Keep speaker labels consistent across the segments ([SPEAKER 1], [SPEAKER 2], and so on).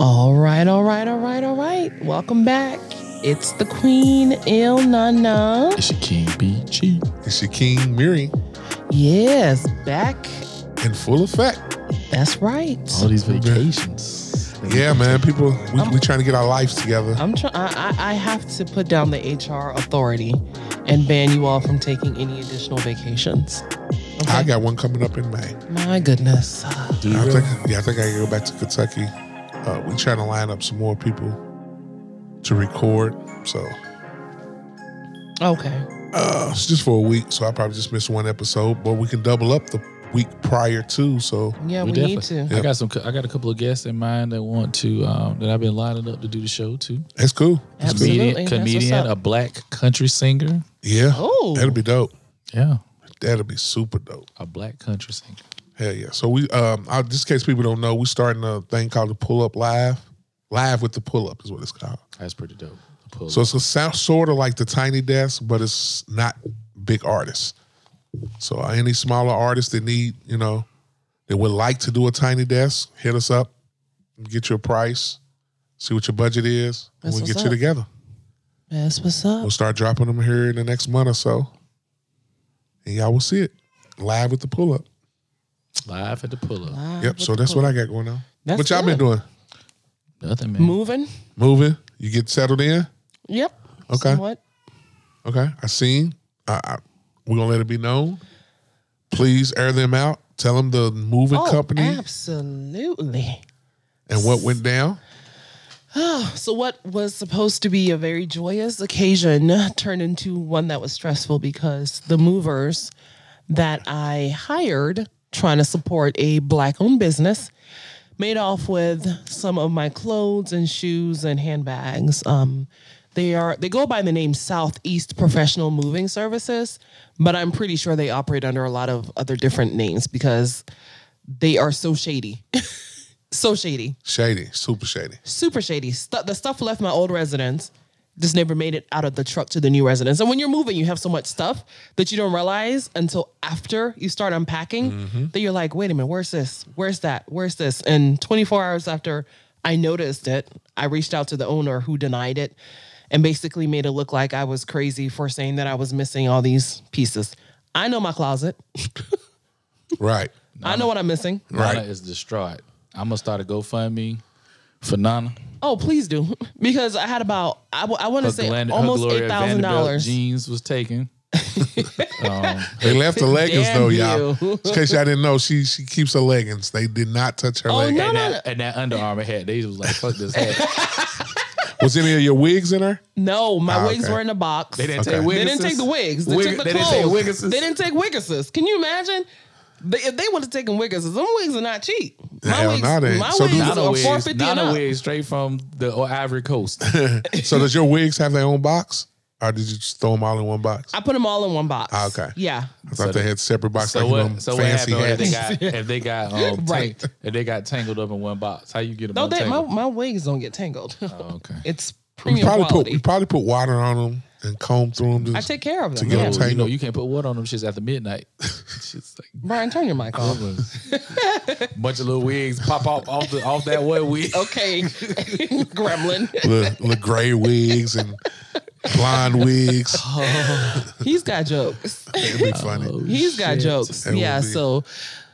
[SPEAKER 1] All right, all right, all right, all right. Welcome back. It's the Queen Il Nana.
[SPEAKER 2] It's your King BG
[SPEAKER 3] It's your King Miri
[SPEAKER 1] Yes, back.
[SPEAKER 3] in full effect.
[SPEAKER 1] That's right.
[SPEAKER 2] All these vacations.
[SPEAKER 3] Yeah, man. People, we, we trying to get our lives together.
[SPEAKER 1] I'm trying. I I have to put down the HR authority and ban you all from taking any additional vacations. Okay?
[SPEAKER 3] I got one coming up in May.
[SPEAKER 1] My goodness.
[SPEAKER 2] Do you
[SPEAKER 3] I
[SPEAKER 2] really?
[SPEAKER 3] think, yeah, I think I can go back to Kentucky. Uh, we trying to line up some more people to record. So
[SPEAKER 1] Okay.
[SPEAKER 3] uh, it's just for a week. So I probably just missed one episode, but we can double up the week prior to. So
[SPEAKER 1] Yeah, we,
[SPEAKER 2] We
[SPEAKER 1] need to.
[SPEAKER 2] I got some. I got a couple of guests in mind that want to um, that I've been lining up to do the show too.
[SPEAKER 3] that's cool. That's good.
[SPEAKER 1] Absolutely.
[SPEAKER 2] Comedian,
[SPEAKER 1] That's what's
[SPEAKER 2] comedian, a
[SPEAKER 1] up.
[SPEAKER 2] black country singer.
[SPEAKER 3] Yeah,
[SPEAKER 1] Oh.
[SPEAKER 3] that'll be dope.
[SPEAKER 2] Yeah,
[SPEAKER 3] That'll be super dope.
[SPEAKER 2] a black country singer.
[SPEAKER 3] Hell yeah! So we, um, I, just in case people don't know, we starting a thing called the Pull Up Live. Live with the Pull Up is what it's called.
[SPEAKER 2] That's pretty dope. A pull.
[SPEAKER 3] So it's a sound, sort of like the Tiny Desk, but it's not big artists. So uh, any smaller artists that need, you know, that would like to do a Tiny Desk, hit us up, get your price, see what your budget is, and
[SPEAKER 1] That's
[SPEAKER 3] we'll
[SPEAKER 1] what's
[SPEAKER 3] get you
[SPEAKER 1] up.
[SPEAKER 3] together.
[SPEAKER 1] That's what's up.
[SPEAKER 3] We'll start dropping them here in the next month or so, and y'all will see it live with the Pull Up.
[SPEAKER 2] live at the pull up.
[SPEAKER 3] Yep. So that's what I got going on.
[SPEAKER 1] That's
[SPEAKER 3] what y'all been
[SPEAKER 1] good.
[SPEAKER 3] doing?
[SPEAKER 2] Nothing, man.
[SPEAKER 1] Moving.
[SPEAKER 3] moving. You get settled in.
[SPEAKER 1] Yep.
[SPEAKER 3] Okay.
[SPEAKER 1] Somewhat.
[SPEAKER 3] Okay, I seen. I, I, we're gonna let it be known. Please air them out. Tell them the moving
[SPEAKER 1] Oh,
[SPEAKER 3] company
[SPEAKER 1] absolutely.
[SPEAKER 3] and what went down.
[SPEAKER 1] So, what was supposed to be a very joyous occasion turned into one that was stressful because the movers that I hired, trying to support a black owned business, made off with some of my clothes and shoes and handbags. Um, they are they go by the name Southeast Professional Moving Services, but I'm pretty sure they operate under a lot of other different names because they are so shady. so shady
[SPEAKER 3] Shady, super shady.
[SPEAKER 1] super shady. Stu the stuff left my old residence just never made it out of the truck to the new residence. And when you're moving, you have so much stuff that you don't realize until after you start unpacking
[SPEAKER 2] Mm-hmm.
[SPEAKER 1] that you're like, wait a minute, where's this? Where's that? Where's this? And 24 hours after I noticed it, I reached out to the owner who denied it and basically made it look like I was crazy for saying that I was missing all these pieces. I know my closet.
[SPEAKER 3] Right.
[SPEAKER 1] I know what I'm missing.
[SPEAKER 3] Right.
[SPEAKER 2] Nana is distraught. I'm gonna start a GoFundMe for Nana.
[SPEAKER 1] Oh, please do. Because I had about, I, w- I want to
[SPEAKER 2] Her,
[SPEAKER 1] say
[SPEAKER 2] Glenn- her
[SPEAKER 1] almost
[SPEAKER 2] Gloria Vanderbilt
[SPEAKER 1] $8,000.
[SPEAKER 2] jeans was taken. um,
[SPEAKER 3] They left the leggings
[SPEAKER 1] Damn
[SPEAKER 3] though, y'all.
[SPEAKER 1] you.
[SPEAKER 3] In case y'all didn't know, she she keeps her leggings. They did not touch her leggings.
[SPEAKER 1] Oh, no, no,
[SPEAKER 2] and, that, and that Under Armour hat, they was like, "Fuck this hat."
[SPEAKER 3] Was any of your wigs in her?
[SPEAKER 1] No, my
[SPEAKER 3] Ah,
[SPEAKER 1] wigs
[SPEAKER 3] okay.
[SPEAKER 1] were in a box. They
[SPEAKER 2] didn't
[SPEAKER 3] take Okay.
[SPEAKER 1] They didn't
[SPEAKER 2] Wiggises?
[SPEAKER 1] take the wigs. They
[SPEAKER 2] Wig-
[SPEAKER 1] took the
[SPEAKER 2] they didn't
[SPEAKER 1] clothes.
[SPEAKER 2] take Wiggises?
[SPEAKER 1] They didn't take Wiggises. Can you imagine? They, if they would have taken Wiggises, them wigs are not cheap. My
[SPEAKER 3] Hell
[SPEAKER 1] wigs,
[SPEAKER 3] nah, they ain't.
[SPEAKER 1] my
[SPEAKER 3] So do
[SPEAKER 1] wigs
[SPEAKER 3] the-
[SPEAKER 1] are
[SPEAKER 2] Nana
[SPEAKER 1] four
[SPEAKER 2] wigs,
[SPEAKER 1] fifty and
[SPEAKER 2] Nana
[SPEAKER 1] up.
[SPEAKER 2] wigs straight from the or Ivory Coast.
[SPEAKER 3] So does your wigs have their own box, or did you just throw them all in one box? I,
[SPEAKER 1] I put them all in one box.
[SPEAKER 3] Ah, okay.
[SPEAKER 1] Yeah.
[SPEAKER 3] thought
[SPEAKER 2] So
[SPEAKER 3] they
[SPEAKER 2] the-
[SPEAKER 3] had separate boxes.
[SPEAKER 2] So
[SPEAKER 3] like them
[SPEAKER 2] what? So what
[SPEAKER 3] fancy
[SPEAKER 2] happened if they
[SPEAKER 3] hats.
[SPEAKER 2] got if they got um,
[SPEAKER 1] Right.
[SPEAKER 2] right. if they got tangled up in one box? How you get them?
[SPEAKER 1] No, they, my
[SPEAKER 2] untangled?
[SPEAKER 1] my wigs don't get tangled.
[SPEAKER 2] Oh, okay.
[SPEAKER 1] it's
[SPEAKER 3] We
[SPEAKER 1] premium
[SPEAKER 3] Ah, probably put
[SPEAKER 1] quality.
[SPEAKER 3] we probably put water on them and comb through them.
[SPEAKER 1] I take care of them.
[SPEAKER 3] get
[SPEAKER 1] Yeah.
[SPEAKER 3] them
[SPEAKER 2] Oh, you know
[SPEAKER 3] tangled.
[SPEAKER 2] you can't put water on them shits after midnight. Shit's like
[SPEAKER 1] Brian, turn your mic off.
[SPEAKER 2] bunch of little wigs pop off off, the, off that one wig.
[SPEAKER 1] Okay, Gremlin.
[SPEAKER 3] little, little gray wigs and blonde wigs.
[SPEAKER 1] He's got jokes.
[SPEAKER 3] It'd be funny.
[SPEAKER 1] He's got
[SPEAKER 2] Shit.
[SPEAKER 1] jokes.
[SPEAKER 3] It would
[SPEAKER 1] Yeah.
[SPEAKER 3] be.
[SPEAKER 1] So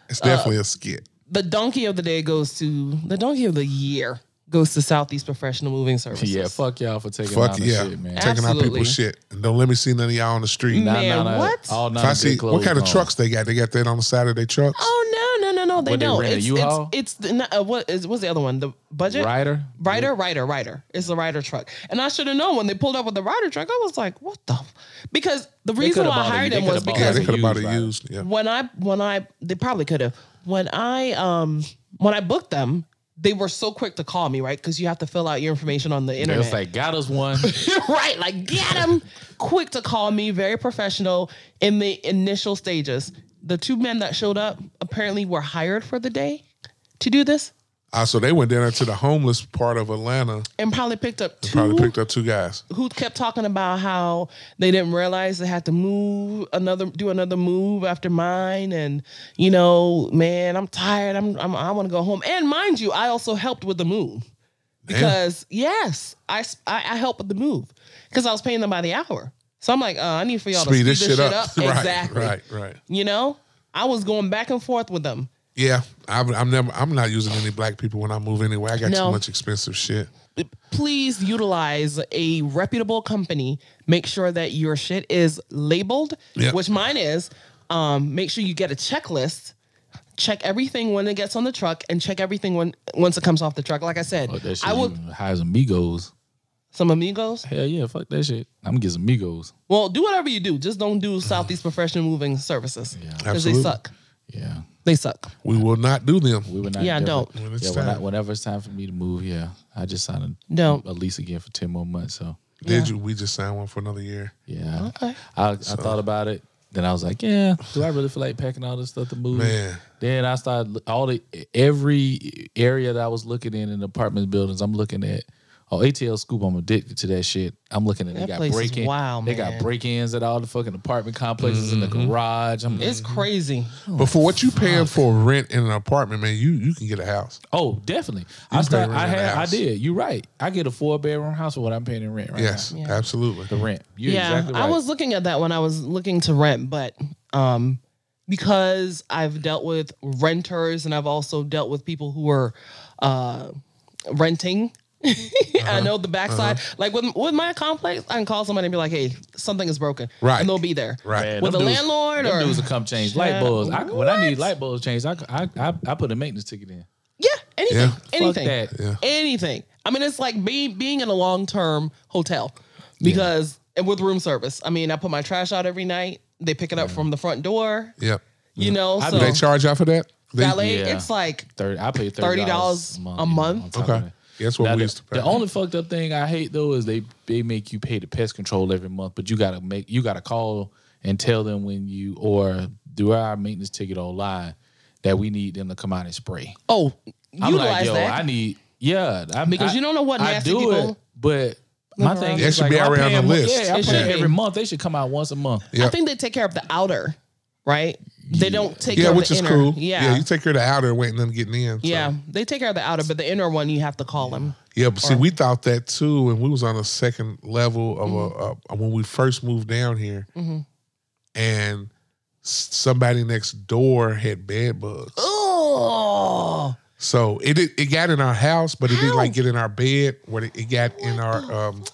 [SPEAKER 3] It's definitely a skit.
[SPEAKER 1] the donkey of the day goes to the donkey of the year goes to Southeast Professional Moving Services.
[SPEAKER 2] Yeah, fuck y'all for taking
[SPEAKER 3] Fuck
[SPEAKER 2] out the
[SPEAKER 3] yeah,
[SPEAKER 2] shit, man.
[SPEAKER 1] Take-
[SPEAKER 3] taking out
[SPEAKER 1] Absolutely.
[SPEAKER 3] people's shit. And don't let me see none of y'all on the street.
[SPEAKER 1] Nah,
[SPEAKER 2] Nah,
[SPEAKER 1] Man,
[SPEAKER 2] nah, nah.
[SPEAKER 1] what?
[SPEAKER 2] All
[SPEAKER 3] if I
[SPEAKER 2] nine
[SPEAKER 3] see
[SPEAKER 2] good
[SPEAKER 3] what
[SPEAKER 2] clothes
[SPEAKER 3] kind of
[SPEAKER 2] on.
[SPEAKER 3] trucks they got, they got that on the side of their trucks.
[SPEAKER 1] Oh no, no, no, no, they
[SPEAKER 2] What, they
[SPEAKER 1] don't.
[SPEAKER 2] rent a
[SPEAKER 1] it's,
[SPEAKER 2] U-Haul?
[SPEAKER 1] it's it's the uh, what is what's the other one? The budget
[SPEAKER 2] Rider.
[SPEAKER 1] Rider, rider, rider. It's the rider truck. And I should have known when they pulled up with the rider truck, I was like, what the? F-? Because the reason
[SPEAKER 2] coulda
[SPEAKER 1] why I
[SPEAKER 2] bought a-
[SPEAKER 1] hired
[SPEAKER 2] they
[SPEAKER 1] him
[SPEAKER 2] coulda
[SPEAKER 1] was
[SPEAKER 2] bought a
[SPEAKER 3] yeah,
[SPEAKER 1] because
[SPEAKER 3] they could have bought it
[SPEAKER 2] Used, right.
[SPEAKER 3] used. Yeah.
[SPEAKER 1] when I when I they probably could have when I um when I booked them they were so quick to call me right because you have to fill out your information on the
[SPEAKER 2] It
[SPEAKER 1] internet.
[SPEAKER 2] was like got us one.
[SPEAKER 1] right, like get him quick to call me, very professional in the initial stages. The two men that showed up apparently were hired for the day to do this
[SPEAKER 3] Ah, so they went down to the homeless part of Atlanta.
[SPEAKER 1] and probably picked up two
[SPEAKER 3] Probably picked up two guys.
[SPEAKER 1] who kept talking about how they didn't realize they had to move another do another move after mine and you know man i'm tired i'm, I'm i want to go home and mind you i also helped with the move because yes, I, s- I- I helped with the move because I was paying them by the hour. So I'm like, uh, I need for y'all to
[SPEAKER 3] Speed this shit up. right,
[SPEAKER 1] exactly.
[SPEAKER 3] right, right.
[SPEAKER 1] You know, I was going back and forth with them.
[SPEAKER 3] Yeah, I'm, I'm never. I'm not using any black people when I move anyway. I got
[SPEAKER 1] No.
[SPEAKER 3] too much expensive shit.
[SPEAKER 1] Please utilize a reputable company. Make sure that your shit is labeled,
[SPEAKER 3] Yeah.
[SPEAKER 1] which mine is. Um, make sure you get a checklist. Check everything when it gets on the truck, and check everything when once it comes off the truck. Like I said,
[SPEAKER 2] Fuck Oh, that shit.
[SPEAKER 1] I
[SPEAKER 2] I
[SPEAKER 1] will.
[SPEAKER 2] would high as amigos.
[SPEAKER 1] Some amigos.
[SPEAKER 2] Hell yeah, fuck that shit. I'm gonna get some amigos.
[SPEAKER 1] Well, do whatever you do. Just don't do Southeast Professional Moving Services
[SPEAKER 2] Yeah.
[SPEAKER 1] because they
[SPEAKER 3] Absolutely.
[SPEAKER 1] suck.
[SPEAKER 2] Yeah.
[SPEAKER 1] They suck.
[SPEAKER 3] We will not do them.
[SPEAKER 2] We were not
[SPEAKER 1] Yeah,
[SPEAKER 2] there,
[SPEAKER 1] don't.
[SPEAKER 2] but-
[SPEAKER 3] When it's
[SPEAKER 2] yeah, when
[SPEAKER 3] time.
[SPEAKER 2] I- whenever it's time for me to move, yeah. I just signed a,
[SPEAKER 1] Don't.
[SPEAKER 2] a lease again for ten more months. So
[SPEAKER 3] Did you? We just signed one for another year.
[SPEAKER 2] yeah.
[SPEAKER 1] Okay.
[SPEAKER 2] I, I thought about it. Then I was like, yeah, do I really feel like packing all this stuff to move?
[SPEAKER 3] Man.
[SPEAKER 2] Then I started lo- all the every area that I was looking in in apartment buildings. I'm looking at oh ATL Scoop. I'm addicted to that shit. I'm looking at
[SPEAKER 1] That
[SPEAKER 2] they got
[SPEAKER 1] place is
[SPEAKER 2] break in.
[SPEAKER 1] wild,
[SPEAKER 2] they
[SPEAKER 1] man.
[SPEAKER 2] got break ins at all the fucking apartment complexes in the
[SPEAKER 3] Mm-hmm.
[SPEAKER 2] garage. I'm
[SPEAKER 1] It's crazy.
[SPEAKER 3] But for what you paying for rent in an apartment, man, you you can get a house.
[SPEAKER 2] Oh, definitely. I
[SPEAKER 3] pay
[SPEAKER 2] start.
[SPEAKER 3] rent
[SPEAKER 2] I
[SPEAKER 3] in the
[SPEAKER 2] had. I
[SPEAKER 3] house.
[SPEAKER 2] did. You're right. I get a four bedroom house for what I'm paying in rent right
[SPEAKER 3] Yes,
[SPEAKER 2] now.
[SPEAKER 1] Yeah.
[SPEAKER 3] absolutely.
[SPEAKER 2] The rent. You're
[SPEAKER 1] yeah,
[SPEAKER 2] exactly right.
[SPEAKER 1] I was looking at that when I was looking to rent, but um, because I've dealt with renters and I've also dealt with people who are uh, renting.
[SPEAKER 2] Uh-huh.
[SPEAKER 1] I know the backside. Like with with my complex, I can call somebody and be like, "Hey, something is broken,"
[SPEAKER 3] Right.
[SPEAKER 1] and they'll be there.
[SPEAKER 3] Right.
[SPEAKER 2] Man,
[SPEAKER 1] With
[SPEAKER 2] them
[SPEAKER 1] a
[SPEAKER 2] dudes-
[SPEAKER 1] landlord
[SPEAKER 2] them
[SPEAKER 1] or-
[SPEAKER 2] dudes will come change
[SPEAKER 1] Yeah.
[SPEAKER 2] light bulbs. I, when I
[SPEAKER 1] What?
[SPEAKER 2] need light bulbs changed, I, I I I put a maintenance ticket in.
[SPEAKER 1] Yeah, anything,
[SPEAKER 3] Yeah.
[SPEAKER 1] anything,
[SPEAKER 2] Fuck that.
[SPEAKER 3] Yeah.
[SPEAKER 1] anything. I mean, it's like being being in a long term hotel because and with room service. I mean, I put my trash out every night. They pick it up from the front door.
[SPEAKER 3] Yep.
[SPEAKER 1] You know,
[SPEAKER 3] Do
[SPEAKER 1] so
[SPEAKER 3] they charge out for that? They,
[SPEAKER 1] valet.
[SPEAKER 2] Yeah.
[SPEAKER 1] It's like
[SPEAKER 2] Thirty. I pay thirty
[SPEAKER 1] $30
[SPEAKER 2] dollars
[SPEAKER 1] a month?
[SPEAKER 3] okay. That's what
[SPEAKER 2] Now,
[SPEAKER 3] we
[SPEAKER 2] the,
[SPEAKER 3] used to pay.
[SPEAKER 2] the only fucked up thing I hate though is they they make you pay the pest control every month, but you gotta make you gotta call and tell them when you or do our maintenance ticket online that we need them to come out and spray.
[SPEAKER 1] oh,
[SPEAKER 2] I'm
[SPEAKER 1] utilize
[SPEAKER 2] like, yo,
[SPEAKER 1] that.
[SPEAKER 2] I need yeah I,
[SPEAKER 1] Because
[SPEAKER 2] I-
[SPEAKER 1] you don't know what
[SPEAKER 2] I
[SPEAKER 1] nasty
[SPEAKER 2] do
[SPEAKER 1] people
[SPEAKER 2] it, but. My thing
[SPEAKER 1] around.
[SPEAKER 3] That
[SPEAKER 2] is
[SPEAKER 3] should
[SPEAKER 2] like,
[SPEAKER 3] be
[SPEAKER 2] I'm
[SPEAKER 3] already on
[SPEAKER 2] paying
[SPEAKER 3] the
[SPEAKER 2] mo-
[SPEAKER 3] list.
[SPEAKER 2] Yeah, I
[SPEAKER 1] It
[SPEAKER 2] pay
[SPEAKER 1] should be.
[SPEAKER 2] every month. They should come out once a month.
[SPEAKER 1] I
[SPEAKER 3] Yep.
[SPEAKER 1] think they take care of the outer, right? They don't take
[SPEAKER 3] yeah,
[SPEAKER 1] care
[SPEAKER 3] which
[SPEAKER 1] of
[SPEAKER 3] is
[SPEAKER 1] the inner.
[SPEAKER 3] cool.
[SPEAKER 1] Yeah.
[SPEAKER 3] you take care of the outer and waiting them getting in. so-
[SPEAKER 1] Yeah, they take care of the outer, but the inner one you have to call them.
[SPEAKER 3] Yeah, but see, we thought that too, and we was on a second level of
[SPEAKER 2] Mm-hmm.
[SPEAKER 3] a, a when we first moved down here, and s- somebody next door had bed bugs.
[SPEAKER 1] Oh,
[SPEAKER 3] So it did- it got in our house, but it didn't like
[SPEAKER 1] How?
[SPEAKER 3] get in our bed. Where it, it got in our um,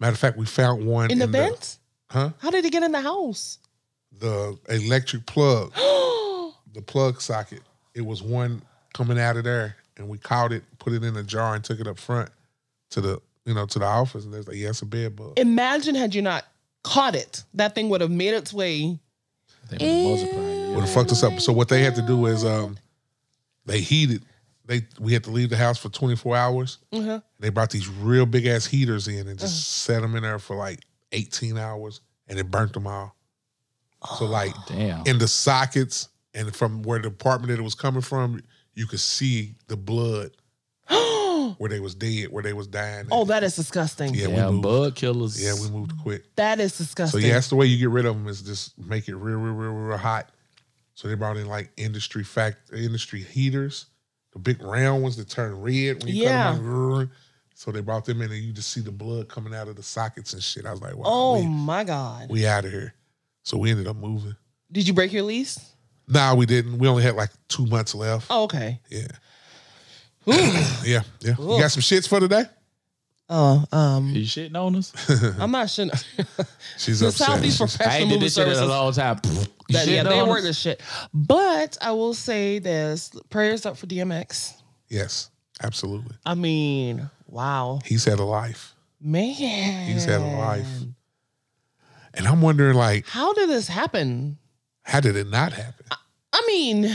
[SPEAKER 3] matter of fact, we found one
[SPEAKER 1] in the vent?
[SPEAKER 3] huh?
[SPEAKER 1] How did it get in the house?
[SPEAKER 3] The, electric plug, the plug socket. It was one coming out of there, and we caught it, put it in a jar, and took it up front to the you know to the office, and there's like, yeah, it's a bed bug.
[SPEAKER 1] imagine had you not caught it, that thing would have made its way.
[SPEAKER 2] They would've multiplied,
[SPEAKER 3] would
[SPEAKER 2] yeah.
[SPEAKER 3] have fucked us up. So what they had to do is um, they heated. They we had to leave the house for 24 hours.
[SPEAKER 1] Mhm.
[SPEAKER 3] They brought these real big ass heaters in and just set them in there for like 18 hours, and it burnt them all. So like
[SPEAKER 2] Damn.
[SPEAKER 3] in the sockets and from where the apartment that it was coming from, you could see the blood where they was dead, where they was dying.
[SPEAKER 1] Oh, that is disgusting.
[SPEAKER 3] Yeah, we
[SPEAKER 2] Yeah,
[SPEAKER 3] moved.
[SPEAKER 2] bug killers.
[SPEAKER 3] yeah, we moved quick.
[SPEAKER 1] That is
[SPEAKER 3] So
[SPEAKER 1] disgusting.
[SPEAKER 3] yeah, that's the way you get rid of them is just make it real, real, real, real hot. So they brought in like industry fact industry heaters, the big round ones that turn red when you
[SPEAKER 1] Yeah.
[SPEAKER 3] cut them. on. So they brought them in and you just see the blood coming out of the sockets and shit. I was like, wow,
[SPEAKER 1] Oh my God.
[SPEAKER 3] we, we out of here. So we ended up moving.
[SPEAKER 1] Did you break your lease?
[SPEAKER 3] Nah, we didn't. We only had like two months left.
[SPEAKER 1] Oh, okay.
[SPEAKER 3] Yeah. yeah, yeah. You got some shits for today?
[SPEAKER 1] Oh, um,
[SPEAKER 2] You shitting on us?
[SPEAKER 1] I'm not sure.
[SPEAKER 3] She's
[SPEAKER 1] the
[SPEAKER 3] upset.
[SPEAKER 1] Southeast
[SPEAKER 2] I
[SPEAKER 1] Professional
[SPEAKER 2] ain't did
[SPEAKER 1] Moving
[SPEAKER 2] this shit in a
[SPEAKER 1] Services.
[SPEAKER 2] long time. You
[SPEAKER 1] That, yeah,
[SPEAKER 2] shitting
[SPEAKER 1] they
[SPEAKER 2] on
[SPEAKER 1] were
[SPEAKER 2] us?
[SPEAKER 1] this shit. But I will say this prayers up for DMX.
[SPEAKER 3] yes, absolutely.
[SPEAKER 1] I mean, wow.
[SPEAKER 3] He's had a life.
[SPEAKER 1] Man.
[SPEAKER 3] He's had a life. And I'm wondering like,
[SPEAKER 1] How did this happen?
[SPEAKER 3] how did it not happen?
[SPEAKER 1] I mean,
[SPEAKER 3] The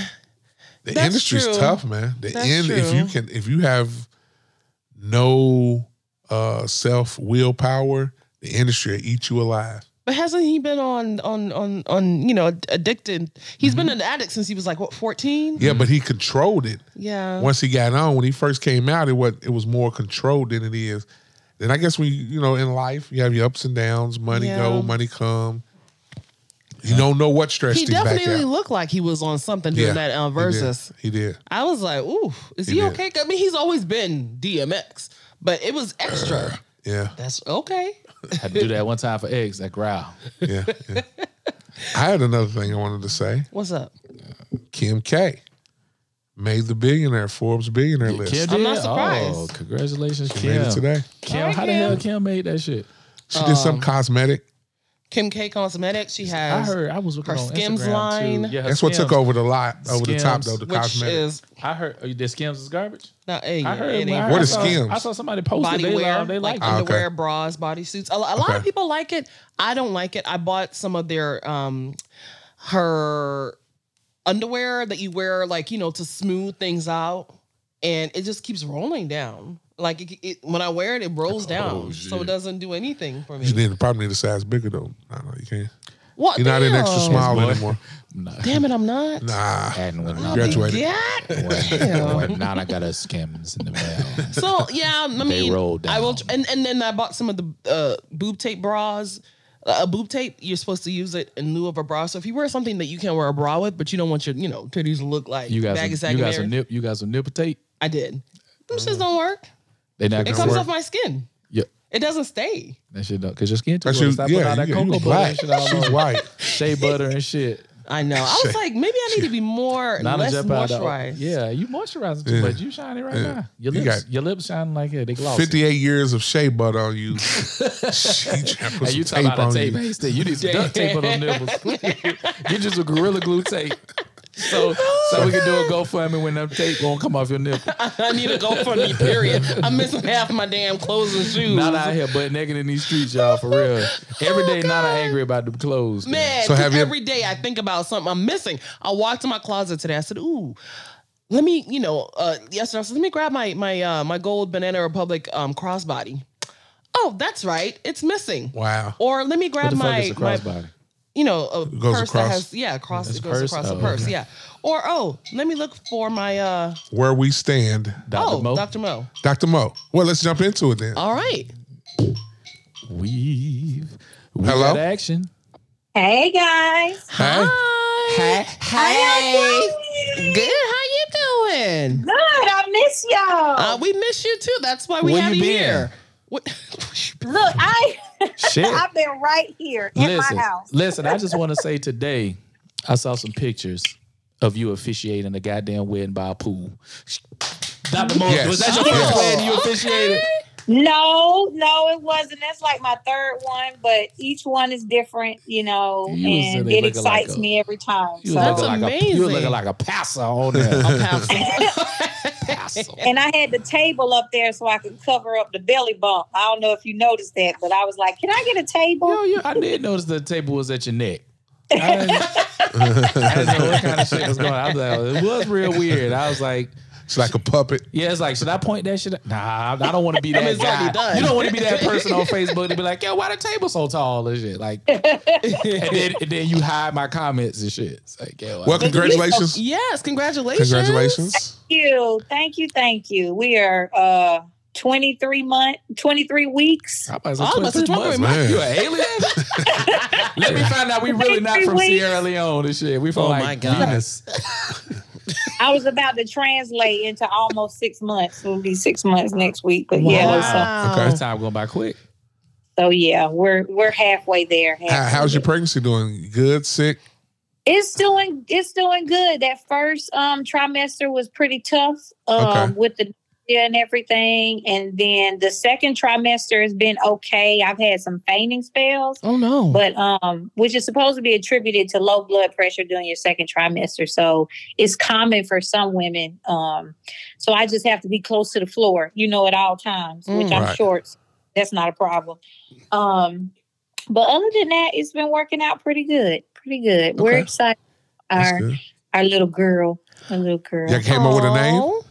[SPEAKER 1] That's
[SPEAKER 3] industry's
[SPEAKER 1] true.
[SPEAKER 3] tough, man. The
[SPEAKER 1] That's
[SPEAKER 3] end if
[SPEAKER 1] true.
[SPEAKER 3] you can if you have no uh self willpower, the industry will eat you alive.
[SPEAKER 1] But hasn't he been on on on on you know addicted? He's been an addict since he was like what fourteen?
[SPEAKER 3] Mm-hmm. Yeah, but he controlled it.
[SPEAKER 1] Mm-hmm. Yeah.
[SPEAKER 3] Once he got on, when he first came out, it was it was more controlled than it is. Then I guess when you you know in life you have your ups and downs, money
[SPEAKER 1] Yeah.
[SPEAKER 3] go, money come. You don't know what stressed
[SPEAKER 1] he
[SPEAKER 3] him back
[SPEAKER 1] definitely
[SPEAKER 3] out.
[SPEAKER 1] looked like he was on something during that uh,
[SPEAKER 3] he did.
[SPEAKER 1] versus.
[SPEAKER 3] He did.
[SPEAKER 1] I was like, ooh, is he,
[SPEAKER 3] did.
[SPEAKER 1] okay? I mean, he's always been DMX, but it was extra.
[SPEAKER 3] Yeah,
[SPEAKER 1] That's okay.
[SPEAKER 2] had to do that one time for eggs. I growl.
[SPEAKER 3] yeah. yeah. I had another thing I wanted to say.
[SPEAKER 1] What's up?
[SPEAKER 3] Kim K made the billionaire Forbes billionaire list.
[SPEAKER 2] Kim
[SPEAKER 1] I'm not
[SPEAKER 2] did?
[SPEAKER 1] surprised.
[SPEAKER 2] Oh, congratulations,
[SPEAKER 3] She
[SPEAKER 2] Kim.
[SPEAKER 3] made it today.
[SPEAKER 2] Kim,
[SPEAKER 1] All right,
[SPEAKER 2] how the
[SPEAKER 1] Kim.
[SPEAKER 2] hell Kim made that shit?
[SPEAKER 3] She did
[SPEAKER 2] Um,
[SPEAKER 3] some cosmetic.
[SPEAKER 1] Kim K Cosmetics. She
[SPEAKER 2] I
[SPEAKER 1] has,
[SPEAKER 2] heard I was looking
[SPEAKER 1] her
[SPEAKER 2] on
[SPEAKER 1] Skims
[SPEAKER 2] Instagram
[SPEAKER 1] line.
[SPEAKER 2] Too. Yeah, her
[SPEAKER 3] That's what
[SPEAKER 2] Skims.
[SPEAKER 3] took over the lot over the top
[SPEAKER 2] Skims,
[SPEAKER 3] though. The
[SPEAKER 1] which
[SPEAKER 3] cosmetic.
[SPEAKER 1] is
[SPEAKER 2] I heard oh, you did Skims is garbage.
[SPEAKER 1] not a
[SPEAKER 2] I heard.
[SPEAKER 1] it
[SPEAKER 2] when I
[SPEAKER 1] ain't
[SPEAKER 2] heard-
[SPEAKER 3] What
[SPEAKER 2] I
[SPEAKER 3] is
[SPEAKER 2] saw-
[SPEAKER 3] Skims?
[SPEAKER 2] I saw somebody posted.
[SPEAKER 1] body
[SPEAKER 2] They,
[SPEAKER 1] wear,
[SPEAKER 2] love, they
[SPEAKER 1] like
[SPEAKER 2] like.
[SPEAKER 3] Ah, okay.
[SPEAKER 1] underwear, bras, bodysuits. A, lo- a lot of
[SPEAKER 3] Okay.
[SPEAKER 1] people like it. I don't like it. I bought some of their um her underwear that you wear like you know to smooth things out, and it just keeps rolling down. Like it, it, when I wear it, it
[SPEAKER 3] Oh,
[SPEAKER 1] rolls down, so it
[SPEAKER 2] shit.
[SPEAKER 1] doesn't do anything for me.
[SPEAKER 3] you need probably need a size bigger though. No, no, you can't.
[SPEAKER 1] What?
[SPEAKER 3] You're not an extra
[SPEAKER 1] Damn.
[SPEAKER 3] small
[SPEAKER 2] Boy.
[SPEAKER 3] anymore. Ah.
[SPEAKER 2] nah.
[SPEAKER 1] Damn it, I'm not.
[SPEAKER 3] Nah.
[SPEAKER 2] And when
[SPEAKER 1] Oh,
[SPEAKER 2] Nana,
[SPEAKER 3] Graduated.
[SPEAKER 1] God.
[SPEAKER 2] when, when Nana got her Skims in the mail.
[SPEAKER 1] So yeah, I mean,
[SPEAKER 2] They roll
[SPEAKER 1] I will,
[SPEAKER 2] down.
[SPEAKER 1] and and then I bought some of the uh, boob tape bras. Uh, a boob tape, you're supposed to use it in lieu of a bra. So if you wear something that you can wear a bra with, but you don't want your, you know, titties to look like
[SPEAKER 2] You got
[SPEAKER 1] baggy
[SPEAKER 2] some,
[SPEAKER 1] saggy
[SPEAKER 2] you got some
[SPEAKER 1] Mary,
[SPEAKER 2] nip. You got some nipple tape.
[SPEAKER 1] I did. Them
[SPEAKER 3] Mm.
[SPEAKER 1] shits don't work.
[SPEAKER 2] They not
[SPEAKER 1] It
[SPEAKER 2] gonna
[SPEAKER 1] comes
[SPEAKER 2] work.
[SPEAKER 1] off my skin.
[SPEAKER 2] yeah,
[SPEAKER 1] It doesn't stay.
[SPEAKER 2] that shit don't. Cause your skin too.
[SPEAKER 3] That shit,
[SPEAKER 2] oily.
[SPEAKER 3] yeah,
[SPEAKER 2] Stop
[SPEAKER 3] you,
[SPEAKER 2] putting all that
[SPEAKER 3] you
[SPEAKER 2] cocoa
[SPEAKER 3] was
[SPEAKER 2] butter
[SPEAKER 3] black.
[SPEAKER 2] and shit all
[SPEAKER 3] She's
[SPEAKER 2] over.
[SPEAKER 3] white.
[SPEAKER 2] Shea butter and shit.
[SPEAKER 1] I know. I was like, maybe I need to be more
[SPEAKER 2] Nana
[SPEAKER 1] less
[SPEAKER 2] jump out of-
[SPEAKER 1] moisturized.
[SPEAKER 2] Yeah, you moisturizing too
[SPEAKER 3] Yeah.
[SPEAKER 2] much. You shining right now. Your
[SPEAKER 3] You
[SPEAKER 2] lips,
[SPEAKER 3] got-
[SPEAKER 2] your lips shining like it. They glossy.
[SPEAKER 3] 58 years of shea butter on you. she just put
[SPEAKER 2] Hey, you talking
[SPEAKER 3] some tape
[SPEAKER 2] about
[SPEAKER 3] on
[SPEAKER 2] a tape?
[SPEAKER 3] you.
[SPEAKER 2] Hey, Steve, You need some duct tape on them nipples. Get you some gorilla glue tape. So, so we can do a GoFundMe when them tape won't come off your nipple.
[SPEAKER 1] I need to go for me. Period. I'm missing half my damn clothes and shoes.
[SPEAKER 2] Not out here butt naked in these streets, y'all, for real.
[SPEAKER 1] Oh
[SPEAKER 2] Every day, not angry about them clothes.
[SPEAKER 1] mad.
[SPEAKER 3] So
[SPEAKER 1] So
[SPEAKER 3] have you-
[SPEAKER 1] every day I think about something I'm missing. I walked in my closet today. I said, "Ooh, let me, you know, uh, yesterday I said, let me grab my my uh, my gold Banana Republic um, crossbody. Oh, that's right, it's missing.
[SPEAKER 3] Wow.
[SPEAKER 1] Or let me grab
[SPEAKER 2] What the fuck
[SPEAKER 1] my
[SPEAKER 2] is a
[SPEAKER 1] my
[SPEAKER 2] crossbody?
[SPEAKER 1] you know a
[SPEAKER 3] goes
[SPEAKER 1] purse that
[SPEAKER 3] across.
[SPEAKER 1] has yeah cross it
[SPEAKER 2] a
[SPEAKER 1] goes
[SPEAKER 2] purse?
[SPEAKER 1] across
[SPEAKER 2] Oh,
[SPEAKER 1] a purse
[SPEAKER 2] okay.
[SPEAKER 1] yeah. Or oh, let me look for my uh
[SPEAKER 3] Where we stand.
[SPEAKER 2] Dr.
[SPEAKER 1] oh
[SPEAKER 2] Mo?
[SPEAKER 1] Dr. Mo.
[SPEAKER 3] Dr. Mo. Well, let's jump into it then.
[SPEAKER 2] Uh-huh.
[SPEAKER 1] All right,
[SPEAKER 2] Weave. We
[SPEAKER 3] Hello?
[SPEAKER 2] got action.
[SPEAKER 4] Hey guys.
[SPEAKER 3] Hey.
[SPEAKER 1] hi,
[SPEAKER 4] How
[SPEAKER 1] hi,
[SPEAKER 4] y'all doing?
[SPEAKER 1] good. How you doing?
[SPEAKER 4] Good. I miss y'all.
[SPEAKER 1] Uh, we miss you too. That's why we
[SPEAKER 2] Where
[SPEAKER 1] have
[SPEAKER 2] you
[SPEAKER 1] you
[SPEAKER 2] been?
[SPEAKER 1] here. What?
[SPEAKER 4] Look, I
[SPEAKER 2] Shit.
[SPEAKER 4] I've been right here in
[SPEAKER 2] listen,
[SPEAKER 4] my house.
[SPEAKER 2] listen, I just want to say today, I saw some pictures of you officiating a goddamn wedding by a pool. Dr. Mo,
[SPEAKER 3] Yes.
[SPEAKER 2] was that your
[SPEAKER 3] Yes.
[SPEAKER 2] first wedding you
[SPEAKER 1] Okay.
[SPEAKER 2] officiated?
[SPEAKER 4] No, no, it wasn't. That's like my third one, but each one is different, you know,
[SPEAKER 2] You was
[SPEAKER 4] and
[SPEAKER 2] in there
[SPEAKER 4] it
[SPEAKER 2] looking
[SPEAKER 4] excites
[SPEAKER 2] like a-
[SPEAKER 4] me every time.
[SPEAKER 2] You
[SPEAKER 4] so
[SPEAKER 2] was
[SPEAKER 1] That's
[SPEAKER 2] looking like a, you was
[SPEAKER 1] amazing.
[SPEAKER 2] looking like a passer on there.
[SPEAKER 1] I'm passing.
[SPEAKER 2] Passer.
[SPEAKER 4] and I had the table up there so I could cover up the belly bump. I don't know if you noticed that, but I was like, Can I get a
[SPEAKER 2] Yo,
[SPEAKER 4] table?
[SPEAKER 2] yo, I did notice the table was at your neck. I didn't, I didn't know what kind of shit was going on. I was like, it was real weird. I was like,
[SPEAKER 3] It's like a puppet.
[SPEAKER 2] yeah, it's like, should I point that shit? Out? Nah, I don't want to be that
[SPEAKER 1] It's already
[SPEAKER 2] guy.
[SPEAKER 1] done.
[SPEAKER 2] You don't want to be that person on Facebook to be like, yo, why the table so tall and shit. Like, and then, and then you hide my comments and shit. It's like, yo, I-
[SPEAKER 3] Well, congratulations.
[SPEAKER 1] yes, congratulations.
[SPEAKER 3] Congratulations.
[SPEAKER 4] Thank you. Thank you. Thank you. We are uh 23 month 23 weeks.
[SPEAKER 2] I might as
[SPEAKER 1] I
[SPEAKER 2] well
[SPEAKER 1] was about to
[SPEAKER 2] 23
[SPEAKER 1] talk
[SPEAKER 2] months,
[SPEAKER 1] about
[SPEAKER 2] man.
[SPEAKER 3] it.
[SPEAKER 2] You an alien? Let me find out we really not from
[SPEAKER 4] 23
[SPEAKER 2] Sierra Leone and shit. We from
[SPEAKER 1] Oh
[SPEAKER 2] like
[SPEAKER 1] my God.
[SPEAKER 2] Venus.
[SPEAKER 4] I was about to translate into almost six months. It'll be six months next week. But yeah, so,
[SPEAKER 1] Wow.
[SPEAKER 2] This time going by quick.
[SPEAKER 4] so yeah, we're we're halfway there.
[SPEAKER 3] How,
[SPEAKER 4] halfway
[SPEAKER 3] how's your
[SPEAKER 4] there.
[SPEAKER 3] pregnancy doing? Good, sick?
[SPEAKER 4] It's doing it's doing good. That first um trimester was pretty tough um
[SPEAKER 3] Okay.
[SPEAKER 4] with the nausea and everything. And then the second trimester has been okay. I've had some fainting spells.
[SPEAKER 1] Oh no.
[SPEAKER 4] But um, which is supposed to be attributed to low blood pressure during your second trimester, so it's common for some women. Um, so I just have to be close to the floor, you know, at all times, which
[SPEAKER 1] Mm.
[SPEAKER 4] I'm
[SPEAKER 3] Right.
[SPEAKER 4] short. so That's not a problem. Um, but other than that, it's been working out pretty good. Pretty good. We're
[SPEAKER 3] Okay.
[SPEAKER 4] excited.
[SPEAKER 3] That's
[SPEAKER 4] Our
[SPEAKER 3] good.
[SPEAKER 4] our little girl, our little girl.
[SPEAKER 3] Y'all came up with a name?
[SPEAKER 1] Aw.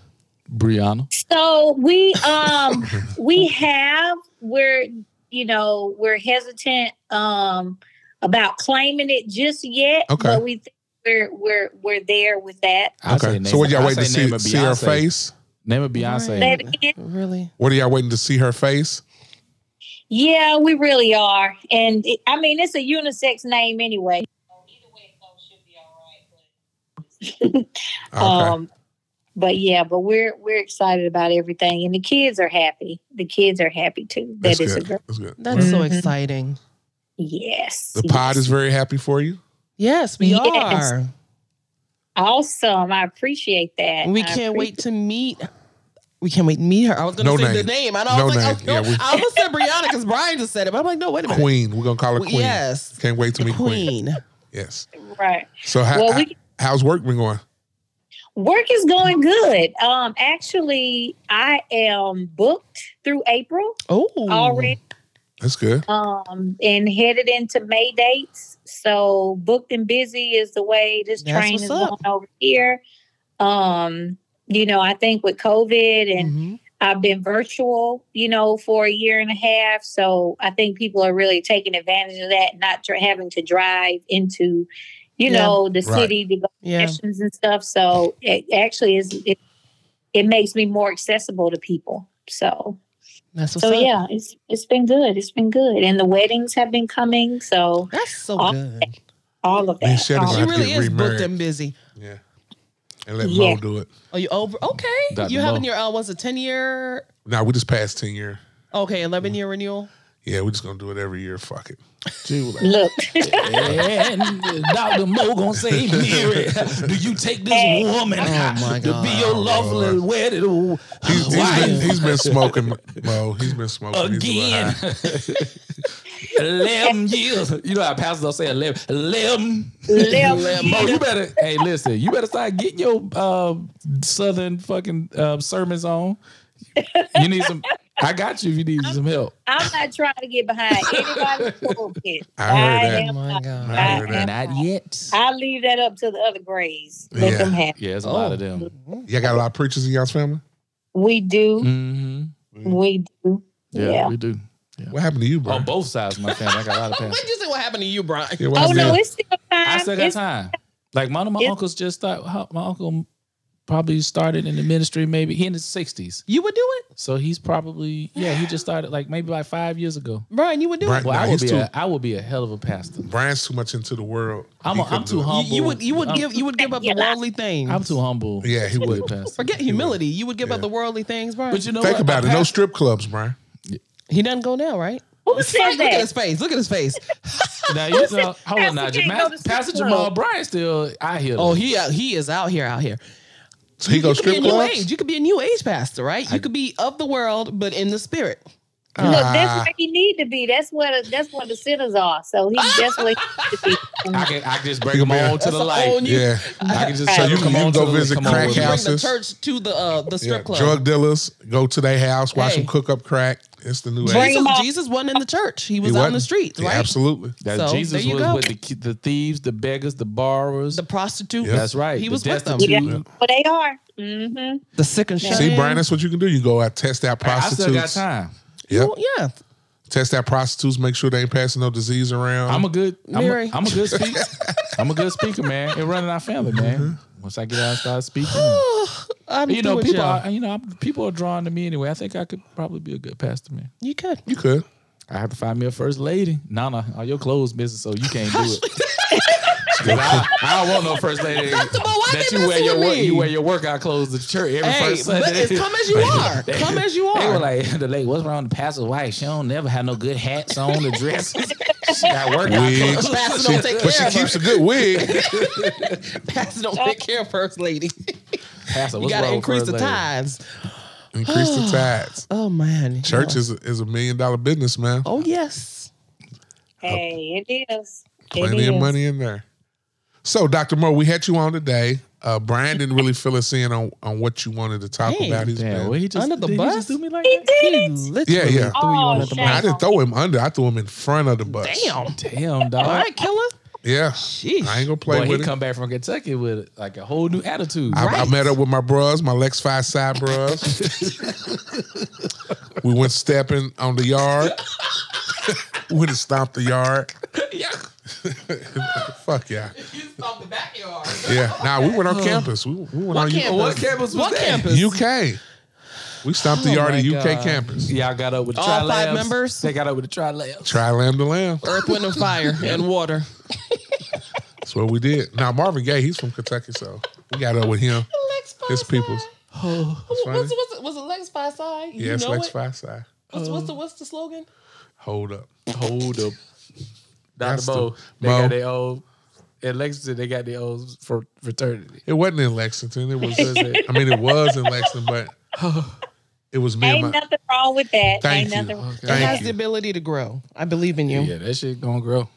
[SPEAKER 2] Brianna.
[SPEAKER 4] So we um we have we're you know we're hesitant um about claiming it just yet.
[SPEAKER 3] Okay.
[SPEAKER 4] But we think we're we're we're there with that.
[SPEAKER 2] I say
[SPEAKER 3] Okay.
[SPEAKER 2] name-
[SPEAKER 3] So, what y'all
[SPEAKER 2] I
[SPEAKER 3] waiting to
[SPEAKER 2] say name
[SPEAKER 3] see,
[SPEAKER 2] of
[SPEAKER 3] see her
[SPEAKER 2] Beyonce.
[SPEAKER 3] face?
[SPEAKER 2] Name of Beyonce.
[SPEAKER 4] Say it again.
[SPEAKER 1] Really?
[SPEAKER 3] What are y'all waiting to see her face?
[SPEAKER 4] Yeah, we really are, and it, I mean it's a unisex name anyway. Either way it goes, should be all right.
[SPEAKER 3] Okay.
[SPEAKER 4] Um, but yeah, but we're we're excited about everything, and the kids are happy. The kids are happy too. That
[SPEAKER 3] That's
[SPEAKER 4] is
[SPEAKER 3] good.
[SPEAKER 4] a girl.
[SPEAKER 3] That's good.
[SPEAKER 1] That's so
[SPEAKER 4] Mhm.
[SPEAKER 1] exciting.
[SPEAKER 4] Yes.
[SPEAKER 3] The pod
[SPEAKER 4] yes.
[SPEAKER 3] is very happy for you.
[SPEAKER 1] Yes, we
[SPEAKER 4] Yes.
[SPEAKER 1] are.
[SPEAKER 4] awesome. I appreciate that.
[SPEAKER 1] We
[SPEAKER 4] I
[SPEAKER 1] can't wait to meet. We can't wait to meet her. I was going to
[SPEAKER 3] No
[SPEAKER 1] say the
[SPEAKER 3] name.
[SPEAKER 1] name. I, know, I
[SPEAKER 3] No
[SPEAKER 1] was like,
[SPEAKER 3] name.
[SPEAKER 1] oh, no.
[SPEAKER 3] Yeah, we-
[SPEAKER 1] I almost said Brianna because Brian just said it, but I'm like, no, wait a minute.
[SPEAKER 3] Queen. We're gonna call her
[SPEAKER 1] Well,
[SPEAKER 3] Queen.
[SPEAKER 1] Yes,
[SPEAKER 3] Can't wait to meet Queen.
[SPEAKER 1] Queen.
[SPEAKER 3] Yes.
[SPEAKER 4] appreciate- Right.
[SPEAKER 3] So how,
[SPEAKER 4] Well,
[SPEAKER 3] how-
[SPEAKER 4] we
[SPEAKER 3] how's work been going?
[SPEAKER 4] work is going good. Um, actually, I am booked through April
[SPEAKER 1] Oh,
[SPEAKER 4] already.
[SPEAKER 3] That's good.
[SPEAKER 1] Mm-hmm.
[SPEAKER 4] Um, and headed into May dates. So booked and busy is the way this
[SPEAKER 1] That's
[SPEAKER 4] train
[SPEAKER 1] what's
[SPEAKER 4] is
[SPEAKER 1] up.
[SPEAKER 4] going over here. Um, you know, I think with COVID and
[SPEAKER 1] Mhm.
[SPEAKER 4] I've been virtual, you know, for a year and a half. So I think people are really taking advantage of that, not tr- having to drive into, you
[SPEAKER 1] Yeah.
[SPEAKER 4] know, the
[SPEAKER 3] Right.
[SPEAKER 4] city to go
[SPEAKER 1] Yeah,
[SPEAKER 4] sessions and stuff. So it actually is it, it makes me more accessible to people. So
[SPEAKER 1] that's what's
[SPEAKER 4] so
[SPEAKER 1] up.
[SPEAKER 4] yeah, it's it's been good. It's been good, and the weddings have been coming. So
[SPEAKER 1] That's so
[SPEAKER 4] All-
[SPEAKER 1] good.
[SPEAKER 4] all of
[SPEAKER 3] Me and
[SPEAKER 4] that.
[SPEAKER 3] Shannon
[SPEAKER 4] all
[SPEAKER 3] gonna
[SPEAKER 1] She
[SPEAKER 4] of
[SPEAKER 3] have to
[SPEAKER 1] really
[SPEAKER 3] get
[SPEAKER 1] is booked
[SPEAKER 3] remarried.
[SPEAKER 1] and busy.
[SPEAKER 3] Yeah. And let
[SPEAKER 4] Yeah.
[SPEAKER 3] Mo do it.
[SPEAKER 1] Oh, you over? Okay,
[SPEAKER 2] Dr.
[SPEAKER 1] you having
[SPEAKER 2] Mo.
[SPEAKER 1] your uh, was it ten year?
[SPEAKER 3] Now we just passed ten year.
[SPEAKER 1] Okay, eleven year renewal.
[SPEAKER 3] Yeah, we're just gonna do it every year. Fuck it.
[SPEAKER 2] She was
[SPEAKER 4] that.
[SPEAKER 2] like,
[SPEAKER 4] Look,
[SPEAKER 2] and Dr. Mo gonna say, "Mary, do you take
[SPEAKER 4] Hey.
[SPEAKER 2] this woman
[SPEAKER 1] Oh, my
[SPEAKER 2] to be your
[SPEAKER 3] God.
[SPEAKER 2] lawful and wedded
[SPEAKER 3] He's, he's been,
[SPEAKER 2] wife
[SPEAKER 3] he's been smoking, Mo. He's been smoking He's a little
[SPEAKER 2] again?
[SPEAKER 3] high.
[SPEAKER 2] 11 years. You know how pastors don't say 11. 11.
[SPEAKER 4] Eleven
[SPEAKER 2] Mo, you
[SPEAKER 4] years.
[SPEAKER 2] better, hey, listen, you better start getting your uh, southern fucking uh, sermons on. You need some, I got you if you need some help.
[SPEAKER 4] I'm not trying to get behind anybody's pulpit.
[SPEAKER 3] I heard that.
[SPEAKER 1] Oh
[SPEAKER 4] am
[SPEAKER 1] my
[SPEAKER 4] not.
[SPEAKER 1] god.
[SPEAKER 3] I heard that.
[SPEAKER 2] Not yet.
[SPEAKER 4] I leave that up to the other grades. Let
[SPEAKER 3] Yeah.
[SPEAKER 4] them have.
[SPEAKER 2] Yeah, it's a lot of them.
[SPEAKER 1] Mhm.
[SPEAKER 3] Y'all got a lot of preachers in y'all's family.
[SPEAKER 4] We do.
[SPEAKER 2] Mm-hmm.
[SPEAKER 4] We do.
[SPEAKER 2] Yeah,
[SPEAKER 4] Yeah.
[SPEAKER 2] we do.
[SPEAKER 3] What happened to you, bro?
[SPEAKER 2] On both sides of my family, I got a lot of
[SPEAKER 1] What'd
[SPEAKER 2] pastors.
[SPEAKER 1] you say? What happened to you, Brian?
[SPEAKER 3] Yeah, what
[SPEAKER 4] Oh
[SPEAKER 3] happened to
[SPEAKER 4] no,
[SPEAKER 3] you?
[SPEAKER 4] it's still time.
[SPEAKER 2] I still got
[SPEAKER 4] It's-
[SPEAKER 2] time. Like one of my
[SPEAKER 4] it's-
[SPEAKER 2] uncles just started. how- My uncle probably started in the ministry. Maybe he in his sixties,
[SPEAKER 1] You would do it,
[SPEAKER 2] so he's probably yeah. He just started like maybe like five years ago.
[SPEAKER 1] Brian. You would do
[SPEAKER 3] Brian,
[SPEAKER 2] Well,
[SPEAKER 3] nah,
[SPEAKER 2] I would
[SPEAKER 3] he's
[SPEAKER 2] be.
[SPEAKER 3] too-
[SPEAKER 2] A, I would be a hell of a pastor.
[SPEAKER 3] Brian's too much into the world.
[SPEAKER 2] I'm
[SPEAKER 3] He
[SPEAKER 2] a- I'm
[SPEAKER 3] couldn't
[SPEAKER 2] too
[SPEAKER 3] do it.
[SPEAKER 1] it.
[SPEAKER 2] humble.
[SPEAKER 1] You, you would. You would
[SPEAKER 2] I'm-
[SPEAKER 1] give. You would give up the
[SPEAKER 4] Yeah.
[SPEAKER 1] worldly things.
[SPEAKER 2] I'm too humble.
[SPEAKER 3] Yeah, he
[SPEAKER 2] to be a
[SPEAKER 3] would.
[SPEAKER 2] pastor.
[SPEAKER 1] Forget
[SPEAKER 3] would.
[SPEAKER 1] humility. You would give up
[SPEAKER 3] Yeah.
[SPEAKER 1] the worldly things, Brian.
[SPEAKER 2] But you know,
[SPEAKER 3] Think
[SPEAKER 2] what?
[SPEAKER 3] about
[SPEAKER 2] A
[SPEAKER 3] it. No
[SPEAKER 2] past-
[SPEAKER 3] strip clubs, Brian.
[SPEAKER 1] he doesn't go now, right?
[SPEAKER 4] Who
[SPEAKER 1] Look
[SPEAKER 4] said
[SPEAKER 1] at his
[SPEAKER 4] that?
[SPEAKER 1] face. Look at his face.
[SPEAKER 2] Now you know, hold on,
[SPEAKER 4] Pastor
[SPEAKER 2] Najee.
[SPEAKER 4] can't go
[SPEAKER 2] Ma-
[SPEAKER 4] to strip
[SPEAKER 2] Pastor
[SPEAKER 4] club.
[SPEAKER 2] Jamal Bryant still out here.
[SPEAKER 1] Oh, he out, he is out here, out here.
[SPEAKER 3] So he goes
[SPEAKER 1] You could be
[SPEAKER 3] strip
[SPEAKER 1] a new
[SPEAKER 3] clubs.
[SPEAKER 1] age. You could be a new age pastor, right? You
[SPEAKER 2] I-
[SPEAKER 1] could be of the world, but in the spirit.
[SPEAKER 4] Look, that's
[SPEAKER 3] Ah.
[SPEAKER 4] where he need to be. That's where the, that's where the sinners are. So he that's where he need to be.
[SPEAKER 2] I can I can just bring him on to
[SPEAKER 1] That's
[SPEAKER 2] the
[SPEAKER 1] a whole
[SPEAKER 2] light.
[SPEAKER 1] new-
[SPEAKER 3] Yeah,
[SPEAKER 2] I can just
[SPEAKER 4] So
[SPEAKER 2] tell
[SPEAKER 4] you
[SPEAKER 2] him,
[SPEAKER 3] can-
[SPEAKER 2] come
[SPEAKER 3] you
[SPEAKER 2] on
[SPEAKER 3] can
[SPEAKER 2] to
[SPEAKER 3] go
[SPEAKER 2] the-
[SPEAKER 3] visit
[SPEAKER 2] come on
[SPEAKER 3] crack
[SPEAKER 2] with
[SPEAKER 1] You
[SPEAKER 2] me.
[SPEAKER 1] bring the
[SPEAKER 3] houses.
[SPEAKER 1] church to the uh, the strip
[SPEAKER 3] yeah.
[SPEAKER 1] club.
[SPEAKER 3] Drug dealers go to their house, watch
[SPEAKER 1] Hey.
[SPEAKER 3] them cook up crack. It's the new
[SPEAKER 4] Bring
[SPEAKER 3] age.
[SPEAKER 1] Jesus,
[SPEAKER 4] him out.
[SPEAKER 1] Jesus wasn't in the church. He
[SPEAKER 3] He
[SPEAKER 1] was out in
[SPEAKER 3] wasn't.
[SPEAKER 1] the streets,
[SPEAKER 3] Yeah,
[SPEAKER 1] right?
[SPEAKER 3] absolutely.
[SPEAKER 2] That
[SPEAKER 1] So, there
[SPEAKER 2] Jesus
[SPEAKER 1] you
[SPEAKER 2] was
[SPEAKER 1] go.
[SPEAKER 2] with the, ki- the thieves, the beggars, the borrowers.
[SPEAKER 1] The prostitutes.
[SPEAKER 3] Yeah.
[SPEAKER 2] That's right.
[SPEAKER 1] He
[SPEAKER 2] the
[SPEAKER 1] was with them.
[SPEAKER 2] destitute.
[SPEAKER 4] Yeah. But they are. Mm-hmm.
[SPEAKER 1] The sick and shut.
[SPEAKER 3] See,
[SPEAKER 1] in.
[SPEAKER 3] Brian, that's what you can do. You go out, test out
[SPEAKER 2] I
[SPEAKER 3] prostitutes.
[SPEAKER 2] still got time.
[SPEAKER 3] Yep.
[SPEAKER 1] Well, yeah.
[SPEAKER 3] Test out prostitutes. Make sure they ain't passing no disease around.
[SPEAKER 2] I'm a good. I'm
[SPEAKER 1] Mary.
[SPEAKER 2] a, I'm a good speaker. I'm a good speaker, man. And running our family, man. Once I get out and start speaking,
[SPEAKER 1] I'm
[SPEAKER 2] you know, people
[SPEAKER 1] y'all.
[SPEAKER 2] are you know I'm- people are drawn to me anyway. I think I could probably be a good pastor, man.
[SPEAKER 1] You could.
[SPEAKER 3] you could.
[SPEAKER 2] I have to find me a first lady. Nana, all your clothes missing, so you can't do it. 'Cause I, I don't want no first lady
[SPEAKER 1] why
[SPEAKER 2] that
[SPEAKER 1] they
[SPEAKER 2] you wear
[SPEAKER 1] messing
[SPEAKER 2] your
[SPEAKER 1] with
[SPEAKER 2] work,
[SPEAKER 1] me?
[SPEAKER 2] you wear your workout clothes to church every
[SPEAKER 1] Hey,
[SPEAKER 2] first Sunday.
[SPEAKER 1] but it's come as you are. Come as you
[SPEAKER 2] They were
[SPEAKER 1] are.
[SPEAKER 2] like, the lady, what's wrong with the pastor's wife? She don't never have no good hats on, the dresses. she got workout
[SPEAKER 3] Wigs.
[SPEAKER 2] clothes.
[SPEAKER 1] Pastor don't take
[SPEAKER 3] But she
[SPEAKER 1] care of her.
[SPEAKER 3] keeps a good wig.
[SPEAKER 1] Pastor don't take care of first lady.
[SPEAKER 2] Pastor,
[SPEAKER 1] You
[SPEAKER 2] what's
[SPEAKER 1] got to
[SPEAKER 2] wrong with
[SPEAKER 1] increase
[SPEAKER 2] first
[SPEAKER 1] the
[SPEAKER 2] lady?
[SPEAKER 1] tithes.
[SPEAKER 3] Increase the tides.
[SPEAKER 1] Oh man,
[SPEAKER 3] Church is a, is a million dollar business, man.
[SPEAKER 1] Oh yes.
[SPEAKER 4] Hey, it is. It
[SPEAKER 3] Plenty of
[SPEAKER 4] is.
[SPEAKER 3] money in there. So, Dr. Moore, we had you on today. Uh, Brian didn't really fill us in on, on what you wanted to talk
[SPEAKER 1] Dang.
[SPEAKER 3] about. He's
[SPEAKER 2] Damn,
[SPEAKER 3] been-
[SPEAKER 2] well, he just,
[SPEAKER 1] Under the
[SPEAKER 2] did he
[SPEAKER 1] bus?
[SPEAKER 2] just do me like
[SPEAKER 4] He
[SPEAKER 2] that?
[SPEAKER 4] did
[SPEAKER 1] He
[SPEAKER 4] it.
[SPEAKER 1] literally
[SPEAKER 3] Yeah, yeah.
[SPEAKER 1] threw you
[SPEAKER 4] Oh,
[SPEAKER 1] under the
[SPEAKER 4] shame.
[SPEAKER 3] I
[SPEAKER 1] bus.
[SPEAKER 3] didn't throw him under. I threw him in front of the bus.
[SPEAKER 1] Damn.
[SPEAKER 2] Damn, dog.
[SPEAKER 1] All right, killer.
[SPEAKER 3] Yeah.
[SPEAKER 1] Sheesh.
[SPEAKER 3] I ain't gonna play
[SPEAKER 2] Boy, he
[SPEAKER 3] with it.
[SPEAKER 2] come back from Kentucky with like a whole new attitude.
[SPEAKER 3] I, I
[SPEAKER 1] Right.
[SPEAKER 3] met up with my bros, my Lex Five Side bros. we went stepping on the yard. went and stomped the yard.
[SPEAKER 1] yeah.
[SPEAKER 3] Fuck yeah.
[SPEAKER 1] You stomped the backyard.
[SPEAKER 3] Yeah. Nah, we went on campus. We, we went on
[SPEAKER 1] What campus?
[SPEAKER 3] U-
[SPEAKER 2] What campus was
[SPEAKER 1] What
[SPEAKER 2] that?
[SPEAKER 1] campus?
[SPEAKER 3] UK. We stomped the
[SPEAKER 2] Oh
[SPEAKER 3] yard
[SPEAKER 2] my
[SPEAKER 3] at UK
[SPEAKER 2] God.
[SPEAKER 3] campus.
[SPEAKER 2] Y'all got up with the
[SPEAKER 1] All
[SPEAKER 2] tri
[SPEAKER 1] five members?
[SPEAKER 2] They got up with the tri labs.
[SPEAKER 3] Try lamb to lamb.
[SPEAKER 1] Earth, wind, and fire, and water.
[SPEAKER 3] That's what we did. Now Marvin Gaye, he's from Kentucky, so we got up with him.
[SPEAKER 1] Lex
[SPEAKER 3] It's people's.
[SPEAKER 2] Oh,
[SPEAKER 1] What's,
[SPEAKER 3] funny.
[SPEAKER 1] what's, what's, was it Lex by Side? You
[SPEAKER 3] Yes,
[SPEAKER 1] know
[SPEAKER 3] Lex
[SPEAKER 1] it?
[SPEAKER 3] Five Side.
[SPEAKER 1] What's, what's the what's the slogan?
[SPEAKER 3] Hold up.
[SPEAKER 2] hold up. Dr.
[SPEAKER 3] That's
[SPEAKER 2] Bo,
[SPEAKER 3] the-
[SPEAKER 2] they
[SPEAKER 3] Bo.
[SPEAKER 2] got their old, at Lexington, they got their old fr- fraternity.
[SPEAKER 3] It wasn't in Lexington. It was.
[SPEAKER 2] What is it?
[SPEAKER 3] I mean, it was in Lexington, but it was me and
[SPEAKER 4] Ain't
[SPEAKER 3] my.
[SPEAKER 4] nothing wrong with that.
[SPEAKER 3] Thank
[SPEAKER 4] Ain't
[SPEAKER 3] you.
[SPEAKER 4] nothing.
[SPEAKER 2] Okay.
[SPEAKER 1] it
[SPEAKER 3] Thank
[SPEAKER 1] has
[SPEAKER 3] you.
[SPEAKER 1] the ability to grow. I believe in you.
[SPEAKER 2] Yeah, that shit gonna grow.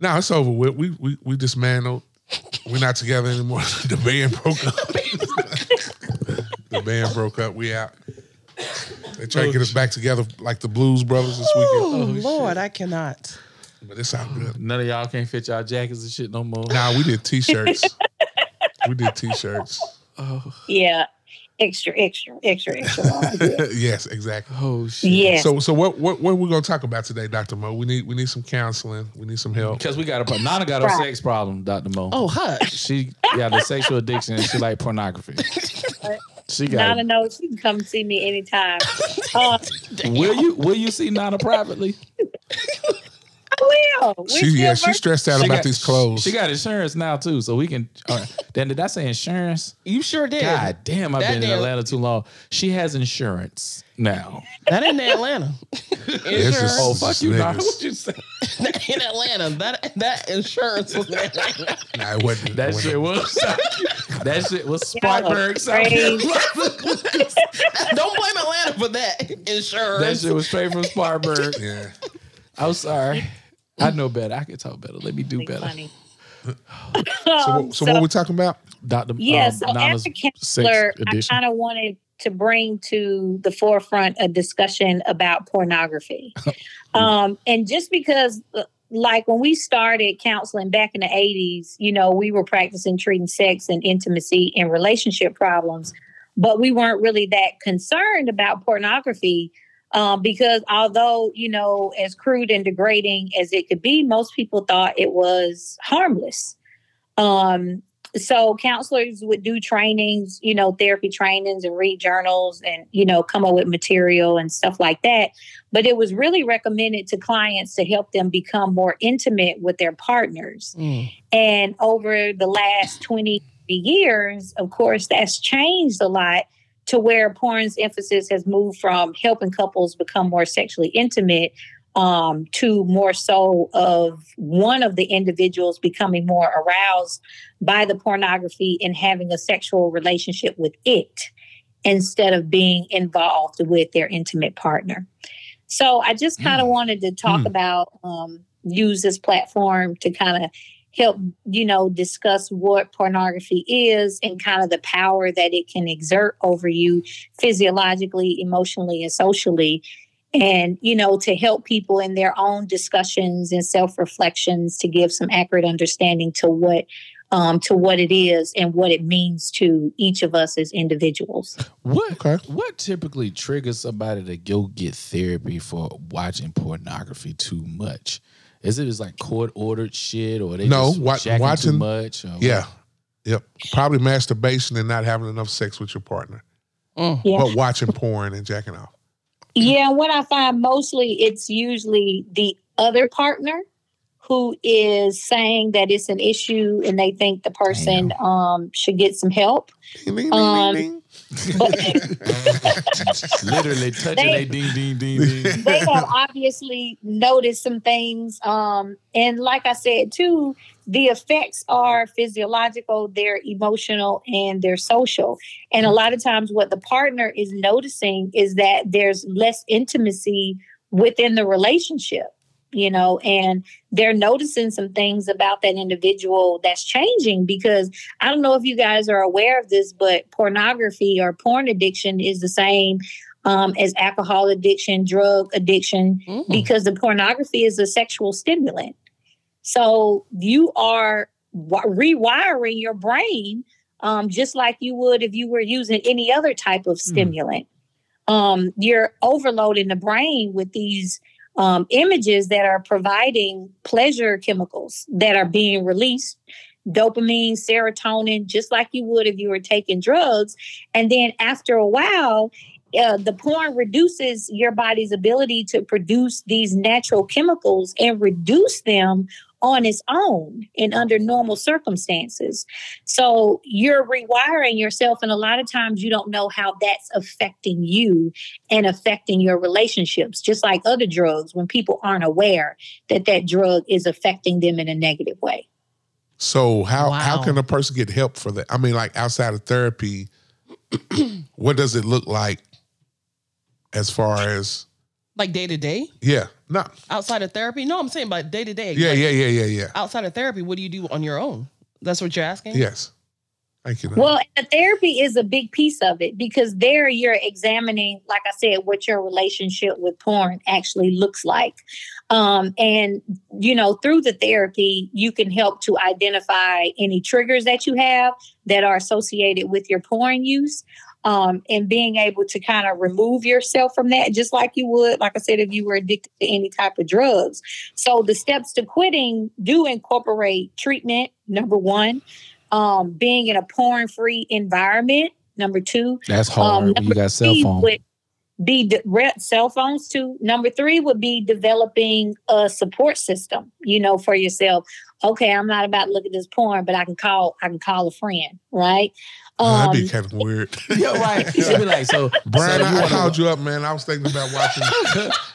[SPEAKER 3] No, it's over with. We we we dismantled. We're not together anymore. the band broke up. the band broke up. We out. They try to get us back together like the Blues Brothers this
[SPEAKER 1] Oh,
[SPEAKER 3] weekend,
[SPEAKER 1] Lord, I cannot.
[SPEAKER 3] but it's out good.
[SPEAKER 2] None of y'all can't fit y'all jackets and shit no more.
[SPEAKER 3] Nah, we did T-shirts. we did T-shirts.
[SPEAKER 2] Oh,
[SPEAKER 4] Yeah. Extra, extra, extra, extra.
[SPEAKER 3] yes, exactly.
[SPEAKER 2] oh shit.
[SPEAKER 4] yes.
[SPEAKER 3] So so what what what we gonna talk about today, Doctor Mo? We need we need some counseling. We need some help.
[SPEAKER 2] Because we got a Nana got a
[SPEAKER 4] Right.
[SPEAKER 2] sex problem, Dr. Mo.
[SPEAKER 1] Oh, hush.
[SPEAKER 2] She got a sexual addiction and she like pornography. She got
[SPEAKER 4] Nana
[SPEAKER 2] it.
[SPEAKER 4] knows she can come see me anytime. Uh,
[SPEAKER 2] Will you will you see Nana privately?
[SPEAKER 4] I will. We're
[SPEAKER 3] She yeah,
[SPEAKER 4] still
[SPEAKER 3] she's stressed out
[SPEAKER 2] She
[SPEAKER 3] about
[SPEAKER 2] got-
[SPEAKER 3] these clothes.
[SPEAKER 2] She got insurance now too, so we can all right. Then did I say insurance?
[SPEAKER 1] You sure did.
[SPEAKER 2] God damn, I've
[SPEAKER 1] That
[SPEAKER 2] been in
[SPEAKER 1] damn-
[SPEAKER 2] Atlanta too long. She has insurance now.
[SPEAKER 1] That ain't Atlanta.
[SPEAKER 3] It's just-
[SPEAKER 2] Oh
[SPEAKER 1] insurance
[SPEAKER 2] fuck you, Nana.
[SPEAKER 3] Niggas.
[SPEAKER 2] What you say?
[SPEAKER 1] in Atlanta. That that insurance was in Atlanta.
[SPEAKER 3] nah, it wasn't.
[SPEAKER 2] That
[SPEAKER 3] it wasn't.
[SPEAKER 2] shit was that shit was
[SPEAKER 4] Y'all are
[SPEAKER 2] Spartanburg. South
[SPEAKER 4] crazy.
[SPEAKER 2] Carolina.
[SPEAKER 1] Don't blame Atlanta for that
[SPEAKER 2] That
[SPEAKER 1] insurance.
[SPEAKER 2] shit was straight from Spartanburg.
[SPEAKER 3] Yeah.
[SPEAKER 2] I'm sorry. I know better. I can talk better. Let me do
[SPEAKER 4] really
[SPEAKER 2] better.
[SPEAKER 4] funny.
[SPEAKER 3] So,
[SPEAKER 4] Um,
[SPEAKER 3] what- so what we talking about?
[SPEAKER 2] Dr.
[SPEAKER 4] yeah,
[SPEAKER 2] um,
[SPEAKER 4] so
[SPEAKER 2] Nana's
[SPEAKER 4] as a counselor,
[SPEAKER 2] sex
[SPEAKER 4] I
[SPEAKER 2] edition.
[SPEAKER 4] kind of wanted to bring to the forefront a discussion about pornography. um, and just because, uh, like, when we started counseling back in the 80s, you know, we were practicing treating sex and intimacy and relationship problems, but we weren't really that concerned about pornography. Um, because although, you know, as crude and degrading as it could be, most people thought it was harmless. Um, so counselors would do trainings you know therapy trainings and read journals and you know come up with material and stuff like that but it was really recommended to clients to help them become more intimate with their partners
[SPEAKER 1] Mm.
[SPEAKER 4] and over the last 20 years of course that's changed a lot to where porn's emphasis has moved from helping couples become more sexually intimate um, to more so of one of the individuals becoming more aroused by the pornography and having a sexual relationship with it instead of being involved with their intimate partner. So I just kind of wanted to talk
[SPEAKER 2] Mm.
[SPEAKER 4] about um, use this platform to kind of help you know discuss what pornography is and kind of the power that it can exert over you physiologically, emotionally, and socially. And, you know, to help people in their own discussions and self reflections to give some accurate understanding to what. Um, to what it is and what it means to each of us as individuals.
[SPEAKER 2] What
[SPEAKER 3] Okay.
[SPEAKER 2] what typically triggers somebody to go get therapy for watching pornography too much? Is it just like court ordered shit or they
[SPEAKER 3] No,
[SPEAKER 2] just
[SPEAKER 3] wa-
[SPEAKER 2] jacking too
[SPEAKER 3] watching-
[SPEAKER 2] much? Or
[SPEAKER 3] Yeah. Yep. Probably masturbation and not having enough sex with your partner,
[SPEAKER 2] Oh.
[SPEAKER 1] Mm.
[SPEAKER 4] Yeah.
[SPEAKER 3] but watching porn and jacking off.
[SPEAKER 4] Yeah, what I find mostly it's usually the other partner who is saying that it's an issue and they think the person um, should get some help.
[SPEAKER 3] Ding, ding, ding,
[SPEAKER 4] Um,
[SPEAKER 3] ding,
[SPEAKER 4] But
[SPEAKER 2] literally touching they
[SPEAKER 4] They-
[SPEAKER 2] ding ding ding ding.
[SPEAKER 4] they have obviously noticed some things. Um, and like I said, too, the effects are physiological, they're emotional, and they're social. And a lot of times, what the partner is noticing is that there's less intimacy within the relationship, you know, and they're noticing some things about that individual that's changing because I don't know if you guys are aware of this, but pornography or porn addiction is the same um, as alcohol addiction, drug addiction,
[SPEAKER 1] Mm.
[SPEAKER 4] because the pornography is a sexual stimulant. So you are wi- rewiring your brain um, just like you would if you were using any other type of stimulant. Um, you're overloading the brain with these um, images that are providing pleasure chemicals that are being released dopamine, serotonin, just like you would if you were taking drugs. And then after a while, uh, the porn reduces your body's ability to produce these natural chemicals and reduce them on its own and under normal circumstances. So you're rewiring yourself, and a lot of times you don't know how that's affecting you and affecting your relationships, just like other drugs when people aren't aware that that drug is affecting them in a negative way.
[SPEAKER 3] So how
[SPEAKER 1] Wow.
[SPEAKER 3] how can a person get help for that? I mean, like outside of therapy, what does it look like as far as
[SPEAKER 1] Like day to day,
[SPEAKER 3] yeah, no,
[SPEAKER 1] outside of therapy. No, I'm saying by day to day.
[SPEAKER 3] yeah, yeah, yeah, yeah, yeah,
[SPEAKER 1] Outside of therapy, what do you do on your own? That's what you're asking.
[SPEAKER 3] yes. Thank you. Nana.
[SPEAKER 4] Well, and the therapy is a big piece of it because there you're examining, like I said, what your relationship with porn actually looks like. Um, and, you know, through the therapy, you can help to identify any triggers that you have that are associated with your porn use. Um, and being able to kind of remove yourself from that, just like you would, like I said, if you were addicted to any type of drugs. So the steps to quitting do incorporate treatment, number one um, being in a porn free environment. Number two,
[SPEAKER 2] That's hard. when you
[SPEAKER 4] number
[SPEAKER 2] got cell
[SPEAKER 4] three
[SPEAKER 2] phone.
[SPEAKER 4] would be de- re- cell phones too. Number three would be developing a support system, you know, for yourself. Okay, I'm not about to look at this porn, but I can call. I can call a friend, right?
[SPEAKER 3] Nah,
[SPEAKER 4] Um,
[SPEAKER 3] that'd be kind of weird.
[SPEAKER 2] yeah, right. She'd be like, so
[SPEAKER 3] Brian,
[SPEAKER 2] so you
[SPEAKER 3] I, I
[SPEAKER 2] wanna-
[SPEAKER 3] called you up, man. I was thinking about watching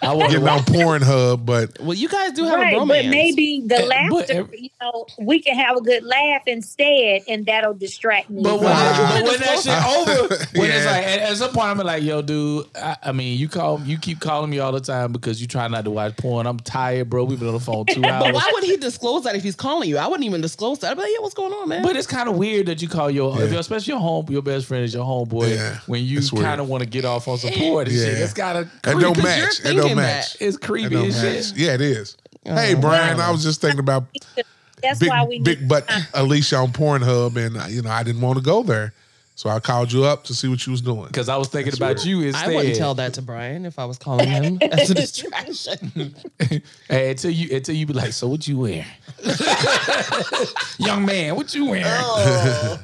[SPEAKER 2] I want to
[SPEAKER 3] getting on Pornhub, but
[SPEAKER 1] Well, you guys do have
[SPEAKER 4] right,
[SPEAKER 1] a romance.
[SPEAKER 4] but maybe the
[SPEAKER 2] Eh,
[SPEAKER 4] laughter,
[SPEAKER 2] but ev-
[SPEAKER 4] you know, we can have a good laugh instead, and that'll distract me.
[SPEAKER 2] But when,
[SPEAKER 3] Wow.
[SPEAKER 2] but when that shit over, when it's
[SPEAKER 3] Yeah.
[SPEAKER 2] like at, at some point I'm like, yo, dude, I, I mean, you call, you keep calling me all the time because you try not to watch porn. I'm tired, bro. We've been on the phone two
[SPEAKER 1] But
[SPEAKER 2] hours.
[SPEAKER 1] why would he disclose that if he's calling you? I wouldn't even disclose that. I'd be like, yeah, what's going on, man?
[SPEAKER 2] But it's kind of weird that you call your, if
[SPEAKER 3] Yeah.
[SPEAKER 2] you're- especially your home, your best friend is your homeboy
[SPEAKER 3] Yeah,
[SPEAKER 2] when you
[SPEAKER 3] it's weird.
[SPEAKER 2] kind of want to get off on support and shit.
[SPEAKER 3] Yeah.
[SPEAKER 2] It's kind of
[SPEAKER 3] it
[SPEAKER 2] creepy.
[SPEAKER 3] don't
[SPEAKER 1] you're
[SPEAKER 3] match. It don't
[SPEAKER 1] thinking
[SPEAKER 3] match.
[SPEAKER 2] It's
[SPEAKER 3] It
[SPEAKER 2] creepy
[SPEAKER 3] don't
[SPEAKER 2] as
[SPEAKER 3] match.
[SPEAKER 2] shit.
[SPEAKER 3] Yeah, it is.
[SPEAKER 1] Oh,
[SPEAKER 3] hey, Brian,
[SPEAKER 1] wow.
[SPEAKER 3] I was just thinking about
[SPEAKER 4] That's
[SPEAKER 3] big,
[SPEAKER 4] why we
[SPEAKER 3] big
[SPEAKER 4] need
[SPEAKER 3] butt Alicia on Pornhub, and uh, you know I didn't want to go there, so I called you up to see what you was doing.
[SPEAKER 2] Because I was thinking about you instead.
[SPEAKER 1] I wouldn't tell that to Brian if I was calling him Mm-hmm. as a distraction.
[SPEAKER 2] Hey, until you until you be like, so what you wear? Young man, what you wear?
[SPEAKER 1] oh.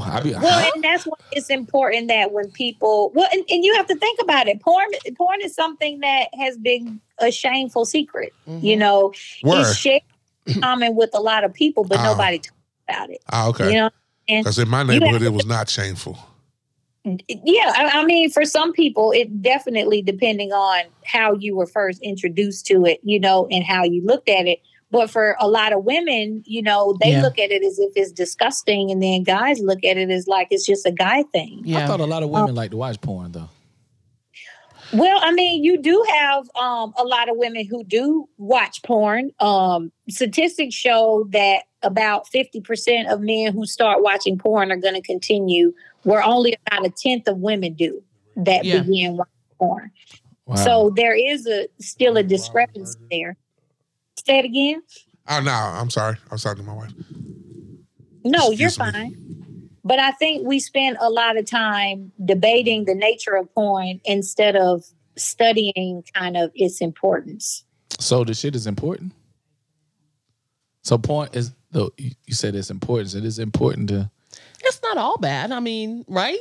[SPEAKER 2] I be,
[SPEAKER 4] Well, and that's why it's important that when people well, and, and you have to think about it. Porn, porn is something that has been a shameful secret. You
[SPEAKER 1] Mm-hmm.
[SPEAKER 4] know,
[SPEAKER 3] Where?
[SPEAKER 4] it's shared in common with a lot of people, but
[SPEAKER 3] Oh.
[SPEAKER 4] nobody talks about it.
[SPEAKER 3] Ah, okay.
[SPEAKER 4] You know, and
[SPEAKER 3] Because in my neighborhood, it was not shameful.
[SPEAKER 4] yeah, I, I mean, for some people, it definitely depending on how you were first introduced to it, you know, and how you looked at it. But for a lot of women, you know, they
[SPEAKER 1] Yeah.
[SPEAKER 4] look at it as if it's disgusting, and then guys look at it as like it's just a guy thing.
[SPEAKER 2] I
[SPEAKER 1] Yeah.
[SPEAKER 2] thought a lot of women like to watch porn though.
[SPEAKER 4] Well, I mean, you do have um, a lot of women who do watch porn. Um, statistics show that about 50% of men who start watching porn are going to continue, where only about a tenth of women do that
[SPEAKER 1] Yeah.
[SPEAKER 4] begin watching porn. So there is a still a discrepancy there. Say it again.
[SPEAKER 3] Oh no, I'm sorry. I was talking to my wife.
[SPEAKER 4] No,
[SPEAKER 3] Excuse
[SPEAKER 4] you're
[SPEAKER 3] me.
[SPEAKER 4] fine. But I think we spend a lot of time debating the nature of porn instead of studying kind of its importance.
[SPEAKER 2] so the shit is important. So porn is though you you said it's important. It is important to
[SPEAKER 1] It's not all bad. I mean, right?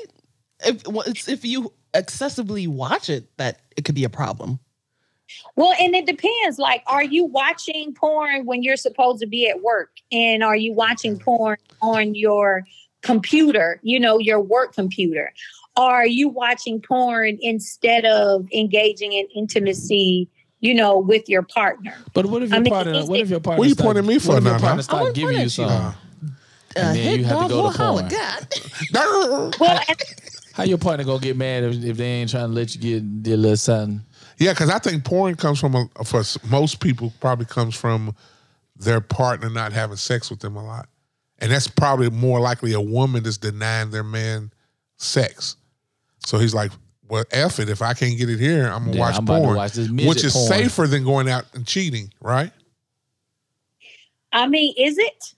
[SPEAKER 1] If well, it's, if you excessively watch it, that it could be a problem.
[SPEAKER 4] Well, and it depends. Like, are you watching porn when you're supposed to be at work? And are you watching porn on your computer, you know, your work computer? Are you watching porn instead of engaging in intimacy, you know, with your partner?
[SPEAKER 2] But what if your
[SPEAKER 4] I mean,
[SPEAKER 2] partner
[SPEAKER 4] is
[SPEAKER 2] what
[SPEAKER 4] it-
[SPEAKER 2] if your partner
[SPEAKER 3] What you
[SPEAKER 2] start-
[SPEAKER 3] pointing me for
[SPEAKER 2] what if your
[SPEAKER 3] now, huh?
[SPEAKER 2] partner
[SPEAKER 1] I
[SPEAKER 2] start
[SPEAKER 1] wouldn't
[SPEAKER 2] giving
[SPEAKER 1] point
[SPEAKER 2] you
[SPEAKER 1] at you.
[SPEAKER 2] some?
[SPEAKER 3] Uh,
[SPEAKER 1] Uh,
[SPEAKER 2] And then
[SPEAKER 1] hit
[SPEAKER 2] you have to
[SPEAKER 1] dog
[SPEAKER 2] go
[SPEAKER 1] will
[SPEAKER 2] to
[SPEAKER 1] holler.
[SPEAKER 2] porn.
[SPEAKER 1] God.
[SPEAKER 4] Well, and
[SPEAKER 2] How your partner gonna get mad if, if they ain't trying to let you get do a little something?
[SPEAKER 3] yeah, because I think porn comes from a, for s- most people probably comes from their partner not having sex with them a lot, and that's probably more likely a woman that's denying their man sex. So he's like, "Well, f it. If I can't get it here, I'm gonna
[SPEAKER 2] Yeah,
[SPEAKER 3] watch
[SPEAKER 2] I'm about to
[SPEAKER 3] porn,
[SPEAKER 2] watch this midget
[SPEAKER 3] which is
[SPEAKER 2] porn.
[SPEAKER 3] safer than going out and cheating, right?
[SPEAKER 4] I mean, is it?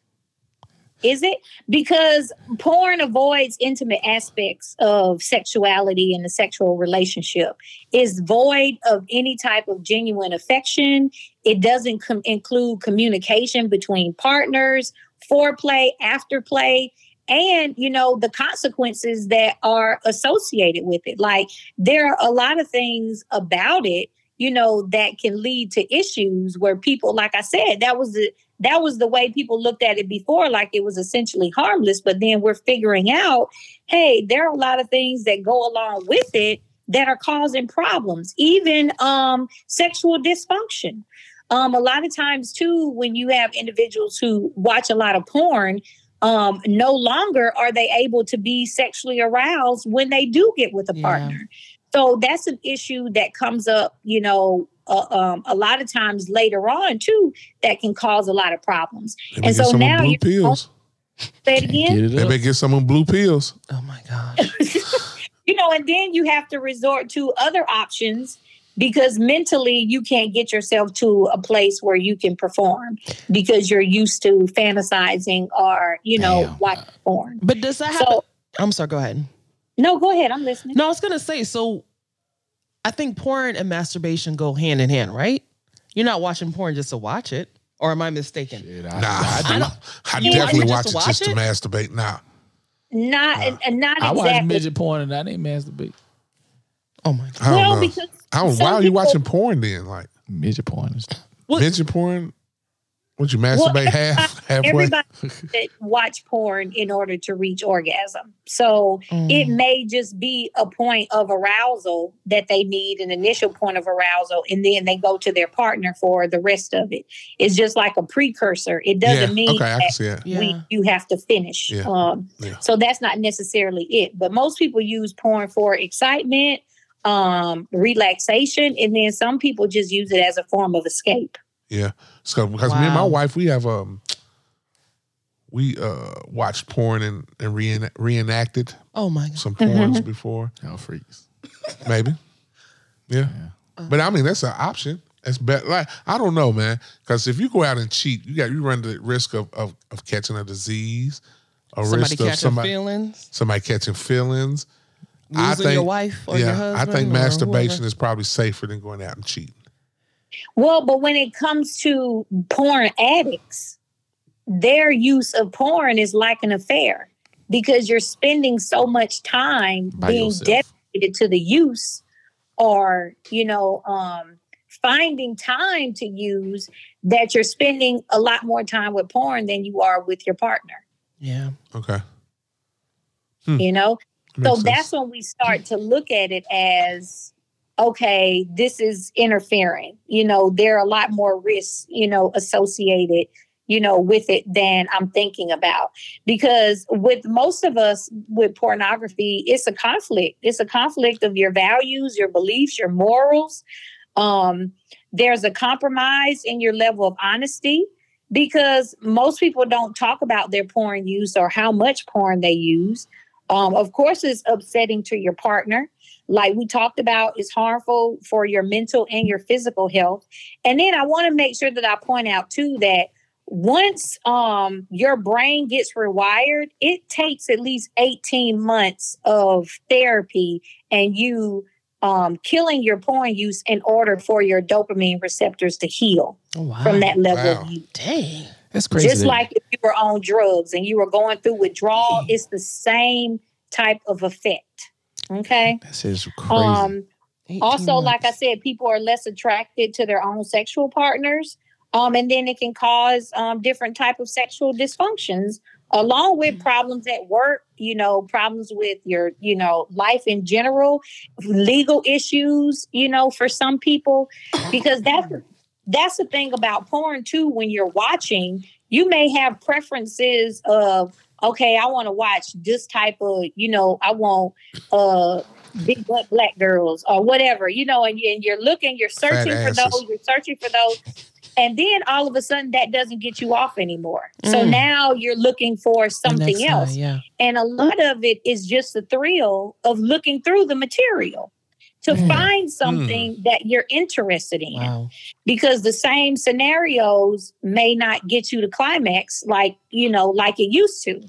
[SPEAKER 4] Is it? Because porn avoids intimate aspects of sexuality and the sexual relationship. It's void of any type of genuine affection. It doesn't com- include communication between partners, foreplay, afterplay, and you know the consequences that are associated with it. Like there are a lot of things about it, you know, that can lead to issues where people, like I said, that was the that was the way people looked at it before, like it was essentially harmless. But then we're figuring out, hey, there are a lot of things that go along with it that are causing problems, even um, sexual dysfunction. Um, a lot of times, too, when you have individuals who watch a lot of porn, um, no longer are they able to be sexually aroused when they do get with a
[SPEAKER 1] Yeah.
[SPEAKER 4] partner. So that's an issue that comes up, you know, uh, um, a lot of times later on, too, that can cause a lot of problems.
[SPEAKER 3] They may
[SPEAKER 4] And
[SPEAKER 3] get
[SPEAKER 4] so
[SPEAKER 3] some of
[SPEAKER 4] now
[SPEAKER 3] them blue
[SPEAKER 4] you-
[SPEAKER 3] pills.
[SPEAKER 4] Say it
[SPEAKER 2] Can't
[SPEAKER 4] again.
[SPEAKER 2] get it
[SPEAKER 3] They
[SPEAKER 2] up.
[SPEAKER 3] may get some of them blue pills.
[SPEAKER 1] Oh my gosh.
[SPEAKER 4] you know, and then you have to resort to other options because mentally you can't get yourself to a place where you can perform because you're used to fantasizing or, you know,
[SPEAKER 2] Damn.
[SPEAKER 4] watching porn.
[SPEAKER 1] But does that happen?
[SPEAKER 4] So,
[SPEAKER 1] I'm sorry, go ahead.
[SPEAKER 4] no, go ahead. I'm listening.
[SPEAKER 1] No, I was gonna say, so I think porn and masturbation go hand in hand, right? You're not watching porn just to watch it, or am I mistaken?
[SPEAKER 2] Shit,
[SPEAKER 3] Nah,
[SPEAKER 2] I,
[SPEAKER 3] I,
[SPEAKER 1] I
[SPEAKER 3] do.
[SPEAKER 1] don't-
[SPEAKER 3] I
[SPEAKER 1] You
[SPEAKER 3] definitely watch
[SPEAKER 1] watch it
[SPEAKER 3] it just
[SPEAKER 1] just
[SPEAKER 3] to masturbate. Nah,
[SPEAKER 4] Not,
[SPEAKER 3] Uh,
[SPEAKER 4] and not
[SPEAKER 2] I watch
[SPEAKER 4] exactly.
[SPEAKER 2] midget porn and I didn't masturbate.
[SPEAKER 1] Oh my god.
[SPEAKER 3] I don't
[SPEAKER 4] well,
[SPEAKER 3] know.
[SPEAKER 4] because
[SPEAKER 3] I don't,
[SPEAKER 4] some
[SPEAKER 3] why are you
[SPEAKER 4] people-
[SPEAKER 3] watching porn then? Like
[SPEAKER 2] Midget porn is
[SPEAKER 1] Well-
[SPEAKER 3] midget porn? Would you masturbate half halfway?
[SPEAKER 4] everybody that watch porn in order to reach orgasm. So it
[SPEAKER 3] Mm.
[SPEAKER 4] may just be a point of arousal that they need an initial point of arousal and then they go to their partner for the rest of it it's just like a precursor it doesn't
[SPEAKER 3] yeah.
[SPEAKER 4] mean
[SPEAKER 3] okay, I can
[SPEAKER 4] that
[SPEAKER 3] see that.
[SPEAKER 1] yeah.
[SPEAKER 4] we, you have to finish
[SPEAKER 3] Yeah.
[SPEAKER 4] Um,
[SPEAKER 3] Yeah.
[SPEAKER 4] so that's not necessarily it but most people use porn for excitement um relaxation and then some people just use it as a form of escape
[SPEAKER 3] So because me and my
[SPEAKER 1] Wow.
[SPEAKER 3] wife, we have um, we uh watched porn and, and reenact, reenacted
[SPEAKER 1] oh my god.
[SPEAKER 3] some
[SPEAKER 4] Mm-hmm.
[SPEAKER 3] porns before,
[SPEAKER 2] y'all freaks.
[SPEAKER 3] maybe. Yeah,
[SPEAKER 2] Yeah.
[SPEAKER 3] but I mean that's an option. That's bet like I don't know, man. Because if you go out and cheat, you got you run the risk of of, of catching a disease, a
[SPEAKER 1] Somebody
[SPEAKER 3] risk of
[SPEAKER 1] catching
[SPEAKER 3] somebody
[SPEAKER 1] feelings,
[SPEAKER 3] somebody catching feelings. I
[SPEAKER 1] losing your
[SPEAKER 3] think-
[SPEAKER 1] wife or your
[SPEAKER 3] Yeah, I
[SPEAKER 1] husband.
[SPEAKER 3] think
[SPEAKER 1] or
[SPEAKER 3] masturbation
[SPEAKER 1] whoever.
[SPEAKER 3] is probably safer than going out and cheating.
[SPEAKER 4] Well, but when it comes to porn addicts, their use of porn is like an affair because you're spending so much time
[SPEAKER 2] By
[SPEAKER 4] being
[SPEAKER 2] yourself.
[SPEAKER 4] dedicated to the use or, you know, um, finding time to use that you're spending a lot more time with porn than you are with your partner,
[SPEAKER 1] Yeah.
[SPEAKER 3] Okay,
[SPEAKER 2] Hmm.
[SPEAKER 4] you know?
[SPEAKER 3] Makes
[SPEAKER 4] So
[SPEAKER 3] sense.
[SPEAKER 4] that's when we start to look at it as okay, this is interfering. You know, there are a lot more risks, you know, associated, you know, with it than I'm thinking about. Because with most of us with pornography, it's a conflict. It's a conflict of your values, your beliefs, your morals. Um, there's a compromise in your level of honesty because most people don't talk about their porn use or how much porn they use. Um, of course, it's upsetting to your partner. Like we talked about, it's harmful for your mental and your physical health. And then I want to make sure that I point out too that once um, your brain gets rewired, it takes at least 18 months of therapy and you um, killing your porn use in order for your dopamine receptors to heal
[SPEAKER 1] Oh wow.
[SPEAKER 4] from that level
[SPEAKER 3] Wow.
[SPEAKER 4] of use.
[SPEAKER 1] Dang.
[SPEAKER 2] That's crazy. Mm.
[SPEAKER 4] Just
[SPEAKER 2] that-
[SPEAKER 4] like if you were on drugs and you were going through withdrawal, it's the same type of effect. Okay.
[SPEAKER 2] that shit is crazy.
[SPEAKER 4] Um,
[SPEAKER 1] 18
[SPEAKER 4] also, like I
[SPEAKER 1] months.
[SPEAKER 4] said, people are less attracted to their own sexual partners. Um, and then it can cause um, different type of sexual dysfunctions along with
[SPEAKER 2] Mm.
[SPEAKER 4] problems at work, you know, problems with your, you know, life in general, legal issues, you know, for some people, because that's that's the thing about porn too. When you're watching, you may have preferences of, okay, I want to watch this type of, you know, I want uh big butt black girls or whatever, you know, and, you, and you're looking, you're searching for
[SPEAKER 3] asses.
[SPEAKER 4] those, you're searching for those. And then all of a sudden that doesn't get you off anymore. So
[SPEAKER 1] Mm.
[SPEAKER 4] now you're looking for
[SPEAKER 1] The next
[SPEAKER 4] something
[SPEAKER 1] guy,
[SPEAKER 4] else.
[SPEAKER 1] yeah.
[SPEAKER 4] And a lot of it is just the thrill of looking through the material to
[SPEAKER 1] Mm.
[SPEAKER 4] find something that you're interested in
[SPEAKER 1] Wow.
[SPEAKER 4] because the same scenarios may not get you to climax like, you know, like it used to.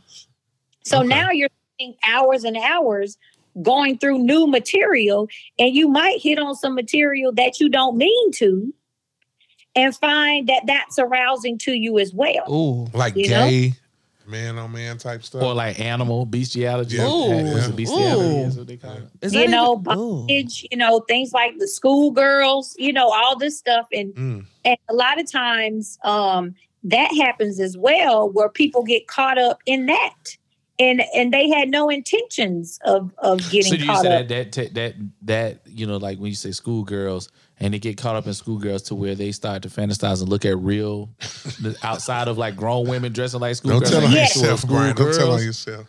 [SPEAKER 4] So
[SPEAKER 3] Okay.
[SPEAKER 4] now you're spending hours and hours going through new material and you might hit on some material that you don't mean to and find that that's arousing to you as well.
[SPEAKER 1] Ooh.
[SPEAKER 3] like
[SPEAKER 4] You know?
[SPEAKER 3] gay, man on man type stuff.
[SPEAKER 2] or like animal bestiality.
[SPEAKER 3] Yeah.
[SPEAKER 1] Ooh.
[SPEAKER 2] That's what bestiality is what they call it.
[SPEAKER 1] Is
[SPEAKER 4] You
[SPEAKER 1] that
[SPEAKER 4] know,
[SPEAKER 1] even- Ooh.
[SPEAKER 4] kids, you know, things like the schoolgirls, you know, all this stuff. And
[SPEAKER 3] Mm.
[SPEAKER 4] and a lot of times um that happens as well where people get caught up in that and and they had no intentions of of
[SPEAKER 2] So
[SPEAKER 4] getting
[SPEAKER 2] do you
[SPEAKER 4] caught
[SPEAKER 2] say
[SPEAKER 4] up
[SPEAKER 2] that that te- that that you know, like when you say schoolgirls and they get caught up in schoolgirls to where they start to fantasize and look at real outside of like grown women dressing like
[SPEAKER 3] Don't
[SPEAKER 2] schoolgirls.
[SPEAKER 3] tell on
[SPEAKER 2] like,
[SPEAKER 4] Yeah.
[SPEAKER 2] actual
[SPEAKER 3] yourself, Brian. Don't tell on
[SPEAKER 2] schoolgirls.
[SPEAKER 3] yourself.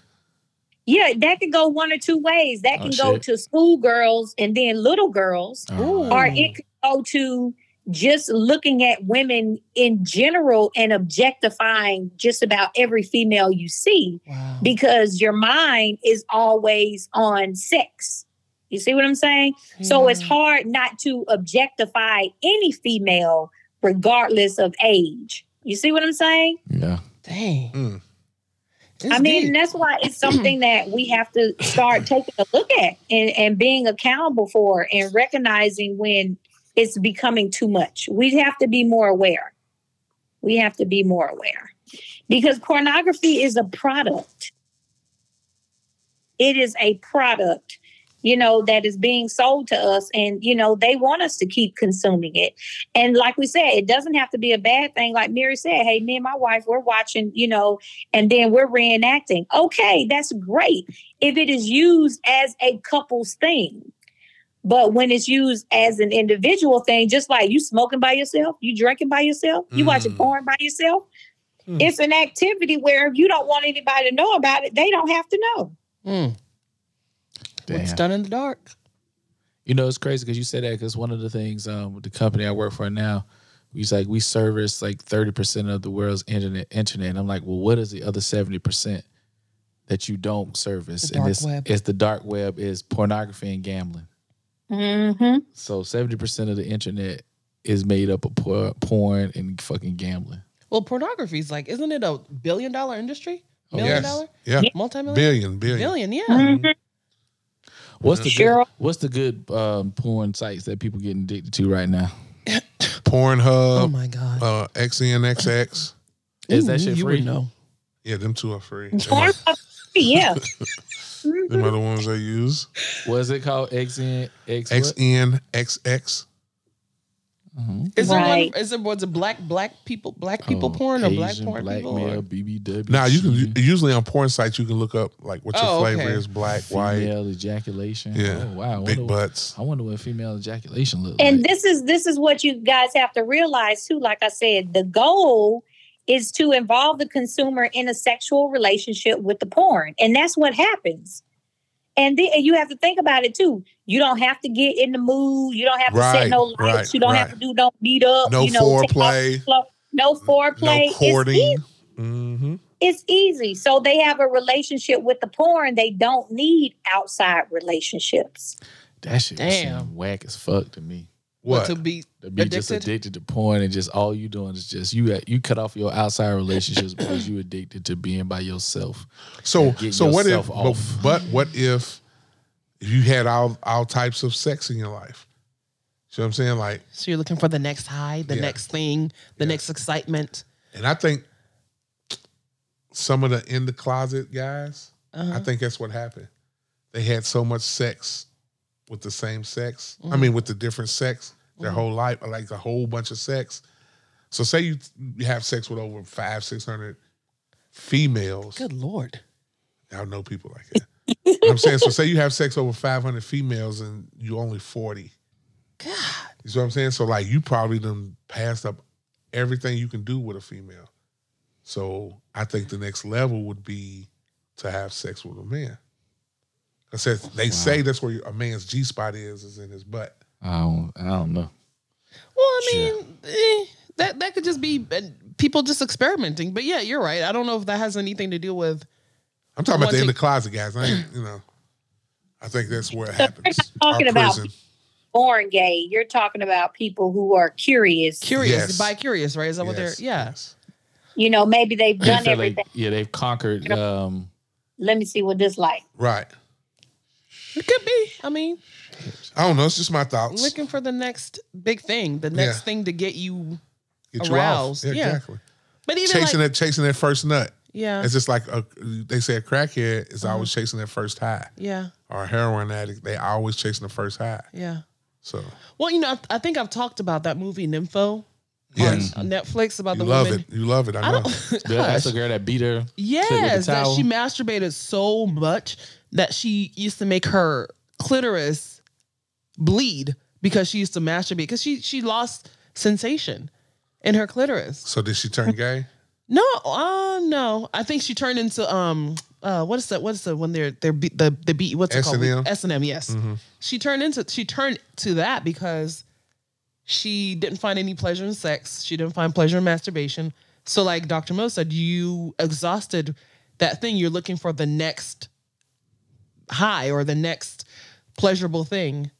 [SPEAKER 4] yeah that could go one or two ways that
[SPEAKER 2] Oh,
[SPEAKER 4] can go
[SPEAKER 2] shit.
[SPEAKER 4] to schoolgirls and then little girls
[SPEAKER 2] All
[SPEAKER 1] Ooh.
[SPEAKER 2] right.
[SPEAKER 4] or it could go to just looking at women in general and objectifying just about every female you see
[SPEAKER 1] Wow.
[SPEAKER 4] because your mind is always on sex. You see what I'm saying? So it's
[SPEAKER 1] Yeah.
[SPEAKER 4] hard not to objectify any female regardless of age. You see what I'm saying?
[SPEAKER 2] Yeah.
[SPEAKER 1] Dang.
[SPEAKER 3] Mm.
[SPEAKER 1] It's
[SPEAKER 4] I mean,
[SPEAKER 1] deep.
[SPEAKER 4] that's why it's something that we have to start taking a look at and, and being accountable for and recognizing when it's becoming too much. We have to be more aware. We have to be more aware because pornography is a product. It is a product, you know, that is being sold to us. And, you know, they want us to keep consuming it. And like we said, it doesn't have to be a bad thing. Like Mary said, hey, me and my wife, we're watching, you know, and then we're reenacting. Okay, that's great if it is used as a couple's thing. But when it's used as an individual thing, just like you smoking by yourself, you drinking by yourself, you watching
[SPEAKER 3] Mm.
[SPEAKER 4] porn by yourself,
[SPEAKER 1] Mm.
[SPEAKER 4] it's an activity where if you don't want anybody to know about it, they don't have to know.
[SPEAKER 1] Mm.
[SPEAKER 2] Damn.
[SPEAKER 1] It's done in the dark.
[SPEAKER 2] You know, it's crazy because you said that because one of the things um, with the company I work for now, we like we service like thirty percent of the world's internet. Internet, and I'm like, well, what is the other seventy percent that you don't service?
[SPEAKER 1] The
[SPEAKER 2] and
[SPEAKER 1] dark
[SPEAKER 2] it's
[SPEAKER 1] web.
[SPEAKER 2] it's the dark web, is pornography and gambling.
[SPEAKER 4] Mm-hmm.
[SPEAKER 2] So seventy percent of the internet is made up of por- porn and fucking gambling.
[SPEAKER 1] Well, pornography's like, isn't it a billion dollar industry?
[SPEAKER 2] Oh,
[SPEAKER 1] Million
[SPEAKER 3] yes.
[SPEAKER 1] dollar?
[SPEAKER 3] Yeah.
[SPEAKER 1] Multi-million?
[SPEAKER 3] Billion,
[SPEAKER 1] Billion,
[SPEAKER 3] billion. Mm-hmm.
[SPEAKER 1] yeah.
[SPEAKER 4] Mm.
[SPEAKER 2] What's the
[SPEAKER 4] Cheryl?
[SPEAKER 2] good, what's the good um, porn sites that people getting addicted to right now?
[SPEAKER 1] oh
[SPEAKER 3] Pornhub,
[SPEAKER 1] my God.
[SPEAKER 3] uh, XNXX.
[SPEAKER 2] Is that
[SPEAKER 1] Ooh,
[SPEAKER 2] shit
[SPEAKER 1] you
[SPEAKER 2] free?
[SPEAKER 1] would know.
[SPEAKER 3] Yeah, them two are free.
[SPEAKER 4] Porn,
[SPEAKER 3] Them
[SPEAKER 4] yeah. Mm-hmm.
[SPEAKER 3] are the ones I use.
[SPEAKER 2] What's it called? XN X. what?
[SPEAKER 3] XNXX.
[SPEAKER 2] Mhm.
[SPEAKER 1] Is there
[SPEAKER 4] Right.
[SPEAKER 1] one? Is there was it black black people black people
[SPEAKER 2] Oh,
[SPEAKER 1] porn or black
[SPEAKER 2] Asian,
[SPEAKER 1] porn
[SPEAKER 2] black
[SPEAKER 1] people?
[SPEAKER 2] male,
[SPEAKER 1] Or,
[SPEAKER 2] BBW.
[SPEAKER 3] Now you can
[SPEAKER 2] Mm-hmm.
[SPEAKER 3] usually on porn sites you can look up like what your
[SPEAKER 1] Oh,
[SPEAKER 3] flavor
[SPEAKER 1] okay.
[SPEAKER 3] is: black, white,
[SPEAKER 2] female ejaculation.
[SPEAKER 3] Yeah.
[SPEAKER 2] Oh, wow. I wonder,
[SPEAKER 3] big butts.
[SPEAKER 2] I wonder what female ejaculation looks like.
[SPEAKER 4] and this is this is what you guys have to realize too. Like I said, the goal is to involve the consumer in a sexual relationship with the porn, and that's what happens. And then and you have to think about it too. You don't have to get in the mood. You don't have to
[SPEAKER 3] Right,
[SPEAKER 4] set no lights.
[SPEAKER 3] right,
[SPEAKER 4] you don't
[SPEAKER 3] right.
[SPEAKER 4] have to do no beat up.
[SPEAKER 3] No
[SPEAKER 4] Oh, you know, take off
[SPEAKER 3] foreplay. Mm,
[SPEAKER 4] the clo- No foreplay.
[SPEAKER 3] No
[SPEAKER 4] It's e,
[SPEAKER 3] courting. hmm
[SPEAKER 4] it's easy. So they have a relationship with the porn. They don't need outside relationships.
[SPEAKER 2] that shit
[SPEAKER 1] Damn.
[SPEAKER 2] Damn. whack as fuck to me.
[SPEAKER 1] what
[SPEAKER 3] What?
[SPEAKER 1] to be
[SPEAKER 2] To be just
[SPEAKER 1] Addicted?
[SPEAKER 2] addicted to porn and just all you doing is just you you cut off your outside relationships because you addicted to being by yourself.
[SPEAKER 3] So
[SPEAKER 2] and get
[SPEAKER 3] so what if?
[SPEAKER 2] yourself
[SPEAKER 3] but-
[SPEAKER 2] off.
[SPEAKER 3] But, what if you had all all types of sex in your life? See what I'm saying? Like,
[SPEAKER 1] so you're looking for the next high, the
[SPEAKER 3] Yeah.
[SPEAKER 1] next thing, the
[SPEAKER 3] Yeah.
[SPEAKER 1] next excitement.
[SPEAKER 3] and I think some of the in the closet guys, I
[SPEAKER 1] Uh-huh.
[SPEAKER 3] think that's what happened. They had so much sex with the same sex. I
[SPEAKER 1] Mhm.
[SPEAKER 3] mean, with the different sex their
[SPEAKER 1] Mhm.
[SPEAKER 3] whole life, like a whole bunch of sex. So say you you have sex with over five, six hundred females.
[SPEAKER 1] Good lord.
[SPEAKER 3] I know people like that. You know what I'm saying so. Say you have sex over 500 females and you only 40.
[SPEAKER 1] God.
[SPEAKER 3] You see what I'm saying? So like you probably done passed up everything you can do with a female. So I think the next level would be to have sex with a man. I said they
[SPEAKER 2] Wow.
[SPEAKER 3] say that's where a man's G spot is, is in his butt.
[SPEAKER 2] I don't I don't know.
[SPEAKER 1] Well, I
[SPEAKER 2] Sure.
[SPEAKER 1] mean, eh, that that could just be uh, people just experimenting. But yeah, you're right. I don't know if that has anything to do with
[SPEAKER 3] I'm talking about the
[SPEAKER 1] Once
[SPEAKER 3] in
[SPEAKER 1] it-
[SPEAKER 3] the closet guys. I ain't, you know, I think that's where it
[SPEAKER 4] So
[SPEAKER 3] happens.
[SPEAKER 4] we're not talking
[SPEAKER 3] Our
[SPEAKER 4] about
[SPEAKER 3] prison.
[SPEAKER 4] Born gay, you're talking about people who are curious.
[SPEAKER 1] curious,
[SPEAKER 3] Yes.
[SPEAKER 1] bi curious, right? Is that what they're?
[SPEAKER 3] Yes,
[SPEAKER 1] Yeah.
[SPEAKER 3] yes.
[SPEAKER 4] you know, maybe they've
[SPEAKER 2] They
[SPEAKER 4] done
[SPEAKER 2] feel
[SPEAKER 4] everything.
[SPEAKER 2] like yeah, they've conquered um
[SPEAKER 4] Let me see what this like.
[SPEAKER 3] Right.
[SPEAKER 1] It could be. I mean,
[SPEAKER 3] I don't know. It's just my thoughts.
[SPEAKER 1] looking for the next big thing, the next
[SPEAKER 3] Yeah.
[SPEAKER 1] thing to get you.
[SPEAKER 3] Get you off.
[SPEAKER 1] aroused, yeah.
[SPEAKER 3] Exactly.
[SPEAKER 1] But even
[SPEAKER 3] Chasing
[SPEAKER 1] like, Uh-huh.
[SPEAKER 3] that chasing that first nut.
[SPEAKER 1] yeah,
[SPEAKER 3] It's just like a, they say a crackhead is always
[SPEAKER 1] Uh-huh.
[SPEAKER 3] chasing their first high,
[SPEAKER 1] yeah,
[SPEAKER 3] or a heroin addict they always chasing the first high.
[SPEAKER 1] yeah.
[SPEAKER 3] So
[SPEAKER 1] Well, you know, I, I think I've talked about that movie Nympho
[SPEAKER 3] Yes.
[SPEAKER 1] on Netflix about
[SPEAKER 3] You
[SPEAKER 1] the
[SPEAKER 3] love
[SPEAKER 1] woman.
[SPEAKER 3] it. You love it. I
[SPEAKER 1] I
[SPEAKER 3] know.
[SPEAKER 1] don't.
[SPEAKER 2] The-
[SPEAKER 1] Gosh.
[SPEAKER 2] That's the girl that beat her.
[SPEAKER 1] Yes, that
[SPEAKER 2] towel.
[SPEAKER 1] she masturbated so much that she used to make her clitoris bleed because she used to masturbate because she she lost sensation in her clitoris.
[SPEAKER 3] So did she turn gay?
[SPEAKER 1] No, uh, no. I think she turned into um, uh, what is that? What is that when they're they're be, the the beat? What's it
[SPEAKER 3] S&M?
[SPEAKER 1] called? S and M. Yes,
[SPEAKER 3] Mm-hmm.
[SPEAKER 1] she turned into she turned to that because she didn't find any pleasure in sex. She didn't find pleasure in masturbation. So, like Dr. Mo said, you exhausted that thing. You're looking for the next high or the next pleasurable thing.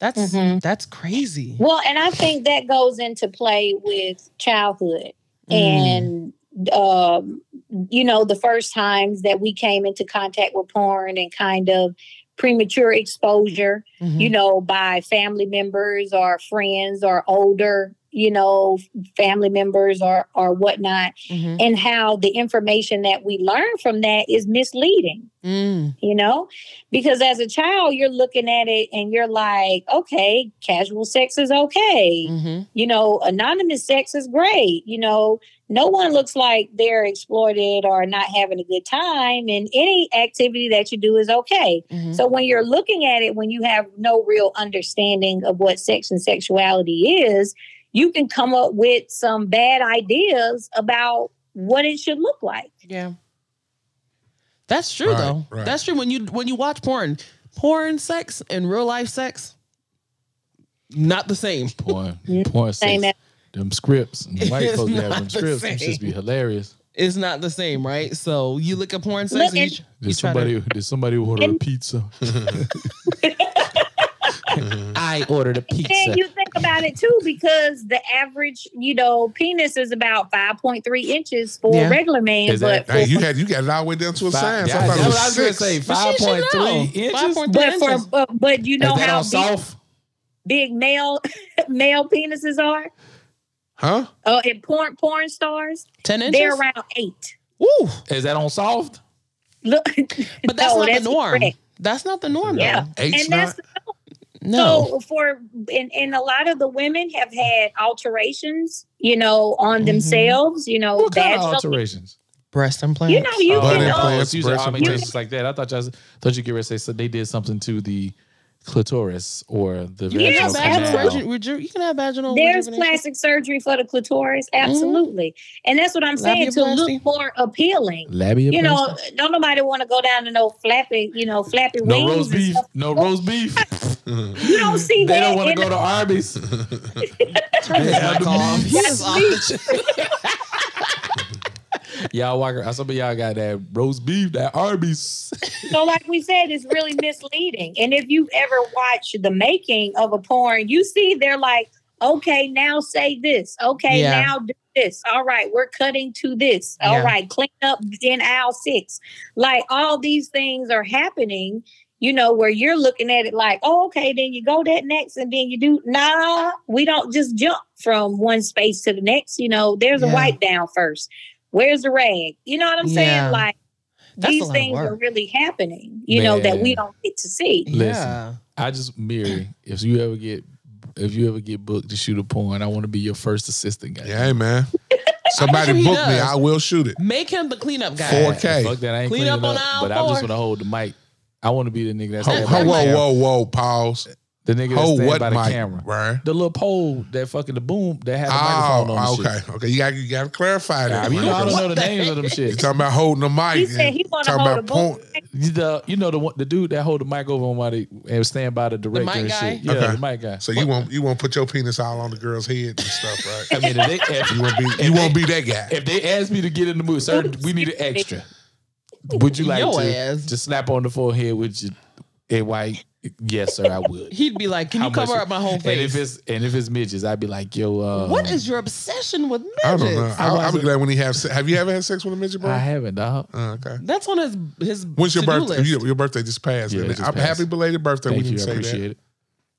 [SPEAKER 1] That's
[SPEAKER 4] Mhm.
[SPEAKER 1] that's crazy.
[SPEAKER 4] Well, and I think that goes into play with childhood
[SPEAKER 1] Mm.
[SPEAKER 4] and um, you know the first times that we came into contact with porn and kind of premature exposure,
[SPEAKER 1] Mhm.
[SPEAKER 4] you know, by family members or friends or older, you know, family members or or whatnot,
[SPEAKER 1] Mhm.
[SPEAKER 4] and how the information that we learn from that is misleading
[SPEAKER 1] Mm.
[SPEAKER 4] you know because as a child you're looking at it and you're like okay casual sex is okay
[SPEAKER 1] Mhm.
[SPEAKER 4] you know anonymous sex is great you know no one looks like they're exploited or not having a good time and any activity that you do is okay
[SPEAKER 1] Mhm.
[SPEAKER 4] so when you're looking at it when you have no real understanding of what sex and sexuality is you can come up with some bad ideas about what it should look like
[SPEAKER 1] Yeah. That's true
[SPEAKER 3] Right,
[SPEAKER 1] though.
[SPEAKER 3] right.
[SPEAKER 1] That's true when you when you watch porn, porn sex and real life sex not the same.
[SPEAKER 2] Porn.
[SPEAKER 4] Yeah.
[SPEAKER 2] Porn
[SPEAKER 4] same
[SPEAKER 2] sex.
[SPEAKER 4] as
[SPEAKER 2] Them scripts. and the White
[SPEAKER 1] It's
[SPEAKER 2] folks have
[SPEAKER 1] not
[SPEAKER 2] them
[SPEAKER 1] the
[SPEAKER 2] scripts. Them
[SPEAKER 1] same.
[SPEAKER 2] just be hilarious.
[SPEAKER 1] It's not the same, right? So you look at porn sex
[SPEAKER 4] Look,
[SPEAKER 1] and you,
[SPEAKER 4] and-
[SPEAKER 1] tr- you
[SPEAKER 2] Did
[SPEAKER 1] try to-
[SPEAKER 2] somebody did somebody order a
[SPEAKER 4] And-
[SPEAKER 2] pizza?
[SPEAKER 3] Mhm.
[SPEAKER 2] I ordered a
[SPEAKER 4] And you think about it too, because the average, you know, penis is about five point three inches for
[SPEAKER 1] Yeah.
[SPEAKER 4] a regular man,
[SPEAKER 2] Is that-
[SPEAKER 4] but
[SPEAKER 3] hey,
[SPEAKER 4] for,
[SPEAKER 3] you had you got it all the way down to a
[SPEAKER 2] Five-
[SPEAKER 3] sign.
[SPEAKER 2] yeah, that's
[SPEAKER 3] Somebody
[SPEAKER 2] what
[SPEAKER 3] was
[SPEAKER 2] I was gonna
[SPEAKER 3] six.
[SPEAKER 2] say. Five
[SPEAKER 1] But she should
[SPEAKER 2] point three
[SPEAKER 1] know.
[SPEAKER 2] inches.
[SPEAKER 1] 5.3
[SPEAKER 4] but for
[SPEAKER 1] inches.
[SPEAKER 4] but, but you know
[SPEAKER 2] Is that
[SPEAKER 4] how
[SPEAKER 2] on
[SPEAKER 4] big,
[SPEAKER 2] soft?
[SPEAKER 4] big male male penises are.
[SPEAKER 3] Huh?
[SPEAKER 4] Oh, and porn porn stars,
[SPEAKER 1] ten inches.
[SPEAKER 4] they're around eight.
[SPEAKER 1] Woo!
[SPEAKER 2] Is that on soft?
[SPEAKER 4] Look,
[SPEAKER 1] But that's
[SPEAKER 4] no,
[SPEAKER 1] not the norm.
[SPEAKER 4] correct.
[SPEAKER 1] That's not the norm
[SPEAKER 4] Yeah.
[SPEAKER 1] though.
[SPEAKER 3] Eight's
[SPEAKER 4] And that's
[SPEAKER 3] not.
[SPEAKER 1] No.
[SPEAKER 4] So for and, and a lot of the women have had alterations, you know, on themselves, you know,
[SPEAKER 2] What kind
[SPEAKER 4] bad
[SPEAKER 2] of
[SPEAKER 4] stuff.
[SPEAKER 2] alterations?
[SPEAKER 1] Breast implants.
[SPEAKER 4] You know, you
[SPEAKER 3] Butt
[SPEAKER 2] oh,
[SPEAKER 4] can uh,
[SPEAKER 3] implants,
[SPEAKER 2] it's usually
[SPEAKER 3] breast
[SPEAKER 2] augmentations
[SPEAKER 3] implants.
[SPEAKER 2] like that. I thought you was, thought you get ready to say so they did something to the clitoris or the
[SPEAKER 1] you can have
[SPEAKER 2] vaginal
[SPEAKER 1] vaginal
[SPEAKER 2] canal.
[SPEAKER 1] reju- reju- you can have vaginal
[SPEAKER 4] There's
[SPEAKER 1] rejuvenation.
[SPEAKER 4] plastic surgery for the clitoris, absolutely, and that's what I'm saying to
[SPEAKER 1] Labiaplasty?
[SPEAKER 4] look more appealing.
[SPEAKER 2] Labia
[SPEAKER 4] You know,
[SPEAKER 2] plastic?
[SPEAKER 4] don't nobody want to go down to no flappy, you know, flappy
[SPEAKER 2] no
[SPEAKER 4] wings.
[SPEAKER 2] roast
[SPEAKER 4] and
[SPEAKER 2] beef,
[SPEAKER 4] stuff.
[SPEAKER 2] no roast beef.
[SPEAKER 3] Mhm.
[SPEAKER 4] You don't see
[SPEAKER 2] they
[SPEAKER 4] that.
[SPEAKER 2] don't want to
[SPEAKER 4] in-
[SPEAKER 2] go to Arby's.
[SPEAKER 1] Turn his
[SPEAKER 2] Yeah,
[SPEAKER 1] mic
[SPEAKER 2] the
[SPEAKER 1] off.
[SPEAKER 2] meat.
[SPEAKER 1] He is off the ch-
[SPEAKER 2] y'all walk. around- Some of y'all got that roast beef, that Arby's.
[SPEAKER 4] so, like we said, it's really misleading. And if you ever watch the making of a porn, you see they're like, okay, now say this. Okay,
[SPEAKER 1] Yeah.
[SPEAKER 4] now do this. All right, we're cutting to this. All right,
[SPEAKER 1] Yeah.
[SPEAKER 4] clean up in aisle six. Like all these things are happening. You know, where you're looking at it like, oh, okay, then you go that next and then you do. Nah, we don't just jump from one space to the next. You know, there's
[SPEAKER 1] Yeah.
[SPEAKER 4] a wipe down first. Where's the rag? You know what I'm
[SPEAKER 1] Yeah.
[SPEAKER 4] saying? Like,
[SPEAKER 1] That's a lot
[SPEAKER 4] these
[SPEAKER 1] of
[SPEAKER 4] things are
[SPEAKER 1] work.
[SPEAKER 4] really happening, you know, that we
[SPEAKER 2] Man.
[SPEAKER 4] don't get to see.
[SPEAKER 2] Listen.
[SPEAKER 1] Yeah.
[SPEAKER 2] I just Mary. If you ever get, if you ever get booked to shoot a porn, I want to be your first assistant guy.
[SPEAKER 3] Yeah, hey, man. Somebody
[SPEAKER 1] sure he
[SPEAKER 3] book me.
[SPEAKER 1] does.
[SPEAKER 3] I will shoot it.
[SPEAKER 1] Make him the cleanup guy.
[SPEAKER 3] Four K. Okay.
[SPEAKER 2] Fuck that. I ain't
[SPEAKER 1] Clean
[SPEAKER 2] cleaning
[SPEAKER 1] up
[SPEAKER 2] up,
[SPEAKER 1] on aisle
[SPEAKER 2] but I just
[SPEAKER 1] four.
[SPEAKER 2] want to hold the mic. I want to be the nigga that's
[SPEAKER 3] Ho,
[SPEAKER 1] that
[SPEAKER 3] ho,
[SPEAKER 1] mic.
[SPEAKER 3] whoa, whoa, whoa, pause.
[SPEAKER 2] the nigga that's
[SPEAKER 3] Ho,
[SPEAKER 2] standing
[SPEAKER 3] what
[SPEAKER 2] by the
[SPEAKER 3] mic,
[SPEAKER 2] camera.
[SPEAKER 3] bruh?
[SPEAKER 2] The little pole that fucking the boom that had the microphone on.
[SPEAKER 3] Oh,
[SPEAKER 2] and shit.
[SPEAKER 3] okay, okay. You got you got to clarify
[SPEAKER 2] Nah,
[SPEAKER 3] that.
[SPEAKER 2] you know, I don't
[SPEAKER 3] you
[SPEAKER 2] know the
[SPEAKER 1] What the
[SPEAKER 2] names of them shit.
[SPEAKER 3] talking about holding the mic.
[SPEAKER 4] He said he
[SPEAKER 3] and
[SPEAKER 4] want to
[SPEAKER 3] talking
[SPEAKER 4] hold a
[SPEAKER 3] about
[SPEAKER 4] boom.
[SPEAKER 3] point.
[SPEAKER 2] The you know the one, the dude that hold the mic over him while they and stand by the director
[SPEAKER 1] mic
[SPEAKER 2] and
[SPEAKER 1] guy?
[SPEAKER 2] shit. Yeah,
[SPEAKER 3] Okay.
[SPEAKER 2] the mic guy.
[SPEAKER 3] So you won't you won't put your penis all on the girl's head and stuff, right?
[SPEAKER 2] I mean, if they,
[SPEAKER 3] You
[SPEAKER 2] if,
[SPEAKER 3] won't be you won't be that guy.
[SPEAKER 2] if they ask me to get in the movie, sir, we need an extra. Would you like
[SPEAKER 1] Your
[SPEAKER 2] to
[SPEAKER 1] ass.
[SPEAKER 2] to slap on the forehead with your a white? Yes, sir, I would.
[SPEAKER 1] He'd be like, "Can you
[SPEAKER 2] How much
[SPEAKER 1] cover
[SPEAKER 2] it-
[SPEAKER 1] up my whole
[SPEAKER 2] And
[SPEAKER 1] face?"
[SPEAKER 2] if it's and if it's midgets, I'd be like, yo, uh,
[SPEAKER 1] what is your obsession with midgets?
[SPEAKER 3] I don't know.
[SPEAKER 2] I
[SPEAKER 3] I, I'll be
[SPEAKER 2] wasn't-
[SPEAKER 3] glad when he have. se- Have you ever had sex with a midget, bro?
[SPEAKER 2] I haven't, dog.
[SPEAKER 3] Uh, okay.
[SPEAKER 1] That's on his his.
[SPEAKER 3] When's your
[SPEAKER 1] to-do
[SPEAKER 3] birthday?
[SPEAKER 1] list.
[SPEAKER 3] Your, your birthday just passed.
[SPEAKER 2] Yeah,
[SPEAKER 3] isn't
[SPEAKER 2] it
[SPEAKER 3] it?
[SPEAKER 2] just
[SPEAKER 3] I'm
[SPEAKER 2] passed.
[SPEAKER 3] happy belated birthday.
[SPEAKER 2] Thank
[SPEAKER 3] we
[SPEAKER 2] you, I
[SPEAKER 3] didn't say that.
[SPEAKER 2] appreciate it.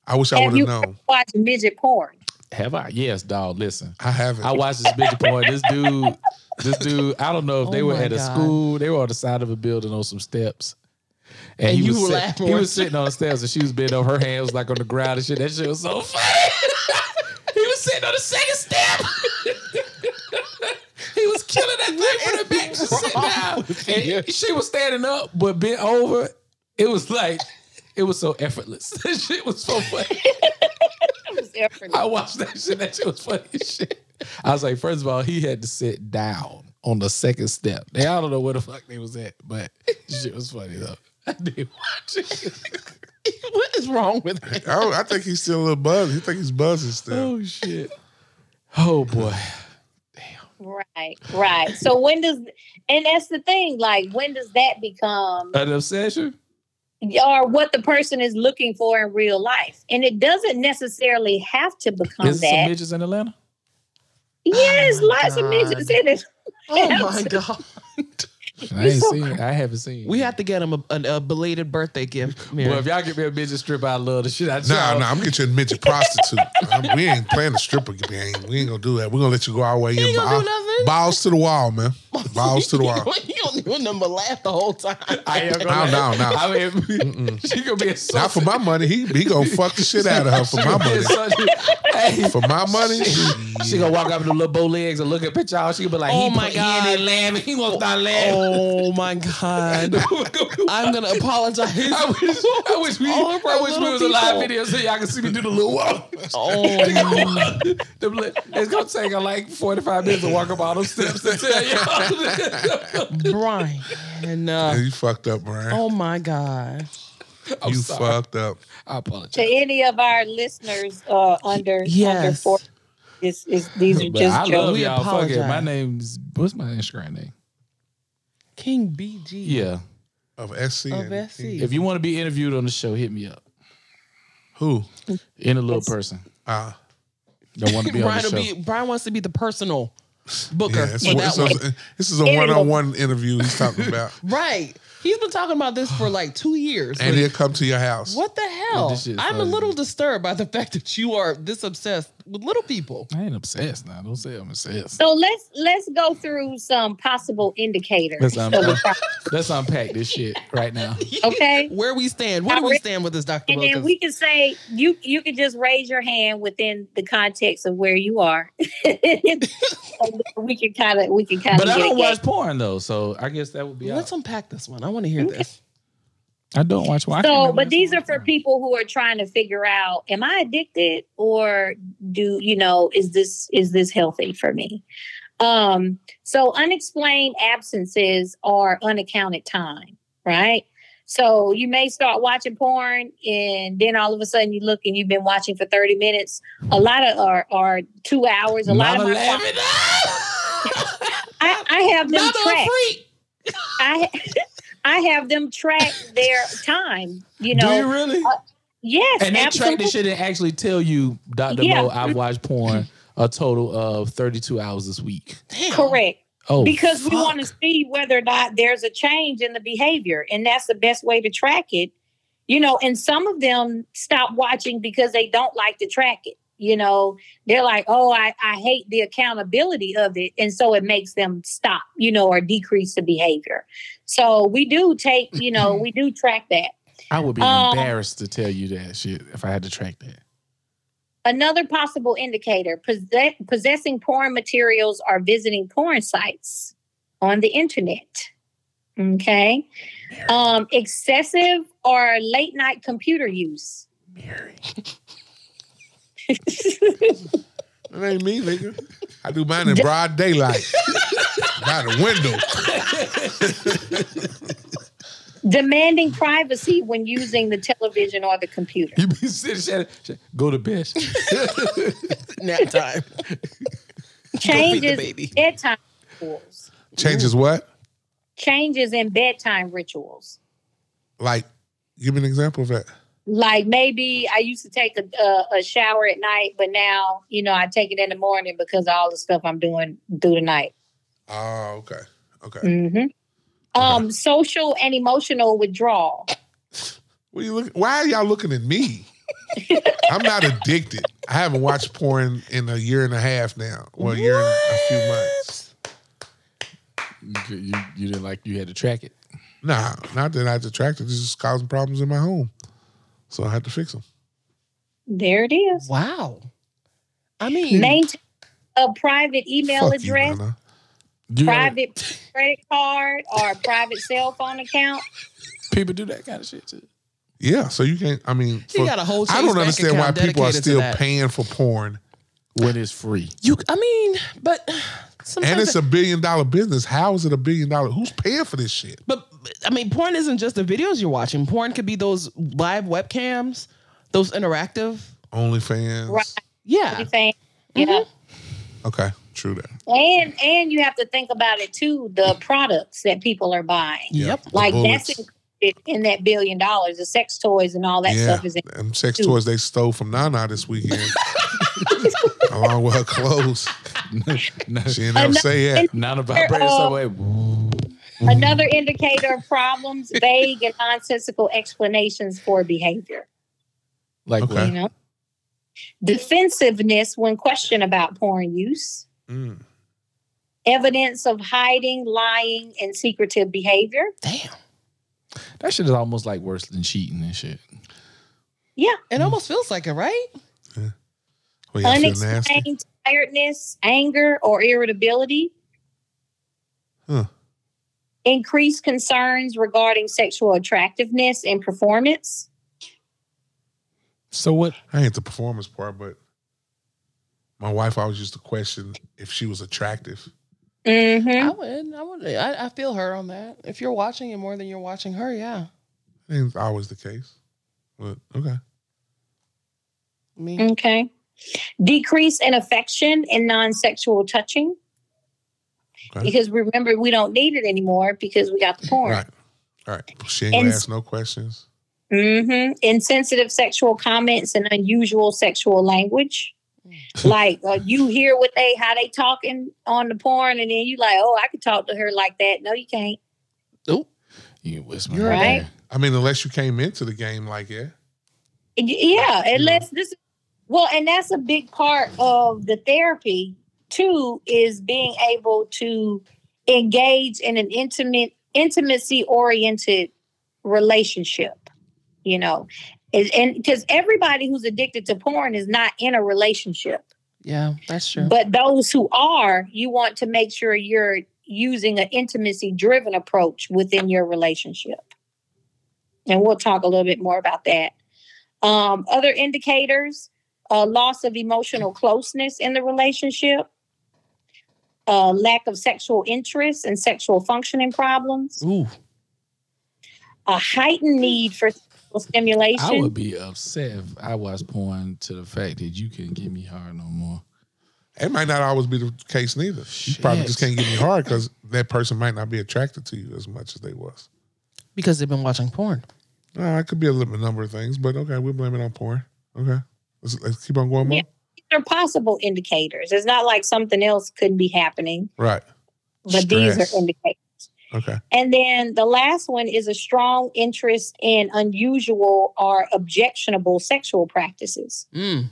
[SPEAKER 3] I wish I
[SPEAKER 4] Have
[SPEAKER 3] would
[SPEAKER 4] you
[SPEAKER 3] have
[SPEAKER 4] ever
[SPEAKER 3] known.
[SPEAKER 4] watched midget porn?
[SPEAKER 2] Have I? Yes, dog. Listen,
[SPEAKER 3] I haven't.
[SPEAKER 2] I watched this bitch porn. This dude, this dude. I don't know if they
[SPEAKER 1] Oh
[SPEAKER 2] were
[SPEAKER 1] my
[SPEAKER 2] at a
[SPEAKER 1] God.
[SPEAKER 2] school. They were on the side of a building on some steps.
[SPEAKER 1] And you
[SPEAKER 2] was
[SPEAKER 1] were
[SPEAKER 2] sit-
[SPEAKER 1] laughing.
[SPEAKER 2] He was sitting on the steps, and she was bent over. Her hands like on the ground and shit. That shit was so funny. he was sitting on the second step. he was killing that thing from the back. She was sitting down. And She was standing up, but bent over. It was like, it was so effortless. That shit was so funny.
[SPEAKER 4] That was effortless.
[SPEAKER 2] I watched that shit. That shit was funny as shit. I was like, first of all, he had to sit down on the second step. They I don't know where the fuck they was at, but shit was funny though. I did watch it.
[SPEAKER 1] what is wrong with her?
[SPEAKER 3] Oh, I think he's still a little buzzed. You think he's buzzing still?
[SPEAKER 2] Oh shit. Oh boy.
[SPEAKER 4] Right, right. So when does and that's the thing, like when does that become
[SPEAKER 2] An obsession?
[SPEAKER 4] or what the person is looking for in real life? And it doesn't necessarily have to become
[SPEAKER 2] Is there some
[SPEAKER 4] that.
[SPEAKER 2] midgets in Atlanta?
[SPEAKER 4] yes,
[SPEAKER 1] Oh, my
[SPEAKER 4] lots of
[SPEAKER 1] God.
[SPEAKER 4] midgets in it.
[SPEAKER 1] Oh my god.
[SPEAKER 2] I ain't seen. I haven't seen.
[SPEAKER 1] We have to get him a, a, a belated birthday gift. Mary.
[SPEAKER 2] Well, if y'all get me a midget strip, I love the shit. I
[SPEAKER 3] No, nah, no, nah, I'm getting you a midget prostitute. I'm- we ain't playing the stripper game. We ain't gonna do that. We're gonna let you go our way.
[SPEAKER 1] ain't
[SPEAKER 3] and
[SPEAKER 1] gonna do
[SPEAKER 3] bow-
[SPEAKER 1] nothing.
[SPEAKER 3] Bows to the wall, man. Bows to the wall.
[SPEAKER 1] you don't even number laugh the whole time.
[SPEAKER 2] I am
[SPEAKER 3] No,
[SPEAKER 2] gonna.
[SPEAKER 3] no, no.
[SPEAKER 2] I mean, she gonna be a
[SPEAKER 3] Not for my money. He he gonna fuck the shit out of her for my money.
[SPEAKER 2] Hey,
[SPEAKER 3] For my money,
[SPEAKER 2] She gonna walk up with the little bow legs and look up at y'all. She gonna be like,
[SPEAKER 1] Oh
[SPEAKER 2] he
[SPEAKER 1] my
[SPEAKER 2] put-
[SPEAKER 1] God.
[SPEAKER 2] he in there laughing. He won't start laughing.
[SPEAKER 1] oh my god. I'm gonna apologize.
[SPEAKER 2] I wish, I wish we,
[SPEAKER 1] Oh. All of our
[SPEAKER 2] I wish we
[SPEAKER 1] little
[SPEAKER 2] was a live
[SPEAKER 1] people.
[SPEAKER 2] video so y'all can see me do the little walk.
[SPEAKER 1] Oh,
[SPEAKER 2] Them li- it's gonna take her like forty five minutes to walk up all those steps to tell y'all.
[SPEAKER 1] Brian. And uh,
[SPEAKER 3] you fucked up, Brian.
[SPEAKER 1] oh my god.
[SPEAKER 2] I'm
[SPEAKER 3] you
[SPEAKER 2] sorry.
[SPEAKER 3] fucked up.
[SPEAKER 2] I
[SPEAKER 4] To
[SPEAKER 2] apologize.
[SPEAKER 4] any of our listeners uh under under
[SPEAKER 1] Yes.
[SPEAKER 4] four is is these are
[SPEAKER 2] But I
[SPEAKER 4] just
[SPEAKER 2] love
[SPEAKER 4] jokes.
[SPEAKER 1] We
[SPEAKER 2] y'all. Fuck it.
[SPEAKER 1] apologize.
[SPEAKER 2] My name's what's my Instagram name?
[SPEAKER 1] King BG.
[SPEAKER 2] Yeah.
[SPEAKER 3] Of SC.
[SPEAKER 1] Of
[SPEAKER 3] and- E.
[SPEAKER 1] SC.
[SPEAKER 2] If you want to be interviewed on the show, hit me up.
[SPEAKER 3] Who?
[SPEAKER 2] In a little person.
[SPEAKER 3] Ah.
[SPEAKER 2] Don't want to be on the
[SPEAKER 1] Brian,
[SPEAKER 2] show.
[SPEAKER 1] will be, Brian wants to be the personal booker.
[SPEAKER 3] Yeah, it's,
[SPEAKER 1] for that
[SPEAKER 3] it's a-
[SPEAKER 1] one.
[SPEAKER 3] this is a one-on-one interview he's talking about.
[SPEAKER 1] Right. He's been talking about this for like two years.
[SPEAKER 3] and
[SPEAKER 1] Like,
[SPEAKER 3] he'll come to your house.
[SPEAKER 1] what the hell?
[SPEAKER 2] This shit's
[SPEAKER 1] I'm a
[SPEAKER 2] funny.
[SPEAKER 1] little disturbed by the fact that you are this obsessed with little people.
[SPEAKER 2] I ain't obsessed now. Don't say I'm obsessed.
[SPEAKER 4] So let's let's go through some possible indicators.
[SPEAKER 2] Let's, un- let's unpack this shit right now.
[SPEAKER 4] Okay.
[SPEAKER 1] Where we stand? Where do we stand with this, Dr.
[SPEAKER 4] and then
[SPEAKER 1] Wilkins?
[SPEAKER 4] we can say you you can just raise your hand within the context of where you are. And we can kind of we can kind of.
[SPEAKER 2] But I don't watch porn though, so I guess that would be
[SPEAKER 1] Let's
[SPEAKER 2] out.
[SPEAKER 1] unpack this one. I want to hear this.
[SPEAKER 2] I don't watch porn. I can't
[SPEAKER 4] So,
[SPEAKER 2] remember
[SPEAKER 4] but
[SPEAKER 2] this
[SPEAKER 4] these
[SPEAKER 2] one.
[SPEAKER 4] are for people who are trying to figure out: Am I addicted, or do you know is this is this healthy for me? Um, so, unexplained absences are unaccounted time, right? So, you may start watching porn, and then all of a sudden you look and you've been watching for thirty minutes. A lot of are are two hours. A lot
[SPEAKER 2] Not
[SPEAKER 4] of my-
[SPEAKER 2] eleven.
[SPEAKER 4] I, I have them
[SPEAKER 1] Not a
[SPEAKER 4] track.
[SPEAKER 1] freak.
[SPEAKER 4] I I have them track their time. You know, uh,
[SPEAKER 2] Do you really?
[SPEAKER 4] yes,
[SPEAKER 2] and they track
[SPEAKER 4] absolutely.
[SPEAKER 2] this shit and actually tell you, Doctor
[SPEAKER 4] Yeah.
[SPEAKER 2] Mo, I've watched porn a total of thirty-two hours this week.
[SPEAKER 1] Damn.
[SPEAKER 4] Correct.
[SPEAKER 2] Oh,
[SPEAKER 4] because we want to
[SPEAKER 2] fuck.
[SPEAKER 4] see whether or not there's a change in the behavior and that's the best way to track it you know and some of them stop watching because they don't like to track it you know they're like oh i, I hate the accountability of it and so it makes them stop you know or decrease the behavior so we do take you know we do track that
[SPEAKER 2] I would be
[SPEAKER 4] Um,
[SPEAKER 2] embarrassed to tell you that shit if I had to track that.
[SPEAKER 4] Another possible indicator possess- possessing porn materials or visiting porn sites on the internet. Okay. Um, excessive or late night computer use.
[SPEAKER 2] Mary.
[SPEAKER 3] It ain't me, nigga. I do mine in broad daylight. By the window.
[SPEAKER 4] Demanding privacy when using the television or the computer.
[SPEAKER 2] You be sitting, shut- shut- go to bed.
[SPEAKER 1] Nap time.
[SPEAKER 4] Changes
[SPEAKER 1] baby.
[SPEAKER 4] in bedtime rituals.
[SPEAKER 3] Changes what?
[SPEAKER 4] Changes in bedtime rituals.
[SPEAKER 3] Like, give me an example of that.
[SPEAKER 4] like maybe I used to take a, a, a shower at night, but now you know I take it in the morning because of all the stuff I'm doing through the night.
[SPEAKER 3] Oh, okay. Okay.
[SPEAKER 4] hmm Um, social and emotional withdrawal.
[SPEAKER 3] What you look, why are y'all looking at me? I'm not addicted. I haven't watched porn in a year and a half now. Well, a year and a few months.
[SPEAKER 2] You, you, you didn't like you had to track it.
[SPEAKER 3] Nah, not that I detracted. This is causing problems in my home. So I had to fix them.
[SPEAKER 4] There it is.
[SPEAKER 1] Wow. I mean,
[SPEAKER 4] Maintain a private email
[SPEAKER 3] Fuck you,
[SPEAKER 4] address,
[SPEAKER 3] Nana.
[SPEAKER 2] You know,
[SPEAKER 4] private credit card, or a private cell phone account.
[SPEAKER 2] people do that kind of shit too.
[SPEAKER 3] Yeah, so you can't. I mean,
[SPEAKER 1] He
[SPEAKER 3] for-
[SPEAKER 1] got a whole
[SPEAKER 3] I
[SPEAKER 1] Chase
[SPEAKER 3] don't
[SPEAKER 1] bank
[SPEAKER 3] understand why
[SPEAKER 1] account
[SPEAKER 3] people are
[SPEAKER 1] dedicated to
[SPEAKER 3] still
[SPEAKER 1] that.
[SPEAKER 3] paying for porn,
[SPEAKER 2] When it's free.
[SPEAKER 1] you. I mean, but sometimes.
[SPEAKER 3] and it's
[SPEAKER 1] it-
[SPEAKER 3] a billion dollar business. How is it a billion dollar? Who's paying for this shit?
[SPEAKER 1] but I mean, porn isn't just the videos you're watching. Porn could be those live webcams, those interactive.
[SPEAKER 3] OnlyFans.
[SPEAKER 4] Right.
[SPEAKER 3] Ah.
[SPEAKER 1] Yeah,
[SPEAKER 4] Everything. You
[SPEAKER 3] Mm-hmm.
[SPEAKER 4] know,
[SPEAKER 3] Okay, true that.
[SPEAKER 4] and and you have to think about it too. The products that people are buying,
[SPEAKER 3] Yeah.
[SPEAKER 1] yep.
[SPEAKER 3] The
[SPEAKER 4] like that's
[SPEAKER 3] bullets.
[SPEAKER 4] included in that billion dollars. The sex toys and all that
[SPEAKER 3] yeah,
[SPEAKER 4] stuff is in.
[SPEAKER 3] and sex toys they stole from Nana this weekend, along with her clothes.
[SPEAKER 2] not,
[SPEAKER 3] She didn't ever say that.
[SPEAKER 2] not a vibrator
[SPEAKER 4] Uh,
[SPEAKER 2] subway.
[SPEAKER 3] Mm-hmm.
[SPEAKER 4] Another indicator of problems: vague and nonsensical explanations for behavior.
[SPEAKER 2] Like
[SPEAKER 3] okay.
[SPEAKER 2] what?
[SPEAKER 4] You know, defensiveness when questioned about porn use.
[SPEAKER 3] Mm.
[SPEAKER 4] evidence of hiding, lying, and secretive behavior.
[SPEAKER 1] Damn.
[SPEAKER 2] that shit is almost like worse than cheating and shit.
[SPEAKER 1] It almost feels like it, right?
[SPEAKER 3] Well, yeah, I feel nasty.
[SPEAKER 4] Unexplained tiredness, anger, or irritability.
[SPEAKER 3] Huh.
[SPEAKER 4] Increased concerns regarding sexual attractiveness and performance.
[SPEAKER 2] So what?
[SPEAKER 3] I ain't the performance part, but my wife always used to question if she was attractive.
[SPEAKER 4] hmm
[SPEAKER 1] I would. I would. I, I feel her on that. If you're watching it more than you're watching her, yeah.
[SPEAKER 3] Ain't always the case, but okay.
[SPEAKER 1] I mean,
[SPEAKER 4] Okay. Decrease in affection and non sexual touching.
[SPEAKER 3] Okay.
[SPEAKER 4] Because remember, we don't need it anymore because we got the porn.
[SPEAKER 3] Right. All right. She ain't gonna
[SPEAKER 4] And-
[SPEAKER 3] ask no questions.
[SPEAKER 4] Mm-hmm. Insensitive sexual comments and unusual sexual language. like uh, you hear what they how they talking on the porn, and then you like, oh, I could talk to her like that. No, you can't.
[SPEAKER 1] oh,
[SPEAKER 2] You whisper.
[SPEAKER 1] You're
[SPEAKER 4] right.
[SPEAKER 3] I mean, unless you came into the game like, yeah.
[SPEAKER 4] Y- Yeah, unless this. Well, and that's a big part of the therapy too is being able to engage in an intimate, intimacy oriented relationship. You know, Is- and because everybody who's addicted to porn is not in a relationship.
[SPEAKER 1] yeah, that's true.
[SPEAKER 4] But those who are, you want to make sure you're using an intimacy driven approach within your relationship. And we'll talk a little bit more about that. Um, other indicators uh, loss of emotional closeness in the relationship, uh, lack of sexual interest and sexual functioning problems,
[SPEAKER 1] Ooh,
[SPEAKER 4] a heightened need for sexual stimulation.
[SPEAKER 2] I would be upset if I was porn to the fact that you couldn't get me hard no more.
[SPEAKER 3] It might not always be the case neither. You probably
[SPEAKER 2] Shit.
[SPEAKER 3] just can't get me hard because that person might not be attracted to you as much as they was.
[SPEAKER 1] because they've been watching porn.
[SPEAKER 3] Uh, it could be a lim- number of things, but okay, we'll blame it on porn. Okay. Let's, let's keep on going, Mom.
[SPEAKER 4] Yeah. These are possible indicators. It's not like something else couldn't be happening,
[SPEAKER 3] Right.
[SPEAKER 4] but these
[SPEAKER 3] Stress.
[SPEAKER 4] are indicators.
[SPEAKER 3] Okay.
[SPEAKER 4] And then the last one is a strong interest in unusual or objectionable sexual practices.
[SPEAKER 1] Mm,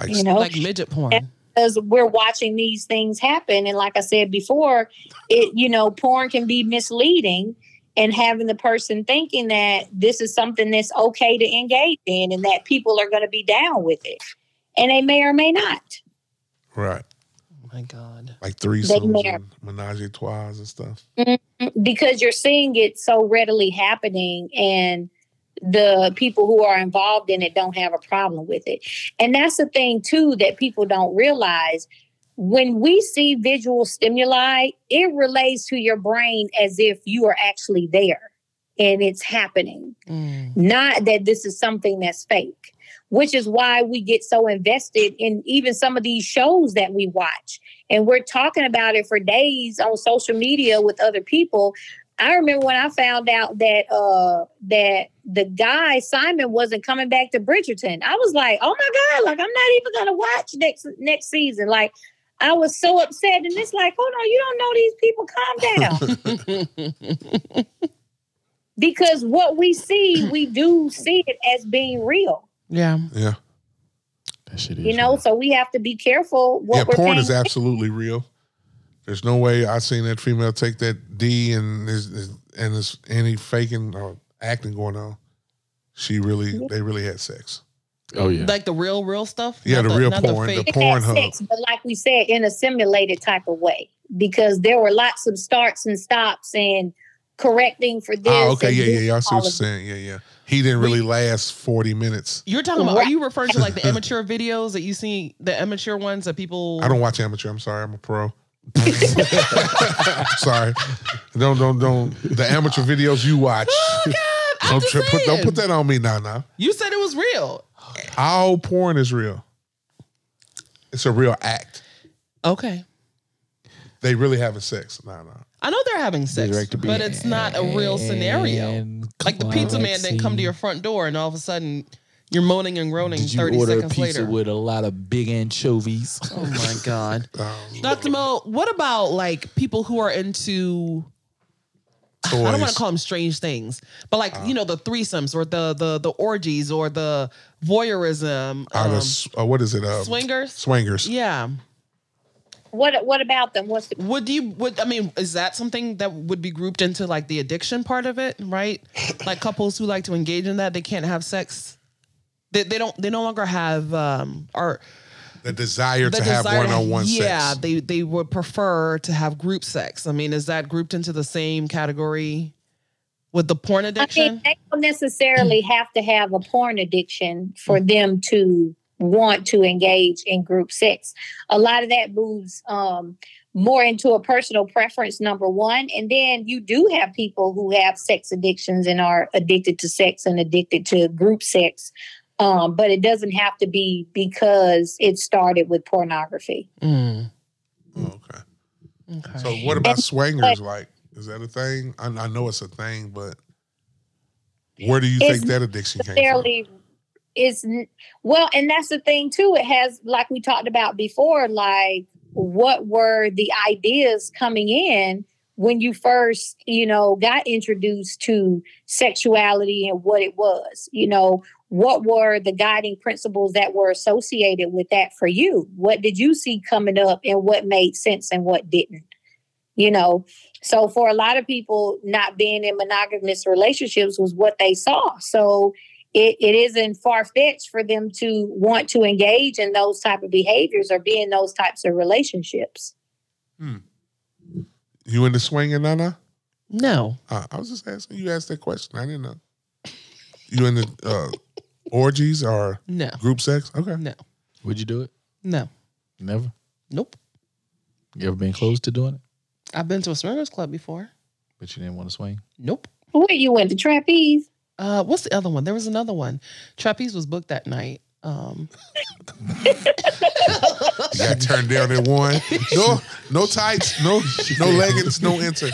[SPEAKER 1] Oh
[SPEAKER 3] Like,
[SPEAKER 4] You know,
[SPEAKER 1] like midget porn.
[SPEAKER 4] because we're watching these things happen, and like I said before, it you know, porn can be misleading, and having the person thinking that this is something that's okay to engage in, and that people are going to be down with it, and they may or may not.
[SPEAKER 3] right.
[SPEAKER 1] Oh my God.
[SPEAKER 3] Like threesomes
[SPEAKER 4] married.
[SPEAKER 3] and menage a trois and stuff.
[SPEAKER 4] because you're seeing it so readily happening and the people who are involved in it don't have a problem with it and that's the thing too that people don't realize when we see visual stimuli it relates to your brain as if you are actually there and it's happening
[SPEAKER 1] Mm.
[SPEAKER 4] not that this is something that's fake which is why we get so invested in even some of these shows that we watch and we're talking about it for days on social media with other people i remember when i found out that uh that the guy simon wasn't coming back to bridgerton i was like oh my god like i'm not even gonna watch next next season like i was so upset and it's like hold on you don't know these people calm down because what we see, we do see it as being real,
[SPEAKER 1] yeah.
[SPEAKER 4] Mm-hmm.
[SPEAKER 3] Yeah.
[SPEAKER 2] That shit is.
[SPEAKER 4] you know.
[SPEAKER 2] real.
[SPEAKER 4] So we have to be careful what
[SPEAKER 3] yeah,
[SPEAKER 4] we're
[SPEAKER 3] porn
[SPEAKER 4] paying.
[SPEAKER 3] is absolutely real. There's no way I seen that female take that D and there's, there's- and there's any faking or acting going on. She really, they really had sex.
[SPEAKER 2] Oh yeah.
[SPEAKER 1] Like the real, real stuff?
[SPEAKER 3] Yeah,
[SPEAKER 1] Not
[SPEAKER 3] the real
[SPEAKER 1] not
[SPEAKER 3] porn, the
[SPEAKER 1] fake?
[SPEAKER 4] It had
[SPEAKER 3] Pornhub.
[SPEAKER 4] sex, but like we said, in a simulated type of way because there were lots of starts and stops and correcting for this.
[SPEAKER 3] Oh, okay,
[SPEAKER 4] and
[SPEAKER 3] yeah, yeah,
[SPEAKER 4] this,
[SPEAKER 3] yeah. I see
[SPEAKER 4] all
[SPEAKER 3] what you're
[SPEAKER 4] of
[SPEAKER 3] saying. Yeah, yeah. He didn't really last 40 minutes.
[SPEAKER 1] You're talking about, are
[SPEAKER 4] Right.
[SPEAKER 1] you referring to like the amateur videos that you see, the amateur ones that people.
[SPEAKER 3] I don't watch amateur. I'm sorry, I'm a pro. sorry. Don't don't don't the amateur videos you watch.
[SPEAKER 1] Oh, God. I'm
[SPEAKER 3] Don't,
[SPEAKER 1] just
[SPEAKER 3] tri- put, don't
[SPEAKER 1] saying.
[SPEAKER 3] put that on me now now.
[SPEAKER 1] You said it was real.
[SPEAKER 3] All porn is real. It's a real act.
[SPEAKER 1] Okay.
[SPEAKER 3] They really having sex. No, no.
[SPEAKER 1] I know they're having sex, but it's not a real scenario. Like the pizza man didn't come to your front door and all of a sudden you're moaning and groaning
[SPEAKER 2] Did you
[SPEAKER 1] 30
[SPEAKER 2] order a
[SPEAKER 1] seconds
[SPEAKER 2] pizza
[SPEAKER 1] later.
[SPEAKER 2] with a lot of big anchovies?
[SPEAKER 5] Oh my God.
[SPEAKER 3] Um,
[SPEAKER 1] Dr. Mo, what about like people who are into I don't want
[SPEAKER 3] toys.
[SPEAKER 1] to call them strange things, but like you know the threesomes or the the the orgies or the voyeurism,
[SPEAKER 3] Out of
[SPEAKER 1] um,
[SPEAKER 3] s- uh, what is it? Um,
[SPEAKER 1] swingers.
[SPEAKER 3] Swingers.
[SPEAKER 1] yeah.
[SPEAKER 4] What what about them? What's the
[SPEAKER 1] Would you would I mean is that something that would be grouped into like the addiction part of it, right? Like couples who like to engage in that they can't have sex. They, they don't they no longer have um or
[SPEAKER 3] The desire
[SPEAKER 1] the
[SPEAKER 3] to
[SPEAKER 1] desire
[SPEAKER 3] have one on one sex.
[SPEAKER 1] yeah they they would prefer to have group sex. I mean is that grouped into the same category with the porn addiction?
[SPEAKER 4] I mean, they don't necessarily have to have a porn addiction for them to want to engage in group sex. A lot of that moves um, more into a personal preference, number one. And then you do have people who have sex addictions and are addicted to sex and addicted to group sex. Um, but it doesn't have to be because it started with pornography.
[SPEAKER 1] Mm,
[SPEAKER 3] Oh, Okay.
[SPEAKER 1] okay.
[SPEAKER 3] So what about swingers? Like, is that a thing? I, I know it's a thing, but where do you
[SPEAKER 4] It's
[SPEAKER 3] think that addiction came from?
[SPEAKER 4] necessarily is n- well and that's the thing too it has like we talked about before like what were the ideas coming in when you first you know got introduced to sexuality and what it was you know what were the guiding principles that were associated with that for you what did you see coming up and what made sense and what didn't you know so for a lot of people not being in monogamous relationships was what they saw so it, it isn't far-fetched for them to want to engage in those type of behaviors or be in those types of relationships
[SPEAKER 3] You into swinging, Nana?
[SPEAKER 1] no.
[SPEAKER 3] Uh, I was just asking. You asked that question. I didn't know. You into uh, orgies or
[SPEAKER 1] No.
[SPEAKER 3] group sex? Okay.
[SPEAKER 1] No.
[SPEAKER 2] Would you do it?
[SPEAKER 1] No.
[SPEAKER 2] Never.
[SPEAKER 1] Nope.
[SPEAKER 2] You ever been close to doing it,
[SPEAKER 1] I've been to a swingers club before.
[SPEAKER 2] but you didn't want to swing?
[SPEAKER 1] Nope.
[SPEAKER 4] where you went to trapeze
[SPEAKER 1] Uh, what's the other one? There was another one. Trapeze was booked that night. Um,
[SPEAKER 3] You got turned down at one. No, no tights, no, no leggings, no enter.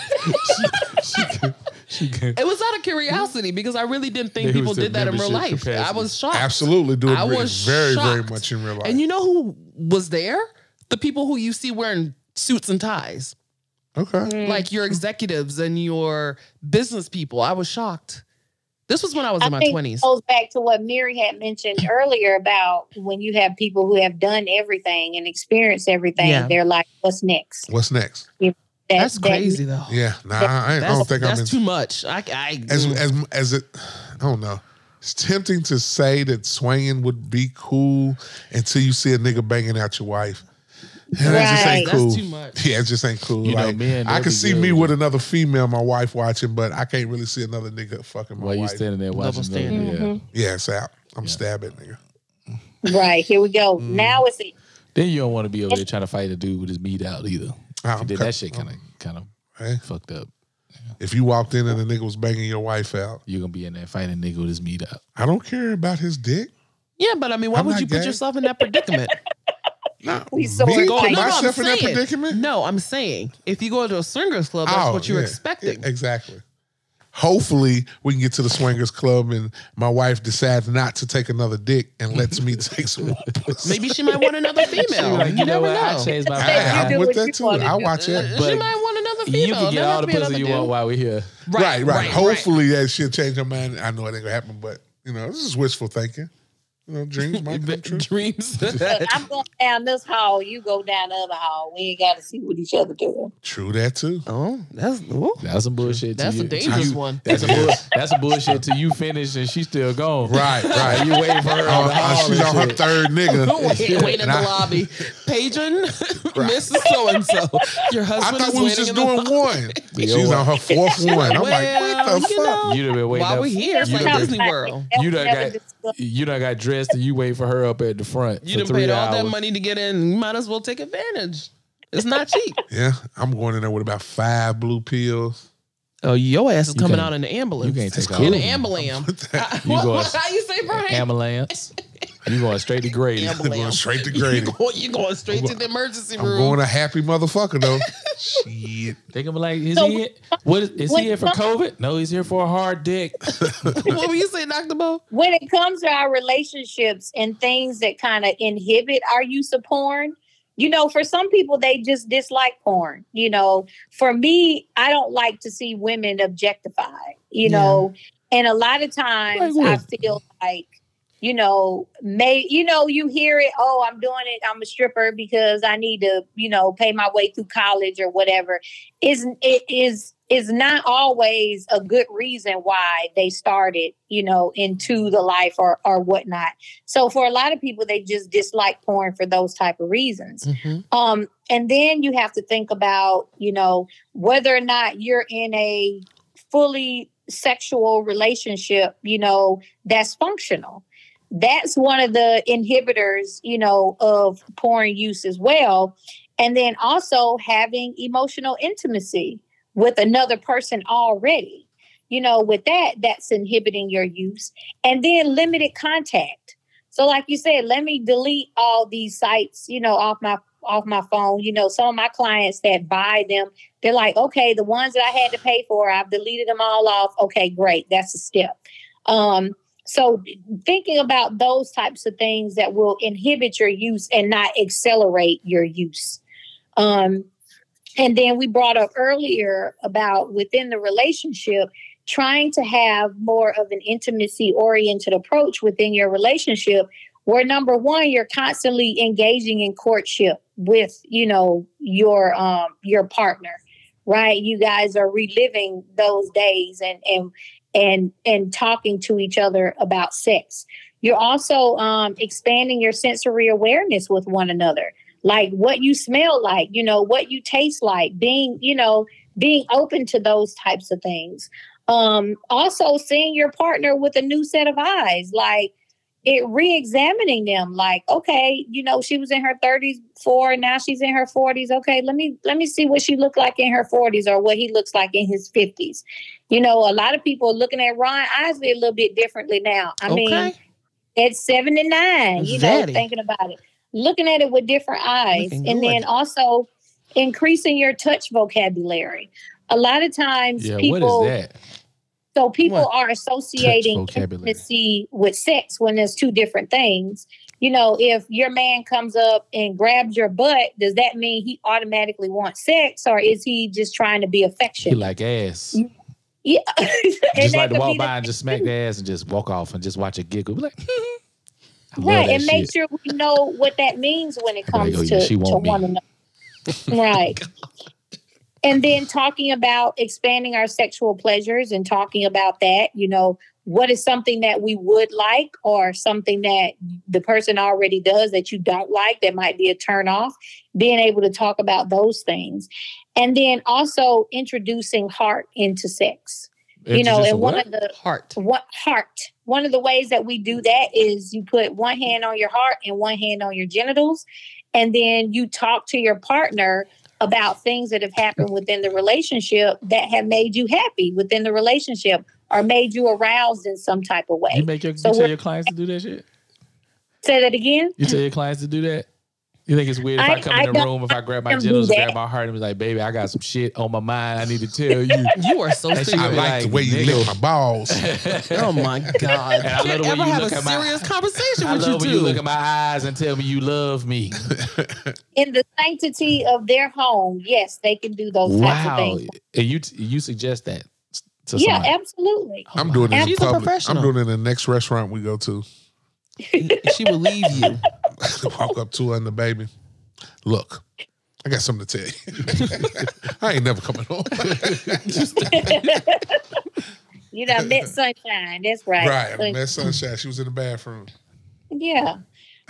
[SPEAKER 1] it was out of curiosity because I really didn't think
[SPEAKER 2] It was
[SPEAKER 1] people
[SPEAKER 2] the
[SPEAKER 1] did that in real
[SPEAKER 2] membership
[SPEAKER 1] life. I
[SPEAKER 2] capacity.
[SPEAKER 1] was shocked.
[SPEAKER 3] Absolutely, do it
[SPEAKER 1] I
[SPEAKER 3] really
[SPEAKER 1] was
[SPEAKER 3] very, very
[SPEAKER 1] shocked.
[SPEAKER 3] much in real life.
[SPEAKER 1] And you know who was there? The people who you see wearing suits and ties,
[SPEAKER 3] okay.
[SPEAKER 4] Mm.
[SPEAKER 1] like your executives and your business people. I was shocked. This was when I was in my
[SPEAKER 4] think
[SPEAKER 1] twenties.
[SPEAKER 4] it goes back to what mary had mentioned earlier about when you have people who have done everything and experienced everything
[SPEAKER 1] Yeah.
[SPEAKER 4] they're like what's next
[SPEAKER 3] What's next?
[SPEAKER 4] That-
[SPEAKER 1] That's
[SPEAKER 4] that-
[SPEAKER 1] crazy though.
[SPEAKER 3] Yeah, nah, I, I
[SPEAKER 1] That's,
[SPEAKER 3] don't think I'm
[SPEAKER 1] that's
[SPEAKER 3] in
[SPEAKER 1] too much. I, I
[SPEAKER 3] as
[SPEAKER 1] mm.
[SPEAKER 3] as as it I don't know. It's tempting to say that swinging would be cool until you see a nigga banging out your wife. Yeah, That just ain't
[SPEAKER 4] Right.
[SPEAKER 1] that's
[SPEAKER 3] cool.
[SPEAKER 1] too much.
[SPEAKER 3] Yeah, it just ain't cool.
[SPEAKER 2] You know,
[SPEAKER 3] like,
[SPEAKER 2] men,
[SPEAKER 3] I
[SPEAKER 2] they'll
[SPEAKER 3] can
[SPEAKER 2] be
[SPEAKER 3] see
[SPEAKER 2] good
[SPEAKER 3] me
[SPEAKER 2] with
[SPEAKER 3] with another female, my wife watching, but I can't really see another nigga fucking my
[SPEAKER 2] While you
[SPEAKER 3] wife.
[SPEAKER 2] standing there watching, the-
[SPEAKER 1] standard.
[SPEAKER 2] yeah.
[SPEAKER 4] Mhm.
[SPEAKER 3] yeah, it's out. I'm
[SPEAKER 2] Yeah.
[SPEAKER 3] stabbing nigga.
[SPEAKER 4] right here we go
[SPEAKER 1] Mm.
[SPEAKER 4] now it's it
[SPEAKER 2] then you don't want to be over there trying to fight a dude with his meat out either.
[SPEAKER 3] Oh,
[SPEAKER 2] You did
[SPEAKER 3] okay.
[SPEAKER 2] that shit kind of kind of
[SPEAKER 3] Hey,
[SPEAKER 2] fucked up.
[SPEAKER 3] If you walked in and the nigga was banging your wife out,
[SPEAKER 2] You're gonna be in there fighting a nigga with his meat out.
[SPEAKER 3] I don't care about his dick.
[SPEAKER 1] Yeah, but I mean, why
[SPEAKER 3] I'm
[SPEAKER 1] would
[SPEAKER 3] not
[SPEAKER 1] you put
[SPEAKER 3] gay.
[SPEAKER 1] yourself in that predicament?
[SPEAKER 3] Nah,
[SPEAKER 4] We so
[SPEAKER 3] me
[SPEAKER 4] are
[SPEAKER 3] put
[SPEAKER 4] like-
[SPEAKER 1] No, no, I'm
[SPEAKER 3] myself in that
[SPEAKER 1] saying.
[SPEAKER 3] predicament.
[SPEAKER 1] No, I'm saying if you go to a swingers club, that's
[SPEAKER 3] Oh,
[SPEAKER 1] what you're
[SPEAKER 3] yeah.
[SPEAKER 1] expecting.
[SPEAKER 3] Yeah, exactly. Hopefully, we can get to the swingers club and my wife decides not to take another dick and lets me take some more pussy.
[SPEAKER 1] Maybe she might want another female. you, never know.
[SPEAKER 2] I changed my
[SPEAKER 3] I,
[SPEAKER 4] You do
[SPEAKER 3] am with
[SPEAKER 4] what you
[SPEAKER 3] that too.
[SPEAKER 4] wanna
[SPEAKER 3] I
[SPEAKER 4] do.
[SPEAKER 3] watch
[SPEAKER 1] she
[SPEAKER 3] it.
[SPEAKER 2] but
[SPEAKER 1] might want another female.
[SPEAKER 2] You can
[SPEAKER 1] There
[SPEAKER 2] get
[SPEAKER 1] might
[SPEAKER 2] all the
[SPEAKER 1] be another
[SPEAKER 2] pussy you want
[SPEAKER 1] dude.
[SPEAKER 2] while we're here.
[SPEAKER 3] Right, right. Hopefully, that she'll change her mind. I know it ain't gonna happen, but you know, this is wishful thinking. You know, dreams might come true.
[SPEAKER 2] dreams.
[SPEAKER 4] Look, I'm going down this hall. You go down the other hall. We ain't got to see what each other doing.
[SPEAKER 3] True that too.
[SPEAKER 1] Oh, that's ooh,
[SPEAKER 2] That's some bullshit. to
[SPEAKER 1] that's a
[SPEAKER 2] you.
[SPEAKER 1] dangerous
[SPEAKER 2] You-
[SPEAKER 1] one.
[SPEAKER 2] That's a bull, that's a bullshit till you finish and she's still gone.
[SPEAKER 3] Right, right.
[SPEAKER 2] You waiting for her
[SPEAKER 3] Oh,
[SPEAKER 2] on the
[SPEAKER 3] oh,
[SPEAKER 2] hall
[SPEAKER 3] she's
[SPEAKER 2] and
[SPEAKER 3] on her
[SPEAKER 2] shit.
[SPEAKER 3] third nigga.
[SPEAKER 1] Wait, wait in
[SPEAKER 3] And
[SPEAKER 1] the
[SPEAKER 3] I-
[SPEAKER 1] lobby, Paging Mrs. So and So. Your
[SPEAKER 3] I
[SPEAKER 1] husband
[SPEAKER 3] thought
[SPEAKER 1] is
[SPEAKER 3] we
[SPEAKER 1] waiting
[SPEAKER 3] was just
[SPEAKER 1] in the
[SPEAKER 3] doing
[SPEAKER 1] lobby.
[SPEAKER 3] one.
[SPEAKER 2] Yeah,
[SPEAKER 3] She's
[SPEAKER 2] well-
[SPEAKER 3] on her fourth one. I'm like,
[SPEAKER 1] Well,
[SPEAKER 3] what the
[SPEAKER 1] you know.
[SPEAKER 3] fuck?
[SPEAKER 2] You done been waiting
[SPEAKER 1] While
[SPEAKER 2] up.
[SPEAKER 1] we here, it's
[SPEAKER 2] you,
[SPEAKER 1] like
[SPEAKER 2] done
[SPEAKER 1] Disney
[SPEAKER 2] been,
[SPEAKER 1] World.
[SPEAKER 2] You done
[SPEAKER 4] Never
[SPEAKER 2] got-
[SPEAKER 4] discuss-
[SPEAKER 2] you done got dressed and you wait for her up at the front.
[SPEAKER 1] You
[SPEAKER 2] for
[SPEAKER 1] done
[SPEAKER 2] three
[SPEAKER 1] paid all
[SPEAKER 2] hours.
[SPEAKER 1] that money to get in. You might as well take advantage. It's not cheap.
[SPEAKER 3] Yeah, I'm going in there with about five blue pills.
[SPEAKER 1] oh, your ass is
[SPEAKER 2] You
[SPEAKER 1] coming
[SPEAKER 2] can't-
[SPEAKER 1] out in the ambulance.
[SPEAKER 2] you can't take
[SPEAKER 1] in
[SPEAKER 2] all
[SPEAKER 1] the
[SPEAKER 2] that.
[SPEAKER 1] ambulance.
[SPEAKER 2] You
[SPEAKER 1] what,
[SPEAKER 2] go-
[SPEAKER 1] what- how you say, Brian?
[SPEAKER 2] Ambulance. You going straight to Grady.
[SPEAKER 1] Ambulance.
[SPEAKER 3] I'm going straight to
[SPEAKER 1] you
[SPEAKER 3] Grady.
[SPEAKER 1] go, you going straight
[SPEAKER 3] I'm
[SPEAKER 1] to the emergency
[SPEAKER 3] I'm
[SPEAKER 1] room.
[SPEAKER 3] going a happy motherfucker though. Shit.
[SPEAKER 2] They gonna be like, is
[SPEAKER 4] So
[SPEAKER 2] he? Here? What is, is
[SPEAKER 4] when-
[SPEAKER 2] he here for COVID? No, he's here for a hard dick.
[SPEAKER 1] what were you saying, Dr. Bo?
[SPEAKER 4] when it comes to our relationships and things that kind of inhibit our use of porn, you know, for some people they just dislike porn. You know, for me, I don't like to see women objectified. You
[SPEAKER 1] Yeah.
[SPEAKER 4] know, and a lot of times
[SPEAKER 2] Like
[SPEAKER 4] I
[SPEAKER 2] what?
[SPEAKER 4] feel like you know, may you know, you hear it. Oh, I'm doing it. I'm a stripper because I need to, you know, pay my way through college or whatever. Isn't it is is not always a good reason why they started, you know, into the life or or whatnot. So for a lot of people, they just dislike porn for those type of reasons. Um, and then you have to think about, you know, whether or not you're in a fully sexual relationship, you know, that's functional. That's one of the inhibitors, you know, of porn use as well. And then also having emotional intimacy with another person already. You know, with that, that's inhibiting your use. And then limited contact. So, like you said, let me delete all these sites, you know, off my off my phone. You know, some of my clients that buy them, they're like, okay, the ones that I had to pay for, I've deleted them all off. Okay, great. That's a step. Um, so thinking about those types of things that will inhibit your use and not accelerate your use. Um, and then we brought up earlier about within the relationship, trying to have more of an intimacy oriented approach within your relationship where number one you're constantly engaging in courtship with you know your um your partner right you guys are reliving those days and and and and talking to each other about sex you're also um expanding your sensory awareness with one another like what you smell like you know what you taste like being you know being open to those types of things um also seeing your partner with a new set of eyes like it re-examining them like okay you know she was in her 30s before now she's in her 40s okay let me let me see what she looked like in her 40s or what he looks like in his 50s you know a lot of people are looking at ron isley a little bit differently now i mean
[SPEAKER 1] okay.
[SPEAKER 4] at 79 you
[SPEAKER 1] Zaddy.
[SPEAKER 4] know thinking about it looking at it with different eyes
[SPEAKER 1] Looking
[SPEAKER 4] and
[SPEAKER 1] good.
[SPEAKER 4] then also increasing your touch vocabulary a lot of times
[SPEAKER 2] Yeah,
[SPEAKER 4] people
[SPEAKER 2] what is that?
[SPEAKER 4] so people
[SPEAKER 1] What?
[SPEAKER 4] are associating
[SPEAKER 2] Touch vocabulary.
[SPEAKER 4] intimacy with sex when there's two different things. You know, if your man comes up and grabs your butt, does that mean he automatically wants sex, or is he just trying to be
[SPEAKER 2] He
[SPEAKER 4] affectionate?
[SPEAKER 2] like ass.
[SPEAKER 4] You- yeah, And
[SPEAKER 2] Just like
[SPEAKER 4] that
[SPEAKER 2] to
[SPEAKER 4] could be
[SPEAKER 2] walk
[SPEAKER 4] the-
[SPEAKER 2] by and just smack their ass and just walk off and just watch it giggle. Be like, hmm, I love
[SPEAKER 4] right,
[SPEAKER 2] that
[SPEAKER 4] and make
[SPEAKER 2] shit.
[SPEAKER 4] sure we know what that means when it
[SPEAKER 2] Like,
[SPEAKER 4] comes
[SPEAKER 2] oh, yeah,
[SPEAKER 4] to,
[SPEAKER 2] she
[SPEAKER 4] to
[SPEAKER 2] want me.
[SPEAKER 4] one another. right. And then talking about expanding our sexual pleasures and talking about that, you know, what is something that we would like or something that the person already does that you don't like that might be a turn off, being able to talk about those things. And then also introducing heart into sex. You know,
[SPEAKER 2] Introduce a
[SPEAKER 4] and one
[SPEAKER 2] what?
[SPEAKER 4] of the
[SPEAKER 1] Heart.
[SPEAKER 4] what heart one of the ways that we do that is you put one hand on your heart and one hand on your genitals and then you talk to your partner about things that have happened within the relationship that have made you happy within the relationship or made you aroused in some type of
[SPEAKER 2] You
[SPEAKER 4] way
[SPEAKER 2] make your
[SPEAKER 4] So
[SPEAKER 2] you tell
[SPEAKER 4] what-
[SPEAKER 2] your clients to do that shit.
[SPEAKER 4] say that again
[SPEAKER 2] You tell your clients to do that. You think it's weird if I,
[SPEAKER 4] I-
[SPEAKER 2] come
[SPEAKER 4] I
[SPEAKER 2] in the
[SPEAKER 4] don't-
[SPEAKER 2] room if I grab my
[SPEAKER 4] don't do
[SPEAKER 2] genitals,
[SPEAKER 4] that.
[SPEAKER 2] grab my heart, and be like, "Baby, I got some shit on my mind. I need to tell you."
[SPEAKER 1] You are so
[SPEAKER 2] That shit
[SPEAKER 3] I
[SPEAKER 1] serious.
[SPEAKER 2] You're
[SPEAKER 3] like, the
[SPEAKER 2] like,
[SPEAKER 3] way you lick
[SPEAKER 2] nigga.
[SPEAKER 3] my balls.
[SPEAKER 1] Oh my God.
[SPEAKER 2] And I love the way
[SPEAKER 1] ever
[SPEAKER 2] you
[SPEAKER 1] have
[SPEAKER 2] look
[SPEAKER 1] a
[SPEAKER 2] at my-
[SPEAKER 1] serious conversation
[SPEAKER 2] I
[SPEAKER 1] with
[SPEAKER 2] love
[SPEAKER 1] you
[SPEAKER 2] when
[SPEAKER 1] two.
[SPEAKER 2] you look at my eyes and tell me you love me.
[SPEAKER 4] in the sanctity of their home yes they can do those types of
[SPEAKER 2] wow,
[SPEAKER 4] things
[SPEAKER 2] and you you suggest that to
[SPEAKER 4] yeah
[SPEAKER 2] somebody.
[SPEAKER 4] absolutely
[SPEAKER 3] I'm doing it in
[SPEAKER 1] She's a
[SPEAKER 3] public. I'm
[SPEAKER 1] professional.
[SPEAKER 3] doing it in the next restaurant we go to.
[SPEAKER 1] she will leave you.
[SPEAKER 3] Walk up to her and the baby. Look, I got something to tell you. I ain't never coming home.
[SPEAKER 4] You know, met sunshine. That's right.
[SPEAKER 3] right. I
[SPEAKER 4] Sunshine.
[SPEAKER 3] met Sunshine. She was in the bathroom.
[SPEAKER 4] Yeah.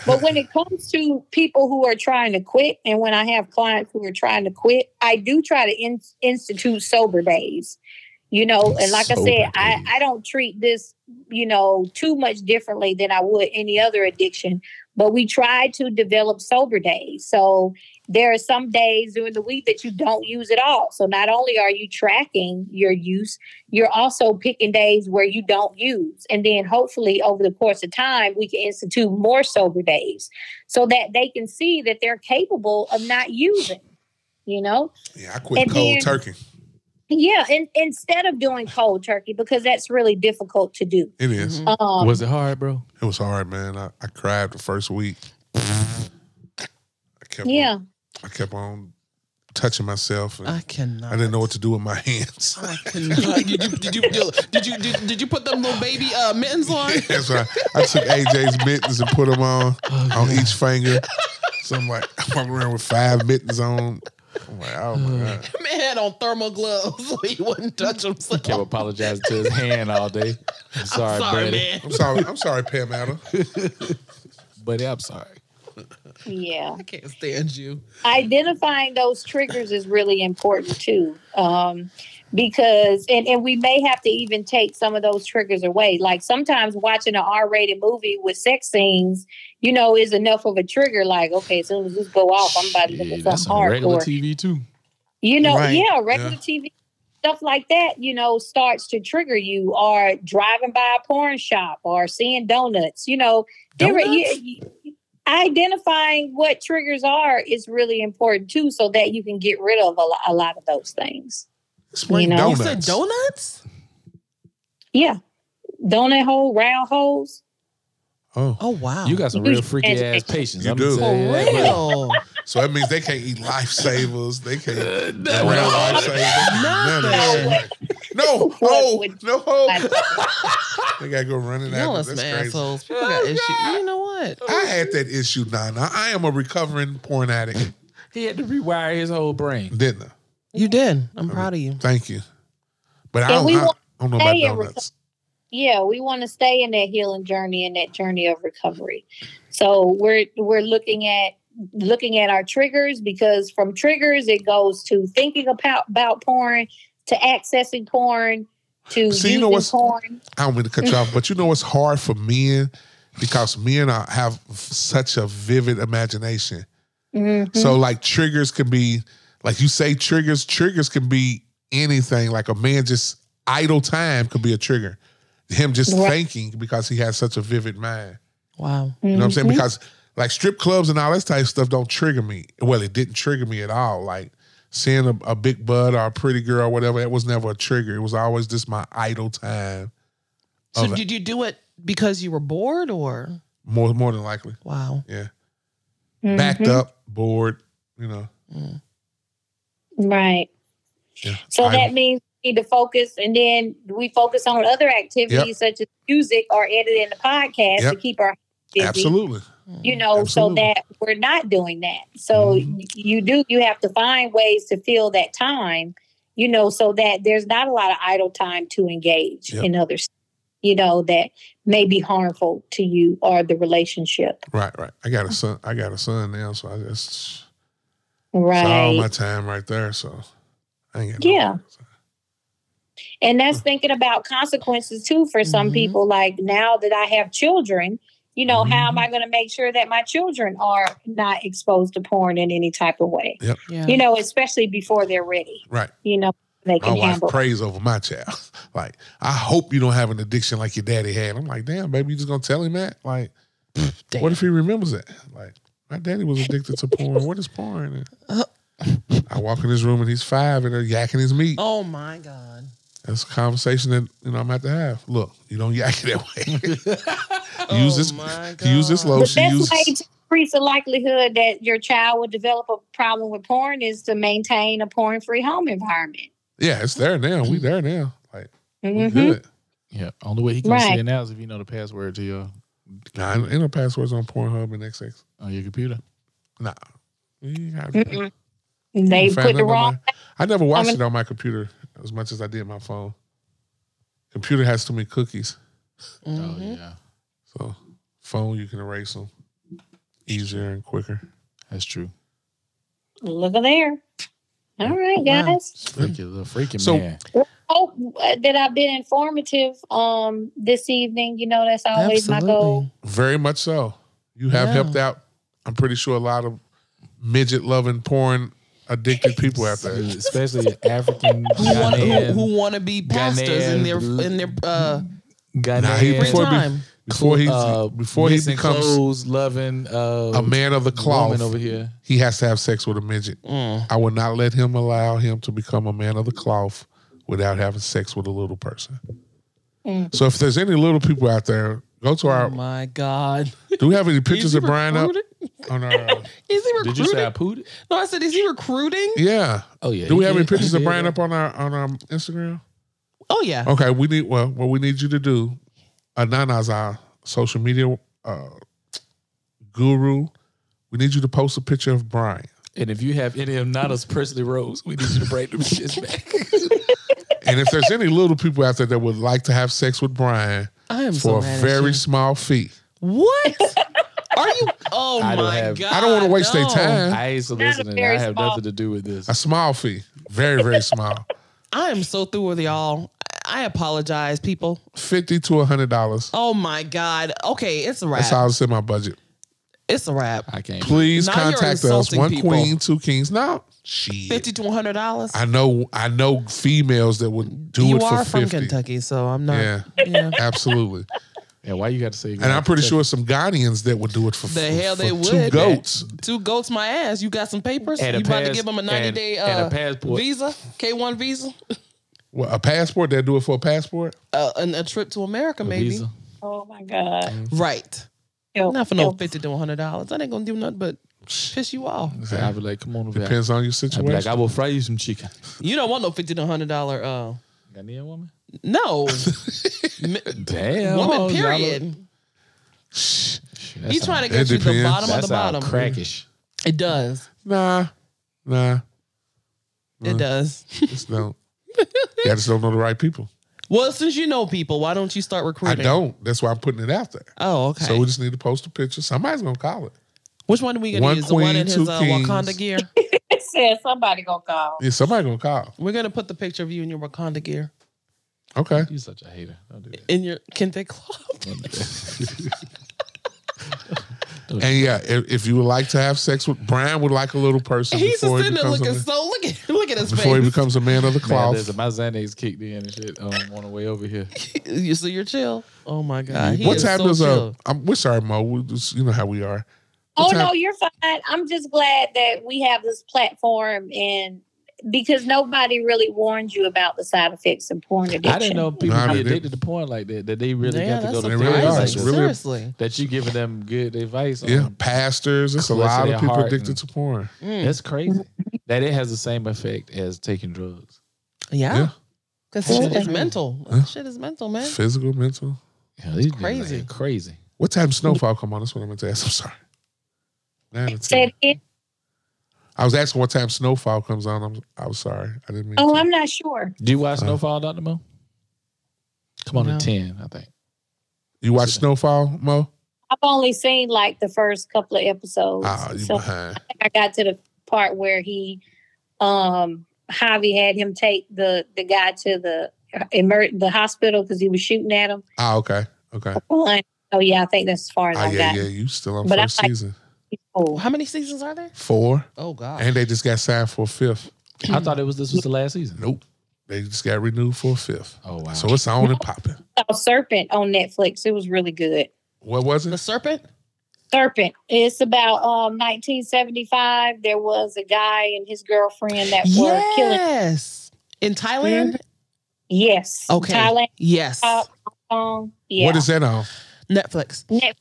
[SPEAKER 4] But when it comes to people who are trying to quit, and when I have clients who are trying to quit, I do try to in- institute sober days. You know, and like
[SPEAKER 2] Sober
[SPEAKER 4] I said,
[SPEAKER 2] days.
[SPEAKER 4] I, I don't treat this, you know, too much differently than I would any other addiction, but we try to develop sober days. So there are some days during the week that you don't use at all. So not only are you tracking your use, you're also picking days where you don't use. And then hopefully over the course of time, we can institute more sober days so that they can see that they're capable of not using, you know?
[SPEAKER 3] Yeah, I quit
[SPEAKER 4] And
[SPEAKER 3] cold
[SPEAKER 4] then-
[SPEAKER 3] turkey.
[SPEAKER 4] Yeah. And instead of doing cold turkey, because that's really difficult to do.
[SPEAKER 3] It is.
[SPEAKER 1] Mhm.
[SPEAKER 4] Um,
[SPEAKER 2] Was it hard, bro?
[SPEAKER 3] It was hard, man. I, I cried the first week. I kept
[SPEAKER 4] Um, yeah.
[SPEAKER 3] On, I kept on touching myself.
[SPEAKER 4] Uh-huh.
[SPEAKER 3] And I,
[SPEAKER 1] I cannot.
[SPEAKER 3] didn't know what to do with my hands.
[SPEAKER 1] I cannot. Did you did you did you did, did you put them little baby uh, mittens on?
[SPEAKER 4] Uh-huh.
[SPEAKER 3] That's why I, took AJ's mittens and put them on
[SPEAKER 4] Oh,
[SPEAKER 3] on each finger. So I'm like, I'm walking around with five mittens on. I'm like, oh my
[SPEAKER 4] Uh-huh.
[SPEAKER 3] god.
[SPEAKER 1] Man had on thermal gloves so he wouldn't touch himself.
[SPEAKER 2] Kept apologizing to his hand all day. I'm sorry,
[SPEAKER 1] Sorry,
[SPEAKER 2] buddy.
[SPEAKER 1] man.
[SPEAKER 3] I'm sorry. I'm sorry, Pam Adder.
[SPEAKER 2] Buddy, I'm sorry.
[SPEAKER 4] Yeah.
[SPEAKER 1] I can't stand you.
[SPEAKER 4] identifying those triggers is really important too um, because and, and we may have to even take some of those triggers away like sometimes watching an r-rated movie with sex scenes you know is enough of a trigger like okay as soon as this go off Oh, i'm about to look
[SPEAKER 2] Shit,
[SPEAKER 4] at
[SPEAKER 2] that's
[SPEAKER 4] something
[SPEAKER 2] on regular
[SPEAKER 4] hardcore
[SPEAKER 2] TV too.
[SPEAKER 4] you know
[SPEAKER 1] Right.
[SPEAKER 4] yeah regular tv stuff like that you know starts to trigger you or driving by a porn shop or seeing donuts you know different
[SPEAKER 1] Donuts?
[SPEAKER 4] you, you- identifying what triggers are is really important too so that you can get rid of a, lo- a lot of those things
[SPEAKER 3] Explain
[SPEAKER 4] You know?
[SPEAKER 1] You
[SPEAKER 3] donuts.
[SPEAKER 1] said donuts?
[SPEAKER 4] yeah donut hole round holes
[SPEAKER 3] Oh,
[SPEAKER 1] Oh wow.
[SPEAKER 2] You got some
[SPEAKER 4] You
[SPEAKER 2] real
[SPEAKER 4] should
[SPEAKER 2] freaky ass
[SPEAKER 4] educate.
[SPEAKER 2] patience.
[SPEAKER 3] You
[SPEAKER 2] I'm
[SPEAKER 3] do.
[SPEAKER 1] for
[SPEAKER 2] telling you that, bro.
[SPEAKER 1] real.
[SPEAKER 3] so that means they can't eat lifesavers. They can't.
[SPEAKER 2] That
[SPEAKER 3] Round
[SPEAKER 2] was-
[SPEAKER 3] lifesavers. They can't eat none of that shit. No, oh, no. They gotta go running
[SPEAKER 1] Y'all
[SPEAKER 3] after.
[SPEAKER 1] are
[SPEAKER 3] That's
[SPEAKER 1] some
[SPEAKER 3] crazy.
[SPEAKER 1] assholes. People got issues. You know what?
[SPEAKER 3] I had that issue, Nana. I am a recovering porn addict,
[SPEAKER 2] He had to rewire his whole brain.
[SPEAKER 3] didn't I?
[SPEAKER 1] You did. I'm proud of you.
[SPEAKER 3] Thank you. But I
[SPEAKER 4] And
[SPEAKER 3] don't,
[SPEAKER 4] we
[SPEAKER 3] I,
[SPEAKER 4] want
[SPEAKER 3] I don't know about
[SPEAKER 4] to stay in
[SPEAKER 3] donuts.
[SPEAKER 4] yeah we want to stay in that healing journey and that journey of recovery so we're we're looking at looking at our triggers because from triggers it goes to thinking about about porn to accessing porn to
[SPEAKER 3] See, you
[SPEAKER 4] using
[SPEAKER 3] know what's-
[SPEAKER 4] porn
[SPEAKER 3] I don't mean to cut you off, but you know what's hard for men because men are, have such a vivid imagination.
[SPEAKER 4] Mhm.
[SPEAKER 3] So like triggers can be like you say triggers, triggers can be anything. Like a man just idle time could be a trigger. Him just
[SPEAKER 4] Right.
[SPEAKER 3] thinking because he has such a vivid mind.
[SPEAKER 1] Wow.
[SPEAKER 3] You know what I'm saying?
[SPEAKER 4] Mhm.
[SPEAKER 3] Because like strip clubs and all that type of stuff don't trigger me. Well, it didn't trigger me at all. Like seeing a, a big bud or a pretty girl or whatever, that was never a trigger. It was always just my idle time.
[SPEAKER 1] So
[SPEAKER 3] Of-
[SPEAKER 1] did you do it because you were bored or
[SPEAKER 3] More more than likely.
[SPEAKER 1] wow.
[SPEAKER 3] Backed
[SPEAKER 4] Mhm.
[SPEAKER 3] up, bored, you know.
[SPEAKER 1] Mm.
[SPEAKER 4] Mm-hmm. right
[SPEAKER 3] Yeah.
[SPEAKER 4] so
[SPEAKER 3] I-
[SPEAKER 4] that means we need to focus and then we focus on other activities such as music or editing the podcast to
[SPEAKER 3] Yep.
[SPEAKER 4] keep our busy.
[SPEAKER 3] Absolutely.
[SPEAKER 1] mm,
[SPEAKER 4] you know
[SPEAKER 3] Absolutely.
[SPEAKER 4] so that we're not doing that so
[SPEAKER 3] Mhm.
[SPEAKER 4] y- you do you have to find ways to fill that time you know so that there's not a lot of idle time to engage
[SPEAKER 3] Yep.
[SPEAKER 4] in others you know that may be harmful to you or the relationship
[SPEAKER 3] Right, right. I got a son. I got a son now, so I just So all
[SPEAKER 4] right
[SPEAKER 3] my time right there. So I ain't got
[SPEAKER 4] Yeah. and that's
[SPEAKER 3] Mm.
[SPEAKER 4] thinking about consequences too for
[SPEAKER 1] Mhm.
[SPEAKER 4] some
[SPEAKER 3] Mm-hmm.
[SPEAKER 4] people like now that i have children you know how am
[SPEAKER 3] Mhm.
[SPEAKER 4] i going to make sure that my children are not exposed to porn in any type of way
[SPEAKER 1] Yeah.
[SPEAKER 4] you know especially before they're ready
[SPEAKER 3] Right.
[SPEAKER 4] you know they
[SPEAKER 3] My
[SPEAKER 1] Oh,
[SPEAKER 4] can
[SPEAKER 3] wife
[SPEAKER 4] handle
[SPEAKER 3] prays over my child. Like, I hope you don't have an addiction like your daddy had. I'm like, damn, baby, you just gonna tell him that? Like,
[SPEAKER 1] Damn.
[SPEAKER 3] what if he remembers that? Like, my daddy was addicted to porn. What is porn?
[SPEAKER 1] Uh.
[SPEAKER 3] I walk in his room and he's five and they're yakking his meat.
[SPEAKER 1] oh my God.
[SPEAKER 3] That's a conversation that you know I'm gonna have to have. Look, you don't yak it that way. use this,
[SPEAKER 1] Oh, my
[SPEAKER 3] use this
[SPEAKER 1] God.
[SPEAKER 3] lotion.
[SPEAKER 4] the
[SPEAKER 3] use
[SPEAKER 4] best way to increase the likelihood that your child will develop a problem with porn is to maintain a porn-free home environment.
[SPEAKER 3] yeah, it's there now. We there now. Like, we
[SPEAKER 4] Mhm.
[SPEAKER 1] Mm-hmm.
[SPEAKER 3] good.
[SPEAKER 2] Yeah, only way he can
[SPEAKER 4] Right.
[SPEAKER 2] see it now is if you know the password to your
[SPEAKER 3] Nah, ain't no passwords on Pornhub and XX.
[SPEAKER 2] on your computer.
[SPEAKER 3] Nah. You got-
[SPEAKER 4] Mm-mm. They
[SPEAKER 3] Found
[SPEAKER 4] put
[SPEAKER 3] it
[SPEAKER 4] the
[SPEAKER 3] on
[SPEAKER 4] wrong.
[SPEAKER 3] my- I never watched
[SPEAKER 4] I'm
[SPEAKER 3] it on my computer as much as I did my phone. Computer has too many cookies,
[SPEAKER 2] Oh
[SPEAKER 4] Mm-hmm.
[SPEAKER 1] Mhm.
[SPEAKER 2] yeah,
[SPEAKER 3] so phone you can erase them easier and quicker.
[SPEAKER 2] that's true.
[SPEAKER 4] Look at there. All right,
[SPEAKER 1] Wow.
[SPEAKER 4] guys.
[SPEAKER 2] Freaky little freaking
[SPEAKER 3] So-
[SPEAKER 2] man.
[SPEAKER 4] Oh, uh, that I've been informative um this evening. You know, that's always my goal.
[SPEAKER 3] Very much so. You have
[SPEAKER 1] Yeah.
[SPEAKER 3] helped out. I'm pretty sure a lot of midget loving porn addicted people out there.
[SPEAKER 2] especially African
[SPEAKER 1] Who want, who,
[SPEAKER 2] Ghanaian.
[SPEAKER 1] who want to be pastors in their
[SPEAKER 2] Ghanaian-
[SPEAKER 1] in their uh,
[SPEAKER 3] Nah, he-
[SPEAKER 2] Ghanaian.
[SPEAKER 1] free
[SPEAKER 3] Before we-
[SPEAKER 1] time?
[SPEAKER 3] Before he
[SPEAKER 2] uh,
[SPEAKER 3] before he
[SPEAKER 2] missing
[SPEAKER 3] becomes
[SPEAKER 2] clothes, loving uh,
[SPEAKER 3] a man of the
[SPEAKER 2] woman
[SPEAKER 3] cloth,
[SPEAKER 2] over here.
[SPEAKER 3] he has to have sex with a midget.
[SPEAKER 1] Mm.
[SPEAKER 3] I would not let him allow him to become a man of the cloth without having sex with a little person.
[SPEAKER 4] Mm.
[SPEAKER 3] So if there's any little people out there, go to
[SPEAKER 1] Oh
[SPEAKER 3] our.
[SPEAKER 1] my God!
[SPEAKER 3] Do we have any pictures
[SPEAKER 1] Is he
[SPEAKER 3] of Brian up
[SPEAKER 1] recruiting?
[SPEAKER 3] on our? uh,
[SPEAKER 1] Is he recruiting?
[SPEAKER 2] Did you say I pooed?
[SPEAKER 1] no, I said, is he recruiting?
[SPEAKER 3] yeah.
[SPEAKER 2] Oh yeah.
[SPEAKER 3] Do
[SPEAKER 2] he
[SPEAKER 3] we have any
[SPEAKER 2] did- he
[SPEAKER 3] pictures of
[SPEAKER 2] did
[SPEAKER 3] Brian
[SPEAKER 2] that.
[SPEAKER 3] up on our on our Instagram?
[SPEAKER 1] Oh yeah.
[SPEAKER 3] Okay, we need. Well, what we need you to do, Anana's our social media uh, guru. We need you to post a picture of Brian,
[SPEAKER 2] And if you have any of Nana's Presley Rose, we need you to break them shits back.
[SPEAKER 3] and if there's any little people out there that would like to have sex with Brian
[SPEAKER 1] I am so
[SPEAKER 3] for a
[SPEAKER 1] mad at
[SPEAKER 3] very
[SPEAKER 1] you.
[SPEAKER 3] small fee,
[SPEAKER 1] What? Are you? Oh
[SPEAKER 2] I don't
[SPEAKER 1] my
[SPEAKER 2] have-
[SPEAKER 1] God!
[SPEAKER 3] I don't want to waste their
[SPEAKER 1] no.
[SPEAKER 3] time.
[SPEAKER 2] I ain't
[SPEAKER 4] a
[SPEAKER 2] soliciting.
[SPEAKER 4] very
[SPEAKER 2] I have
[SPEAKER 4] small-
[SPEAKER 2] nothing to do with this.
[SPEAKER 3] A small fee, very very small.
[SPEAKER 1] I am so through with y'all. I I apologize, people.
[SPEAKER 3] fifty to a hundred dollars.
[SPEAKER 1] Oh my God. Okay, it's a
[SPEAKER 3] That's
[SPEAKER 1] wrap.
[SPEAKER 3] how it's in my budget.
[SPEAKER 1] It's a wrap.
[SPEAKER 2] I can't.
[SPEAKER 3] Please
[SPEAKER 1] Now you're
[SPEAKER 3] contact us.
[SPEAKER 1] insulting
[SPEAKER 3] One
[SPEAKER 1] people.
[SPEAKER 3] queen, two kings. No, she.
[SPEAKER 1] Fifty to one hundred dollars.
[SPEAKER 3] I know. I know females that would do
[SPEAKER 1] You
[SPEAKER 3] it for
[SPEAKER 1] are from
[SPEAKER 3] fifty.
[SPEAKER 1] Kentucky, so I'm not.
[SPEAKER 3] Yeah,
[SPEAKER 1] yeah.
[SPEAKER 3] absolutely.
[SPEAKER 2] And why you got to say?
[SPEAKER 3] And I'm pretty sure some Ghanaians that would do it for
[SPEAKER 1] The
[SPEAKER 3] for-
[SPEAKER 1] hell they
[SPEAKER 3] for Two
[SPEAKER 1] would.
[SPEAKER 3] goats.
[SPEAKER 1] Two goats, my ass. You got some papers?
[SPEAKER 2] And a
[SPEAKER 1] you about to
[SPEAKER 2] pass-
[SPEAKER 1] give them a
[SPEAKER 2] and-
[SPEAKER 1] 90 day
[SPEAKER 2] and a
[SPEAKER 1] uh,
[SPEAKER 2] passport.
[SPEAKER 1] visa, K1 visa,
[SPEAKER 3] What, a passport? They do it for a passport.
[SPEAKER 1] uh, and a trip to America, maybe.
[SPEAKER 2] Visa.
[SPEAKER 4] Oh my God.
[SPEAKER 1] Right.
[SPEAKER 4] Help,
[SPEAKER 1] Mm. Not for no
[SPEAKER 4] help.
[SPEAKER 1] 50 to $100. I ain't going to do nothing but piss you off.
[SPEAKER 2] So I'd be like, come on over here.
[SPEAKER 3] Depends on your
[SPEAKER 2] I'd be like,
[SPEAKER 3] situation.
[SPEAKER 2] I will fry you some chicken.
[SPEAKER 1] You don't want no 50 to $100. Uh,
[SPEAKER 2] Ghanaian woman.
[SPEAKER 1] no. M-
[SPEAKER 2] Damn.
[SPEAKER 1] woman, period. He's trying to get
[SPEAKER 3] It
[SPEAKER 1] you the
[SPEAKER 3] depends.
[SPEAKER 1] bottom
[SPEAKER 2] That's
[SPEAKER 1] of the bottom.
[SPEAKER 2] how crackish.
[SPEAKER 1] It does.
[SPEAKER 3] nah, nah. Mm-hmm.
[SPEAKER 1] It does.
[SPEAKER 3] Just don't. yeah, I just don't know the right people.
[SPEAKER 1] Well, since you know people, why don't you start
[SPEAKER 3] I
[SPEAKER 1] recruiting?
[SPEAKER 3] don't. That's why I'm putting it out there.
[SPEAKER 1] Oh, okay.
[SPEAKER 3] So we just need to post a picture. Somebody's gonna call it.
[SPEAKER 1] Which one do we gonna
[SPEAKER 3] One
[SPEAKER 1] use? The one
[SPEAKER 3] queen,
[SPEAKER 1] in his
[SPEAKER 3] two
[SPEAKER 1] uh,
[SPEAKER 3] kings.
[SPEAKER 1] Wakanda gear.
[SPEAKER 4] It says somebody gonna call.
[SPEAKER 3] Yeah, somebody gonna call.
[SPEAKER 1] We're gonna put the picture of you in your Wakanda gear.
[SPEAKER 3] Okay.
[SPEAKER 2] You such a hater. Don't do that.
[SPEAKER 1] In your Kente club.
[SPEAKER 2] Don't do that.
[SPEAKER 3] And yeah, if, if you would like to have sex with Brian, would like a little person
[SPEAKER 1] He's just
[SPEAKER 3] before he
[SPEAKER 1] sitting there
[SPEAKER 3] becomes
[SPEAKER 1] looking
[SPEAKER 3] a man,
[SPEAKER 1] so look at look at his
[SPEAKER 3] before he
[SPEAKER 1] face.
[SPEAKER 3] becomes a man of the
[SPEAKER 2] Man,
[SPEAKER 3] cloth.
[SPEAKER 2] listen, my Xanax kicked in and shit um, on the way over here.
[SPEAKER 1] You so you're chill. Oh my god. He
[SPEAKER 3] What
[SPEAKER 1] is
[SPEAKER 3] time
[SPEAKER 1] so
[SPEAKER 3] does uh?
[SPEAKER 1] chill.
[SPEAKER 3] I'm, we're sorry, Mo. We just, you know how we are.
[SPEAKER 4] Oh
[SPEAKER 3] What time-
[SPEAKER 4] no, you're fine. I'm just glad that we have this platform and because nobody really warned you about the side effects of porn addiction.
[SPEAKER 2] I didn't know people
[SPEAKER 3] Nah,
[SPEAKER 2] be
[SPEAKER 3] they
[SPEAKER 2] addicted
[SPEAKER 3] didn't.
[SPEAKER 2] to porn like that. That they really
[SPEAKER 1] Yeah,
[SPEAKER 2] got to go
[SPEAKER 1] that's
[SPEAKER 2] to
[SPEAKER 3] They
[SPEAKER 1] surprising.
[SPEAKER 3] really are.
[SPEAKER 2] therapy
[SPEAKER 3] It's
[SPEAKER 2] like
[SPEAKER 3] really-
[SPEAKER 2] that.
[SPEAKER 1] Seriously.
[SPEAKER 2] That you giving them good advice. on.
[SPEAKER 3] Yeah, pastors. There's a
[SPEAKER 2] Close to
[SPEAKER 3] lot
[SPEAKER 2] their
[SPEAKER 3] of people
[SPEAKER 2] heart
[SPEAKER 3] addicted
[SPEAKER 2] and-
[SPEAKER 3] to porn.
[SPEAKER 1] Mm.
[SPEAKER 2] That's crazy. that it has the same effect as taking drugs.
[SPEAKER 1] Yeah.
[SPEAKER 3] Yeah.
[SPEAKER 1] Because
[SPEAKER 4] Yeah.
[SPEAKER 1] shit is mental.
[SPEAKER 3] Yeah.
[SPEAKER 1] Shit is mental, man.
[SPEAKER 3] Physical, mental.
[SPEAKER 2] Yeah, these niggas
[SPEAKER 1] Crazy.
[SPEAKER 2] ain't crazy.
[SPEAKER 3] What time snowfall come on? That's what I meant to ask. I'm sorry. Nine or
[SPEAKER 4] Said
[SPEAKER 3] ten.
[SPEAKER 4] it.
[SPEAKER 3] I was asking what time snowfall comes on. I'm I'm sorry. I didn't mean.
[SPEAKER 4] Oh,
[SPEAKER 3] to.
[SPEAKER 4] I'm not sure.
[SPEAKER 2] Do you watch
[SPEAKER 3] Uh,
[SPEAKER 2] Snowfall, Doctor Mo? Come on
[SPEAKER 1] No.
[SPEAKER 2] to ten, I think.
[SPEAKER 3] you watch snowfall, Mo?
[SPEAKER 4] I've only seen like the first couple of episodes.
[SPEAKER 3] Ah, you
[SPEAKER 4] Oh, so
[SPEAKER 3] behind.
[SPEAKER 4] I got to the part where he, um, Javi had him take the the guy to the emer- the hospital because he was shooting at him.
[SPEAKER 3] Ah, okay, okay.
[SPEAKER 4] One. Oh yeah, I think that's as far as
[SPEAKER 3] Ah,
[SPEAKER 4] I
[SPEAKER 3] yeah,
[SPEAKER 4] got.
[SPEAKER 3] yeah. You still on
[SPEAKER 4] But I
[SPEAKER 3] first
[SPEAKER 4] like-
[SPEAKER 3] season
[SPEAKER 4] Oh,
[SPEAKER 1] How many seasons are there?
[SPEAKER 3] four,
[SPEAKER 1] Oh god.
[SPEAKER 3] and they just got signed for a fifth.
[SPEAKER 2] I thought it was this was the last season.
[SPEAKER 3] Nope, they just got renewed for a fifth.
[SPEAKER 2] Oh wow.
[SPEAKER 3] So it's on and popping.
[SPEAKER 4] I saw Serpent on Netflix. It was really good.
[SPEAKER 3] What was
[SPEAKER 1] The
[SPEAKER 3] it?
[SPEAKER 1] serpent?
[SPEAKER 4] Serpent. It's about um 1975. There was a guy and his girlfriend that were killing.
[SPEAKER 1] Yes. In Thailand?
[SPEAKER 4] Yes.
[SPEAKER 1] Okay.
[SPEAKER 4] Thailand.
[SPEAKER 1] Yes.
[SPEAKER 4] Uh, Um, yeah.
[SPEAKER 3] What is that on?
[SPEAKER 1] Netflix.
[SPEAKER 4] Netflix?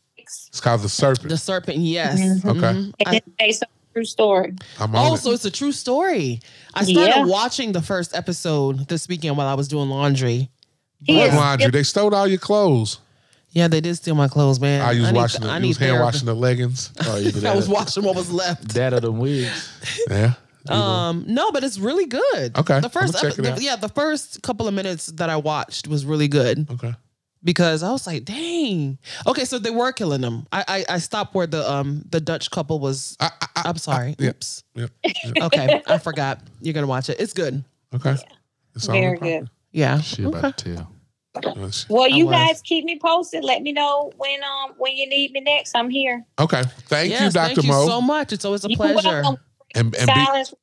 [SPEAKER 3] It's called The Serpent.
[SPEAKER 1] The serpent, yes.
[SPEAKER 4] Mhm.
[SPEAKER 3] Okay.
[SPEAKER 1] Mhm.
[SPEAKER 4] And
[SPEAKER 1] I-
[SPEAKER 4] it's based on a true story.
[SPEAKER 3] I'm on
[SPEAKER 1] Oh,
[SPEAKER 3] it.
[SPEAKER 1] so it's a true story. I started
[SPEAKER 4] Yeah.
[SPEAKER 1] watching the first episode this weekend while I was doing laundry.
[SPEAKER 4] He
[SPEAKER 3] What
[SPEAKER 4] is
[SPEAKER 3] laundry? They stole all your clothes.
[SPEAKER 1] Yeah, they did steal my clothes, man.
[SPEAKER 3] I used
[SPEAKER 1] need-
[SPEAKER 3] washing. The,
[SPEAKER 1] I
[SPEAKER 3] I
[SPEAKER 1] need
[SPEAKER 3] was hand
[SPEAKER 1] therapy.
[SPEAKER 3] washing the leggings.
[SPEAKER 2] Or either
[SPEAKER 1] I
[SPEAKER 2] that,
[SPEAKER 1] was
[SPEAKER 2] or,
[SPEAKER 1] washing what was left.
[SPEAKER 2] that or the wigs.
[SPEAKER 3] Yeah.
[SPEAKER 1] Um, no, but it's really good.
[SPEAKER 3] Okay,
[SPEAKER 1] The first,
[SPEAKER 3] I'ma check it
[SPEAKER 1] epi-
[SPEAKER 3] out.
[SPEAKER 1] yeah, the first couple of minutes that I watched was really good
[SPEAKER 3] Okay.
[SPEAKER 1] because I was like, dang. Okay, so they were killing them. I I, I stopped where the um the Dutch couple was.
[SPEAKER 3] I, I, I,
[SPEAKER 1] I'm sorry.
[SPEAKER 3] yeah.
[SPEAKER 1] Oops.
[SPEAKER 3] yeah,
[SPEAKER 1] Okay, I forgot. You're gonna watch it. It's good.
[SPEAKER 3] okay. It's all
[SPEAKER 4] Very
[SPEAKER 3] in the pocket.
[SPEAKER 1] Yeah.
[SPEAKER 2] Shit
[SPEAKER 1] Okay.
[SPEAKER 2] about to tell.
[SPEAKER 3] Yes.
[SPEAKER 4] Well, you
[SPEAKER 1] was.
[SPEAKER 4] guys keep me posted. Let me know when um when you need me next. I'm here.
[SPEAKER 3] Okay. Thank you,
[SPEAKER 1] Yes,
[SPEAKER 3] Dr.
[SPEAKER 1] Thank you
[SPEAKER 3] Mo.
[SPEAKER 1] so much. It's always a
[SPEAKER 4] You
[SPEAKER 1] pleasure.
[SPEAKER 4] welcome.
[SPEAKER 3] and and be,
[SPEAKER 4] Silence.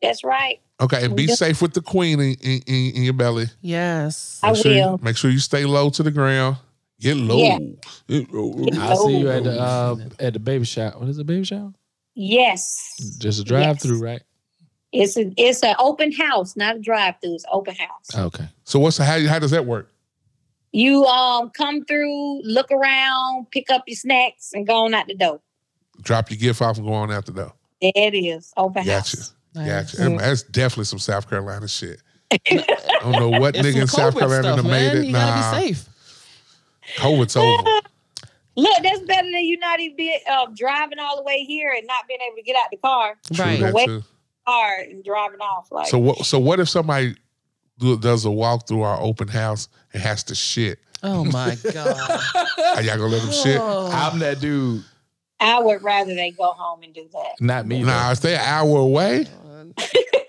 [SPEAKER 4] That's right.
[SPEAKER 3] okay, and be
[SPEAKER 4] Yeah.
[SPEAKER 3] safe with the queen in, in, in, in your belly.
[SPEAKER 1] Yes.
[SPEAKER 4] I
[SPEAKER 3] Make sure, you,
[SPEAKER 4] will.
[SPEAKER 3] make sure you stay low to the ground. Get low.
[SPEAKER 4] Yeah.
[SPEAKER 3] Get low.
[SPEAKER 4] Get
[SPEAKER 2] I'll see you at the
[SPEAKER 3] low.
[SPEAKER 1] Oh,
[SPEAKER 2] uh, at the baby shop. What is it, baby shop?
[SPEAKER 4] Yes.
[SPEAKER 2] Just a drive through, right?
[SPEAKER 4] It's a, it's an open house, not a drive through. It's open house.
[SPEAKER 1] Oh.
[SPEAKER 2] Okay.
[SPEAKER 3] So what's how how does that work?
[SPEAKER 4] You um come through, look around, pick up your snacks, and go on out the door.
[SPEAKER 3] Drop your gift off and go on out the door.
[SPEAKER 4] There it is, open
[SPEAKER 3] Gotcha.
[SPEAKER 4] house.
[SPEAKER 1] Nice.
[SPEAKER 3] Gotcha. um, That's definitely some South Carolina shit. I don't know what
[SPEAKER 1] It's
[SPEAKER 3] nigga in
[SPEAKER 1] some
[SPEAKER 3] South
[SPEAKER 1] COVID
[SPEAKER 3] Carolina
[SPEAKER 1] stuff,
[SPEAKER 3] done
[SPEAKER 1] man.
[SPEAKER 3] made it.
[SPEAKER 1] You
[SPEAKER 3] nah,
[SPEAKER 1] gotta be safe.
[SPEAKER 3] COVID's over.
[SPEAKER 4] Look, that's better than you not even be, uh, driving all the way here and not being able to get out the car,
[SPEAKER 3] True
[SPEAKER 1] Right.
[SPEAKER 3] that,
[SPEAKER 4] Wait.
[SPEAKER 3] too.
[SPEAKER 4] car and driving off. Like
[SPEAKER 3] So what? So what if somebody do, does a walk through our open house and has to shit?
[SPEAKER 1] Oh my god.
[SPEAKER 3] Are y'all gonna let them shit?
[SPEAKER 1] Oh.
[SPEAKER 2] I'm that dude.
[SPEAKER 4] I would rather they go home and do that.
[SPEAKER 2] Not me.
[SPEAKER 3] Nah, if they an hour away,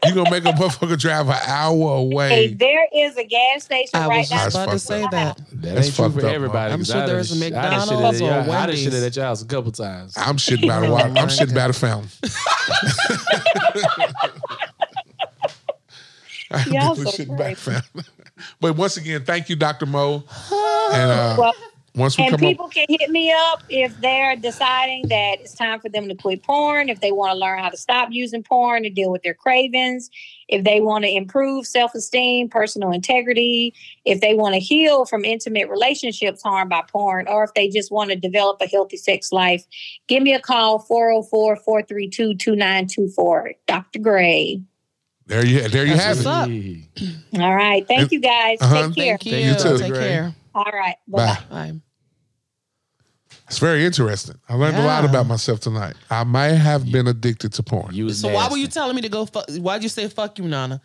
[SPEAKER 3] you gonna make a motherfucker drive an hour
[SPEAKER 4] Hey,
[SPEAKER 3] away?
[SPEAKER 4] there is a gas station
[SPEAKER 1] I
[SPEAKER 4] right
[SPEAKER 1] was
[SPEAKER 4] now.
[SPEAKER 1] just
[SPEAKER 3] That's
[SPEAKER 1] about to
[SPEAKER 3] fucked
[SPEAKER 1] say
[SPEAKER 4] up.
[SPEAKER 1] that.
[SPEAKER 2] though. that
[SPEAKER 3] That's
[SPEAKER 2] ain't true
[SPEAKER 3] fucked
[SPEAKER 2] for
[SPEAKER 3] up,
[SPEAKER 2] everybody.
[SPEAKER 1] I'm
[SPEAKER 2] 'cause
[SPEAKER 1] sure
[SPEAKER 2] I done
[SPEAKER 1] there's a
[SPEAKER 2] shit- I done shit at
[SPEAKER 1] McDonald's or
[SPEAKER 2] your- I done shit
[SPEAKER 1] Wendy's.
[SPEAKER 2] at your house a couple times.
[SPEAKER 3] I'm shitting by the water. I'm shitting by the fountain. I'm
[SPEAKER 4] Y'all
[SPEAKER 3] definitely
[SPEAKER 4] so
[SPEAKER 3] shitting by the
[SPEAKER 4] crazy.
[SPEAKER 3] fountain. But once again, thank you, Dr. Mo. And uh,
[SPEAKER 4] Well,
[SPEAKER 3] once we
[SPEAKER 4] and
[SPEAKER 3] come up,
[SPEAKER 4] people can hit me up if they're deciding that it's time for them to quit porn, if they want to learn how to stop using porn to deal with their cravings, if they want to improve self esteem, personal integrity, if they want to heal from intimate relationships harmed by porn, or if they just want to develop a healthy sex life, give me a call 404 432 2924. Dr. Gray.
[SPEAKER 3] there you there you
[SPEAKER 1] That's what's
[SPEAKER 3] have it.
[SPEAKER 1] up.
[SPEAKER 2] Hey.
[SPEAKER 4] All right. Thank you guys.
[SPEAKER 3] Uh-huh.
[SPEAKER 4] Take care.
[SPEAKER 1] Thank you.
[SPEAKER 2] Thank you
[SPEAKER 3] too.
[SPEAKER 1] Take
[SPEAKER 2] Great.
[SPEAKER 1] care.
[SPEAKER 4] All right. Bye-bye.
[SPEAKER 3] Bye.
[SPEAKER 1] Bye.
[SPEAKER 3] It's very interesting. I learned a lot
[SPEAKER 1] Yeah.
[SPEAKER 3] about myself tonight. I might have been addicted to porn.
[SPEAKER 2] You was
[SPEAKER 1] So why
[SPEAKER 2] nasty.
[SPEAKER 1] were you telling me to go? Fuck, why'd you say fuck you, Nana?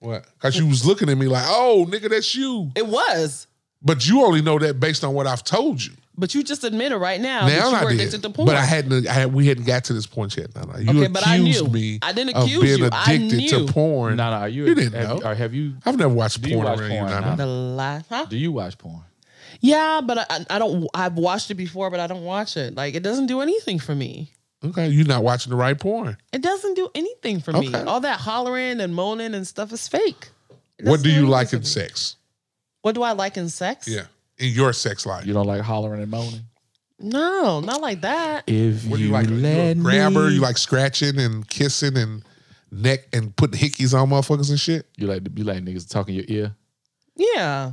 [SPEAKER 3] What? Because you was looking at me like, oh, nigga, that's you.
[SPEAKER 1] It was,
[SPEAKER 3] But you only know that based on what I've told you.
[SPEAKER 1] but you just admitted right now,
[SPEAKER 3] now
[SPEAKER 1] that Oh, you
[SPEAKER 3] I
[SPEAKER 1] were
[SPEAKER 3] did,
[SPEAKER 1] addicted to porn.
[SPEAKER 3] but I hadn't. I had, we hadn't got to this point yet. No, no. You
[SPEAKER 1] okay,
[SPEAKER 3] accused
[SPEAKER 1] but I knew.
[SPEAKER 3] me
[SPEAKER 1] I didn't
[SPEAKER 3] of
[SPEAKER 1] accuse
[SPEAKER 3] being
[SPEAKER 1] you. I
[SPEAKER 3] addicted
[SPEAKER 1] knew.
[SPEAKER 3] to porn.
[SPEAKER 2] No, no. Are you?
[SPEAKER 3] You didn't
[SPEAKER 2] have,
[SPEAKER 3] know.
[SPEAKER 2] Or have you?
[SPEAKER 3] I've never watched
[SPEAKER 2] Do you
[SPEAKER 3] porn
[SPEAKER 2] watch
[SPEAKER 3] around you.
[SPEAKER 2] porn?
[SPEAKER 3] Nana.
[SPEAKER 1] The lie, huh?
[SPEAKER 2] Do you watch porn?
[SPEAKER 1] Yeah, but I, I don't. I've watched it before, but I don't watch it. Like it doesn't do anything for me.
[SPEAKER 3] Okay, you're not watching the right porn.
[SPEAKER 1] It doesn't do anything for me.
[SPEAKER 3] Okay.
[SPEAKER 1] All that hollering and moaning and stuff is fake. It
[SPEAKER 3] What
[SPEAKER 1] doesn't
[SPEAKER 3] do you
[SPEAKER 1] anything
[SPEAKER 3] like
[SPEAKER 1] for
[SPEAKER 3] in
[SPEAKER 1] me.
[SPEAKER 3] sex?
[SPEAKER 1] What do I like in sex?
[SPEAKER 3] Yeah, in your sex life.
[SPEAKER 2] You don't like hollering and moaning.
[SPEAKER 1] No, not like that.
[SPEAKER 2] If
[SPEAKER 3] What do you, like? You a grabber? You like scratching and kissing and neck and putting hickeys on motherfuckers and shit.
[SPEAKER 2] You like to be like niggas talking your ear.
[SPEAKER 1] Yeah.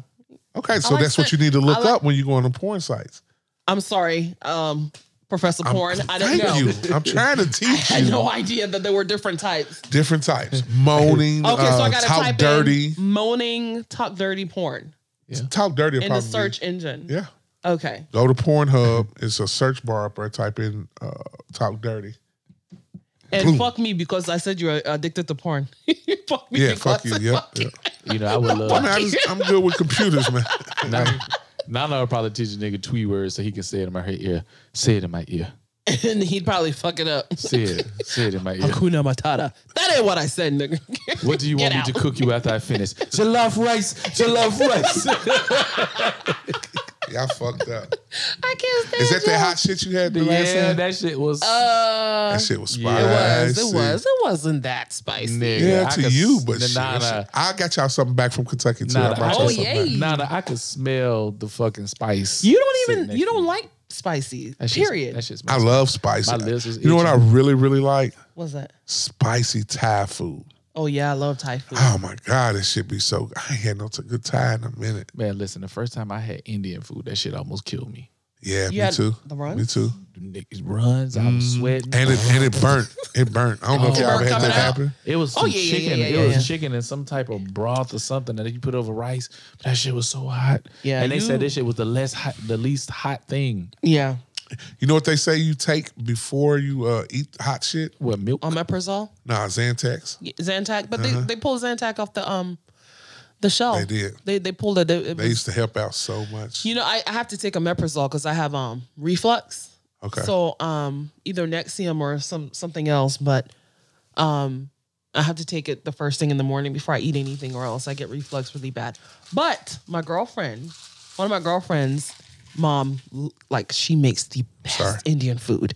[SPEAKER 3] Okay, so
[SPEAKER 1] like
[SPEAKER 3] that's what
[SPEAKER 1] sex.
[SPEAKER 3] you need to look
[SPEAKER 1] like-
[SPEAKER 3] up when you go on the porn sites.
[SPEAKER 1] I'm sorry, um, Professor
[SPEAKER 3] I'm-
[SPEAKER 1] Porn. I don't
[SPEAKER 3] thank
[SPEAKER 1] know.
[SPEAKER 3] you. I'm trying to
[SPEAKER 1] I
[SPEAKER 3] teach
[SPEAKER 1] had
[SPEAKER 3] you
[SPEAKER 1] no idea that there were different types.
[SPEAKER 3] different types. Moaning,
[SPEAKER 1] Okay, so I
[SPEAKER 3] uh,
[SPEAKER 1] gotta
[SPEAKER 3] talk
[SPEAKER 1] type
[SPEAKER 3] dirty,
[SPEAKER 1] in moaning, talk dirty porn
[SPEAKER 3] talk dirty. will
[SPEAKER 1] in the
[SPEAKER 3] probably be-
[SPEAKER 1] search engine.
[SPEAKER 3] Yeah.
[SPEAKER 1] Okay.
[SPEAKER 3] Go to Pornhub. It's a search bar up there. Type in uh, "talk dirty."
[SPEAKER 1] And
[SPEAKER 3] Boom.
[SPEAKER 1] fuck me because I said you're addicted to porn. fuck me.
[SPEAKER 3] Yeah,
[SPEAKER 1] because
[SPEAKER 3] fuck you.
[SPEAKER 1] I-
[SPEAKER 3] Yep. yep.
[SPEAKER 2] You know, I would
[SPEAKER 3] I mean,
[SPEAKER 2] love.
[SPEAKER 3] I just, I'm good with computers, man.
[SPEAKER 2] Nana, Nana would probably teach a nigga tweet words so he can say it in my ear. Say it in my ear.
[SPEAKER 1] And he'd probably fuck it up.
[SPEAKER 2] Say it. Say it in my ear.
[SPEAKER 1] Hakuna Matata. That ain't what I said, nigga.
[SPEAKER 2] What do you
[SPEAKER 1] Get
[SPEAKER 2] want me to
[SPEAKER 1] out.
[SPEAKER 2] cook you after I finish? Jollof rice, jollof rice.
[SPEAKER 3] Y'all fucked up.
[SPEAKER 1] I can't stand
[SPEAKER 3] Is that
[SPEAKER 1] you.
[SPEAKER 3] that hot shit you had the last
[SPEAKER 2] yeah,
[SPEAKER 3] time? That,
[SPEAKER 2] that shit was.
[SPEAKER 1] Uh,
[SPEAKER 3] shit was
[SPEAKER 2] yeah.
[SPEAKER 3] spicy.
[SPEAKER 1] it was. Uh, It was. It wasn't that spicy.
[SPEAKER 2] Nigga.
[SPEAKER 3] Yeah,
[SPEAKER 2] I
[SPEAKER 3] to
[SPEAKER 2] could
[SPEAKER 3] you,
[SPEAKER 2] s-
[SPEAKER 3] but shit,
[SPEAKER 2] nah, nah.
[SPEAKER 3] I got y'all something back from Kentucky too.
[SPEAKER 2] Nah,
[SPEAKER 3] I
[SPEAKER 2] nah,
[SPEAKER 3] brought y'all
[SPEAKER 1] oh,
[SPEAKER 3] something
[SPEAKER 1] yeah.
[SPEAKER 3] back.
[SPEAKER 2] Nana, I could smell the fucking spice.
[SPEAKER 1] You don't
[SPEAKER 2] sitting
[SPEAKER 1] even.
[SPEAKER 2] next
[SPEAKER 1] You
[SPEAKER 2] to
[SPEAKER 1] don't like spicy.
[SPEAKER 2] That shit-
[SPEAKER 1] period.
[SPEAKER 2] That shit
[SPEAKER 3] I
[SPEAKER 2] smells.
[SPEAKER 3] love spicy.
[SPEAKER 2] My lips is
[SPEAKER 3] you know what I
[SPEAKER 2] itching.
[SPEAKER 3] really, really like?
[SPEAKER 1] What's that?
[SPEAKER 3] Spicy Thai food.
[SPEAKER 1] Oh yeah, I love Thai food.
[SPEAKER 3] Oh my god, this shit be so. I ain't had no t- good Thai in a minute.
[SPEAKER 2] Man, listen, the first time I had Indian food, that shit almost killed me.
[SPEAKER 3] Yeah,
[SPEAKER 1] You
[SPEAKER 3] me
[SPEAKER 1] had
[SPEAKER 3] too.
[SPEAKER 1] the runs?
[SPEAKER 3] Me too.
[SPEAKER 2] Niggas runs. I was sweating.
[SPEAKER 3] Mm, And it and it burnt. It burnt. I don't know if
[SPEAKER 2] Oh.
[SPEAKER 3] y'all ever
[SPEAKER 1] Burnt
[SPEAKER 3] had
[SPEAKER 1] coming
[SPEAKER 3] that
[SPEAKER 1] out.
[SPEAKER 3] happen.
[SPEAKER 2] It was
[SPEAKER 1] Oh,
[SPEAKER 2] some
[SPEAKER 1] yeah, yeah,
[SPEAKER 2] chicken.
[SPEAKER 1] yeah, yeah,
[SPEAKER 2] it was
[SPEAKER 1] yeah.
[SPEAKER 2] chicken and some type of broth or something that you put over rice. But that shit was so hot.
[SPEAKER 1] Yeah,
[SPEAKER 2] And they
[SPEAKER 1] you-
[SPEAKER 2] said this shit was the less hot, the least hot thing.
[SPEAKER 1] Yeah.
[SPEAKER 3] You know what they say you take before you uh, eat hot shit?
[SPEAKER 2] What milk?
[SPEAKER 1] Omeprazole,
[SPEAKER 3] Nah, Zantax.
[SPEAKER 1] Zantac, but they, they pulled Zantac off the um the shelf.
[SPEAKER 3] Uh-huh. They did.
[SPEAKER 1] They they pulled it. it, it
[SPEAKER 3] They
[SPEAKER 1] was-
[SPEAKER 3] used to help out so much.
[SPEAKER 1] you know, I, I have to take omeprazole because I have um reflux.
[SPEAKER 3] Okay.
[SPEAKER 1] So um either Nexium or some something else, but um I have to take it the first thing in the morning before I eat anything or else I get reflux really bad. But my girlfriend, one of my girlfriend's mom l- like she makes the best
[SPEAKER 3] Sorry.
[SPEAKER 1] Indian food.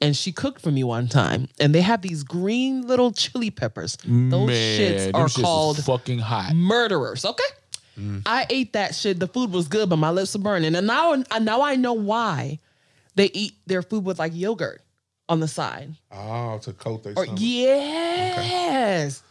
[SPEAKER 1] And she cooked for me one time and they have these green little chili peppers. Um, Those
[SPEAKER 2] them
[SPEAKER 1] shits are
[SPEAKER 2] shits was
[SPEAKER 1] called
[SPEAKER 2] fucking hot.
[SPEAKER 1] murderers. Okay.
[SPEAKER 3] Mm.
[SPEAKER 1] I ate that shit. The food was good, but my lips are burning. And now, and now I know why they eat their food with like yogurt on the side.
[SPEAKER 3] oh, to coat they
[SPEAKER 1] Or
[SPEAKER 3] stomach.
[SPEAKER 1] yes.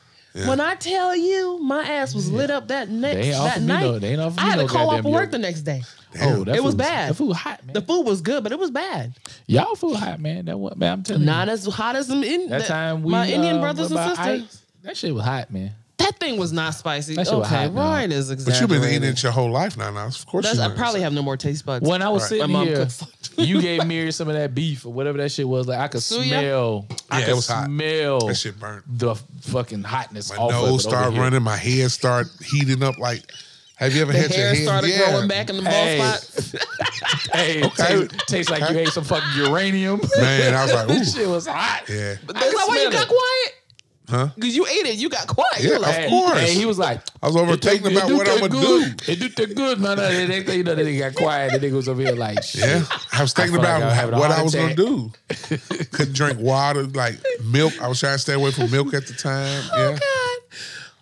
[SPEAKER 1] When I tell you, my ass was lit up that
[SPEAKER 2] They
[SPEAKER 1] next
[SPEAKER 2] ain't
[SPEAKER 1] that
[SPEAKER 2] offered me
[SPEAKER 1] night.
[SPEAKER 2] no. They ain't offered
[SPEAKER 1] I
[SPEAKER 2] me
[SPEAKER 1] had
[SPEAKER 2] no
[SPEAKER 1] to call off
[SPEAKER 2] goddamn
[SPEAKER 1] work
[SPEAKER 2] yogurt.
[SPEAKER 1] the next day.
[SPEAKER 2] Oh, that
[SPEAKER 1] It
[SPEAKER 2] food
[SPEAKER 1] was bad.
[SPEAKER 2] That food hot, man.
[SPEAKER 1] The food was good, but it was bad.
[SPEAKER 2] Y'all food hot, man. That was, man. I'm telling
[SPEAKER 1] Not as hot as them in
[SPEAKER 2] you. Mm. That
[SPEAKER 1] the-
[SPEAKER 2] time we
[SPEAKER 1] my Indian
[SPEAKER 2] uh,
[SPEAKER 1] brothers
[SPEAKER 2] went
[SPEAKER 1] and
[SPEAKER 2] by
[SPEAKER 1] sisters.
[SPEAKER 2] Ike's, that shit was hot, man.
[SPEAKER 1] That thing was not spicy.
[SPEAKER 2] That shit was
[SPEAKER 1] okay,
[SPEAKER 2] hot, no.
[SPEAKER 1] Ryan is
[SPEAKER 3] But
[SPEAKER 1] exaggerating.
[SPEAKER 3] you've been eating it your whole life now. Now, of course
[SPEAKER 1] That's,
[SPEAKER 3] you
[SPEAKER 1] I
[SPEAKER 3] learned
[SPEAKER 1] probably
[SPEAKER 3] something.
[SPEAKER 1] have no more taste buds.
[SPEAKER 2] When I was
[SPEAKER 3] Right.
[SPEAKER 2] sitting
[SPEAKER 1] My mom
[SPEAKER 2] here,
[SPEAKER 1] cooks
[SPEAKER 2] you gave Mary some of that beef or whatever that shit was. Like I could
[SPEAKER 1] Suya?
[SPEAKER 2] smell. I
[SPEAKER 3] Yeah,
[SPEAKER 2] could
[SPEAKER 3] it was hot.
[SPEAKER 2] smell
[SPEAKER 3] That shit burnt.
[SPEAKER 2] the fucking hotness.
[SPEAKER 3] My
[SPEAKER 2] off of it
[SPEAKER 3] nose
[SPEAKER 2] over
[SPEAKER 3] started
[SPEAKER 2] here.
[SPEAKER 3] running. My head started heating up. Like, have you ever
[SPEAKER 1] the
[SPEAKER 3] had your
[SPEAKER 1] hair
[SPEAKER 3] head?
[SPEAKER 1] started
[SPEAKER 3] yeah.
[SPEAKER 1] growing back in the bald
[SPEAKER 2] Hey.
[SPEAKER 1] spots.
[SPEAKER 2] Hey,
[SPEAKER 3] Okay.
[SPEAKER 2] tastes, tastes like you ate some fucking uranium.
[SPEAKER 3] Man, I was like,
[SPEAKER 2] this
[SPEAKER 3] ooh,
[SPEAKER 2] shit was hot.
[SPEAKER 3] yeah,
[SPEAKER 1] But that's
[SPEAKER 2] can
[SPEAKER 1] not why you
[SPEAKER 2] smell
[SPEAKER 1] got
[SPEAKER 2] it.
[SPEAKER 1] quiet.
[SPEAKER 3] huh?
[SPEAKER 1] Because you ate it, you got quiet.
[SPEAKER 3] Yeah,
[SPEAKER 1] You were like,
[SPEAKER 3] I-
[SPEAKER 2] Hey,
[SPEAKER 3] course.
[SPEAKER 2] Hey, he was like,
[SPEAKER 3] I was overtaken
[SPEAKER 2] "It do- it
[SPEAKER 3] about
[SPEAKER 2] do
[SPEAKER 3] what
[SPEAKER 2] the
[SPEAKER 3] I'ma
[SPEAKER 2] good. It do the good. No, no, they, they, you know, they got quiet. The nigga was over here like, shit.
[SPEAKER 3] Yeah, I was thinking
[SPEAKER 2] feel like
[SPEAKER 3] about
[SPEAKER 2] I'm having a
[SPEAKER 3] what
[SPEAKER 2] heart
[SPEAKER 3] I was
[SPEAKER 2] attack.
[SPEAKER 3] gonna do. Couldn't drink water, like milk. I was trying to stay away from milk at the time. Yeah,
[SPEAKER 1] oh, God.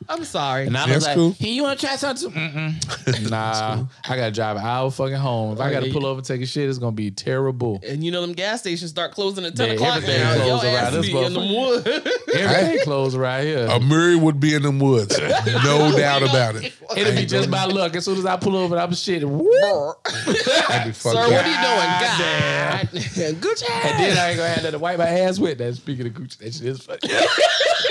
[SPEAKER 1] I'm sorry. Mm.
[SPEAKER 2] And I
[SPEAKER 3] That's
[SPEAKER 2] was like,
[SPEAKER 3] cool.
[SPEAKER 2] hey, you want to try something? Mm-mm. nah, I got to drive an hour fucking home.
[SPEAKER 1] Oh,
[SPEAKER 2] If I got to pull over and take a shit, it's going to be terrible.
[SPEAKER 1] and you know them gas stations start closing at 10
[SPEAKER 2] Yeah,
[SPEAKER 1] o'clock
[SPEAKER 2] everything
[SPEAKER 1] now.
[SPEAKER 2] closed
[SPEAKER 1] Your
[SPEAKER 2] around
[SPEAKER 1] ass
[SPEAKER 2] this
[SPEAKER 1] be in the wood.
[SPEAKER 2] Everything closed right here.
[SPEAKER 3] a Murray would be in them woods, no doubt about it.
[SPEAKER 2] It'll
[SPEAKER 3] I
[SPEAKER 2] be
[SPEAKER 3] ain't
[SPEAKER 2] just
[SPEAKER 3] doing
[SPEAKER 2] by luck. As soon as I pull over, I'm shit. whoop.
[SPEAKER 3] I'd be fucked
[SPEAKER 1] Sir,
[SPEAKER 3] up.
[SPEAKER 1] what are you
[SPEAKER 2] God
[SPEAKER 1] doing? God. Good job.
[SPEAKER 2] And then I ain't gonna have nothing to wipe my ass with. That speaking of Gucci, that shit is funny.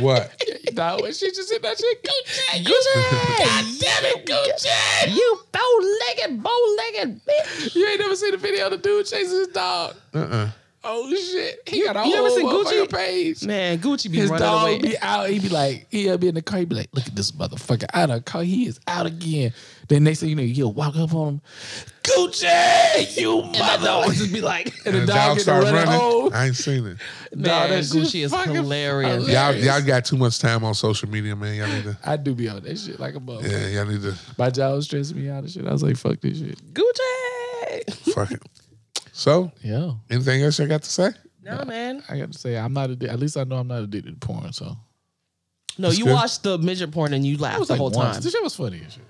[SPEAKER 3] What?
[SPEAKER 2] Nah, when she just hit that shit, Gucci, Gucci, God damn it, Gucci!
[SPEAKER 1] you bow-legged, bow-legged bitch.
[SPEAKER 2] You ain't never seen the video of the dude chasing his dog.
[SPEAKER 3] Uh-uh.
[SPEAKER 2] Oh shit, he got a
[SPEAKER 1] you
[SPEAKER 2] whole
[SPEAKER 1] ever seen
[SPEAKER 2] motherfucking
[SPEAKER 1] Gucci?
[SPEAKER 2] page.
[SPEAKER 1] Man, Gucci be
[SPEAKER 2] His
[SPEAKER 1] running
[SPEAKER 2] dog
[SPEAKER 1] away.
[SPEAKER 2] be out. He be like, he'll be in the car. He be like, look at this motherfucker out of car. He is out again. Then next thing you know, you'll walk up on him, Gucci, you
[SPEAKER 1] and the dog
[SPEAKER 2] mother.
[SPEAKER 1] would just be like,
[SPEAKER 2] And the dog get to
[SPEAKER 3] started
[SPEAKER 2] running. home.
[SPEAKER 3] I ain't seen it.
[SPEAKER 1] man,
[SPEAKER 2] that shit
[SPEAKER 1] Oh, Gucci is
[SPEAKER 2] fucking
[SPEAKER 1] hilarious.
[SPEAKER 2] hilarious.
[SPEAKER 3] Y'all, y'all got too much time on social media, man. Y'all need to.
[SPEAKER 2] I do be on that shit like a motherfucker.
[SPEAKER 3] Yeah, y'all need to.
[SPEAKER 2] My job was stressing me out and shit. I was like, fuck this shit.
[SPEAKER 1] Gucci.
[SPEAKER 3] Fuck it. So,
[SPEAKER 2] Yeah.
[SPEAKER 3] anything else I got to say?
[SPEAKER 1] No, man.
[SPEAKER 2] I got to say, I'm not addicted. At least I know I'm not addicted to porn. So
[SPEAKER 1] No, you
[SPEAKER 3] good.
[SPEAKER 1] watched the midget porn and you
[SPEAKER 2] I
[SPEAKER 1] laughed
[SPEAKER 2] was
[SPEAKER 1] the
[SPEAKER 2] like,
[SPEAKER 1] whole
[SPEAKER 2] once.
[SPEAKER 1] time.
[SPEAKER 2] This shit was funny and shit.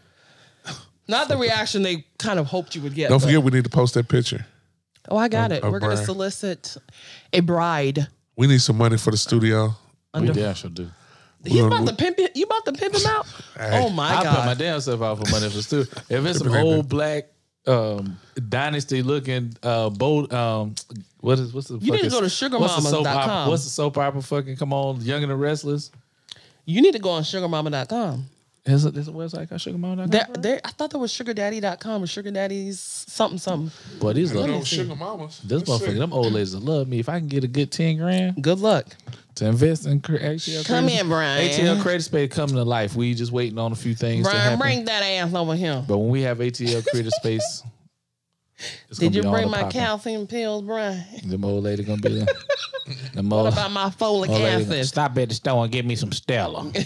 [SPEAKER 1] Not the reaction they kind of hoped you would get.
[SPEAKER 3] Don't
[SPEAKER 1] but-
[SPEAKER 3] forget, we need to post that picture.
[SPEAKER 1] Oh, I got it.
[SPEAKER 3] a
[SPEAKER 1] We're going to
[SPEAKER 3] bride.
[SPEAKER 1] solicit a bride.
[SPEAKER 3] We need some money for the studio.
[SPEAKER 1] Under,
[SPEAKER 2] damn sure do.
[SPEAKER 1] he's
[SPEAKER 3] we're-
[SPEAKER 1] about to pimp it. You about to pimp him out?
[SPEAKER 3] Hey.
[SPEAKER 1] oh my
[SPEAKER 2] I put my
[SPEAKER 1] god!
[SPEAKER 2] damn self out for money if it's too. If it's some
[SPEAKER 3] Typically, man.
[SPEAKER 2] old black um, dynasty looking uh, bold, um, what is what's the
[SPEAKER 1] You need to
[SPEAKER 2] fucking-
[SPEAKER 1] go to
[SPEAKER 2] what's the soap
[SPEAKER 1] sugarmamas.com.
[SPEAKER 2] opera- What's the soap opera? Fucking come on, Young and the Restless.
[SPEAKER 1] you need to go on sugarmama.com.
[SPEAKER 2] There's a, there's a website called sugarmama.com.
[SPEAKER 1] There, there. I thought there was sugardaddy.com or sugardaddy's something something.
[SPEAKER 2] Boy, these
[SPEAKER 3] Hello,
[SPEAKER 2] look,
[SPEAKER 3] sugar mamas.
[SPEAKER 2] this
[SPEAKER 3] Let's
[SPEAKER 2] motherfucker,
[SPEAKER 3] see.
[SPEAKER 2] them old ladies will love me. If I can get a good ten grand,
[SPEAKER 1] Good luck.
[SPEAKER 2] to invest in cre- ATL.
[SPEAKER 1] Come
[SPEAKER 2] credit,
[SPEAKER 1] in, Brian.
[SPEAKER 2] ATL Credit Space coming to life. We just waiting on a few things to
[SPEAKER 1] Brian,
[SPEAKER 2] happen.
[SPEAKER 1] bring that ass over here.
[SPEAKER 2] But when we have ATL Creative Space, it's
[SPEAKER 1] Did
[SPEAKER 2] gonna
[SPEAKER 1] you
[SPEAKER 2] be all
[SPEAKER 1] bring
[SPEAKER 2] the
[SPEAKER 1] my
[SPEAKER 2] poppin'.
[SPEAKER 1] calcium pills, Brian?
[SPEAKER 2] Them old lady gonna be there. Them old,
[SPEAKER 1] What about my folic
[SPEAKER 2] old lady gonna
[SPEAKER 1] acid?
[SPEAKER 2] stop at the store and get me some Stella.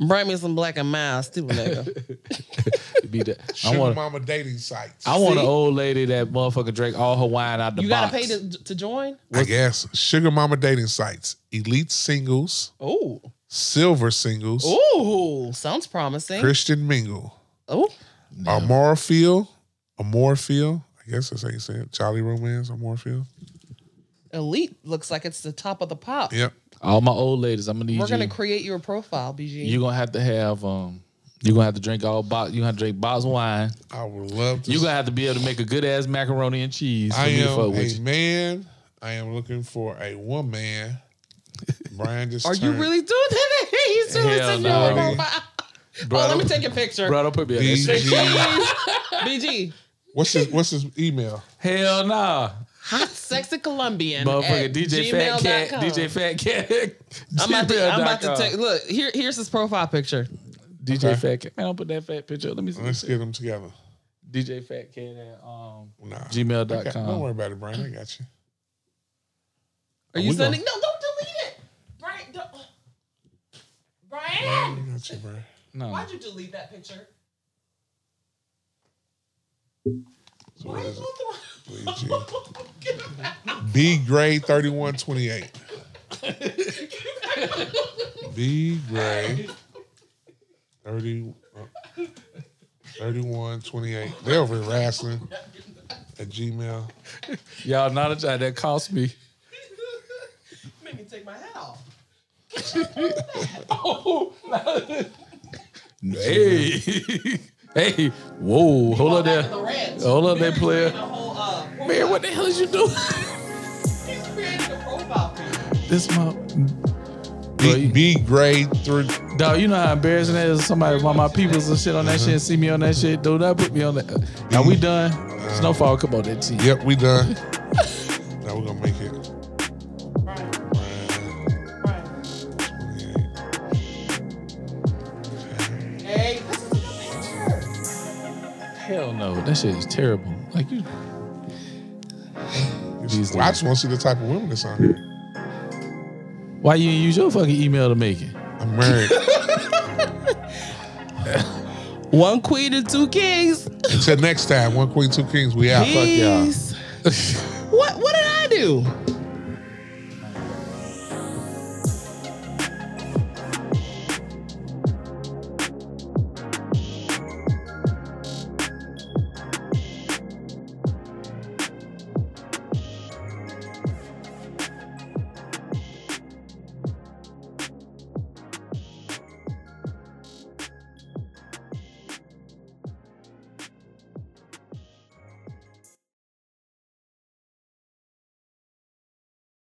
[SPEAKER 1] Bring me some black and mild, too, nigga.
[SPEAKER 2] be the, I
[SPEAKER 3] Sugar
[SPEAKER 2] want.
[SPEAKER 3] mama dating sites.
[SPEAKER 2] I want an old lady that motherfucker drank all her wine out the
[SPEAKER 1] you gotta
[SPEAKER 2] box.
[SPEAKER 1] pay to, to join.
[SPEAKER 3] I guess sugar mama dating sites, elite singles,
[SPEAKER 1] Oh,
[SPEAKER 3] silver singles,
[SPEAKER 1] oh, sounds promising.
[SPEAKER 3] Christian mingle,
[SPEAKER 1] Oh,
[SPEAKER 3] Amorphil, Amorphil. I guess that's how you say it. Jolly Romance, Amorphil.
[SPEAKER 1] Elite looks like it's the top of the pop.
[SPEAKER 3] Yep.
[SPEAKER 2] all my old ladies, I'm gonna need
[SPEAKER 1] We're
[SPEAKER 2] you.
[SPEAKER 1] gonna create your profile, BG.
[SPEAKER 2] you're gonna have to have um You're gonna have to drink all box. You gonna have to drink bottles of wine.
[SPEAKER 3] I would love to.
[SPEAKER 2] You're gonna have to be able to make a good ass macaroni and cheese. For
[SPEAKER 3] I
[SPEAKER 2] me to
[SPEAKER 3] am
[SPEAKER 2] fuck
[SPEAKER 3] a
[SPEAKER 2] with you.
[SPEAKER 3] man. I am looking for a woman. Brian just.
[SPEAKER 1] Are you
[SPEAKER 3] turned-
[SPEAKER 1] really doing that? He's really
[SPEAKER 2] Hell
[SPEAKER 1] sitting
[SPEAKER 2] no.
[SPEAKER 1] your profile.
[SPEAKER 2] Bro,
[SPEAKER 1] oh, let me
[SPEAKER 2] don't-
[SPEAKER 1] take a picture.
[SPEAKER 2] Bro, don't put me on that shit.
[SPEAKER 3] DG.
[SPEAKER 1] BG,
[SPEAKER 3] What's his What's his email?
[SPEAKER 2] Hell nah.
[SPEAKER 1] hot sexy Colombian.
[SPEAKER 2] Motherfucker,
[SPEAKER 1] at
[SPEAKER 2] DJ Fat Cat,
[SPEAKER 1] gmail.com.
[SPEAKER 2] DJ Fat Cat.
[SPEAKER 1] I'm about to, I'm about to
[SPEAKER 2] gmail.com.
[SPEAKER 1] take. Look, here, here's his profile picture.
[SPEAKER 2] DJ
[SPEAKER 3] Okay.
[SPEAKER 2] Fat Cat. Man, don't put that fat picture. up. Let me see.
[SPEAKER 3] Let's get them together.
[SPEAKER 2] DJ Fat Cat at um,
[SPEAKER 3] Nah.
[SPEAKER 2] gmail.com.
[SPEAKER 3] Okay, Don't worry about it, Brian. I got you.
[SPEAKER 1] Are you
[SPEAKER 3] We gonna-
[SPEAKER 1] sending? No, don't delete it, Brian. Don't.
[SPEAKER 3] I
[SPEAKER 1] Brian,
[SPEAKER 3] got you, Brian.
[SPEAKER 2] No.
[SPEAKER 1] why'd you delete that picture?
[SPEAKER 3] So
[SPEAKER 1] Why
[SPEAKER 3] what
[SPEAKER 1] are you
[SPEAKER 3] is it?
[SPEAKER 1] going
[SPEAKER 3] BG.
[SPEAKER 1] through? Get it back.
[SPEAKER 3] B grade thirty one twenty eight. B grade thirty. uh, 3128. They're over here wrestling at Gmail.
[SPEAKER 2] Y'all not a job. That cost me.
[SPEAKER 1] Made me take my hat off.
[SPEAKER 2] Hey. hey. Whoa. Hold
[SPEAKER 1] Going
[SPEAKER 2] up
[SPEAKER 1] back
[SPEAKER 2] there.
[SPEAKER 1] to the ranch.
[SPEAKER 2] Hold up there,
[SPEAKER 1] Mary's
[SPEAKER 2] player.
[SPEAKER 1] creating a whole, uh,
[SPEAKER 2] Man, what the hell is you doing?
[SPEAKER 1] He's creating a profile picture.
[SPEAKER 2] this my
[SPEAKER 3] B, B grade through.
[SPEAKER 2] dog. You know how embarrassing that is. Somebody, one of my peoples and shit on that shit. See me on that shit. Do not put me on that. Now we done. Snowfall, come on, that team.
[SPEAKER 3] Yep, we done. now we're going to make it.
[SPEAKER 1] Brian, Brian. Hey, this is a good picture.
[SPEAKER 2] Hell no, that shit is terrible. Like you, These
[SPEAKER 3] Well, I just want to see the type of women that's on here.
[SPEAKER 2] why you ain't use your fucking email to make it?
[SPEAKER 3] I'm married.
[SPEAKER 1] One queen and two kings.
[SPEAKER 3] Until next time, one queen, two kings. We out.
[SPEAKER 2] y'all.
[SPEAKER 1] Peace. What what did I do?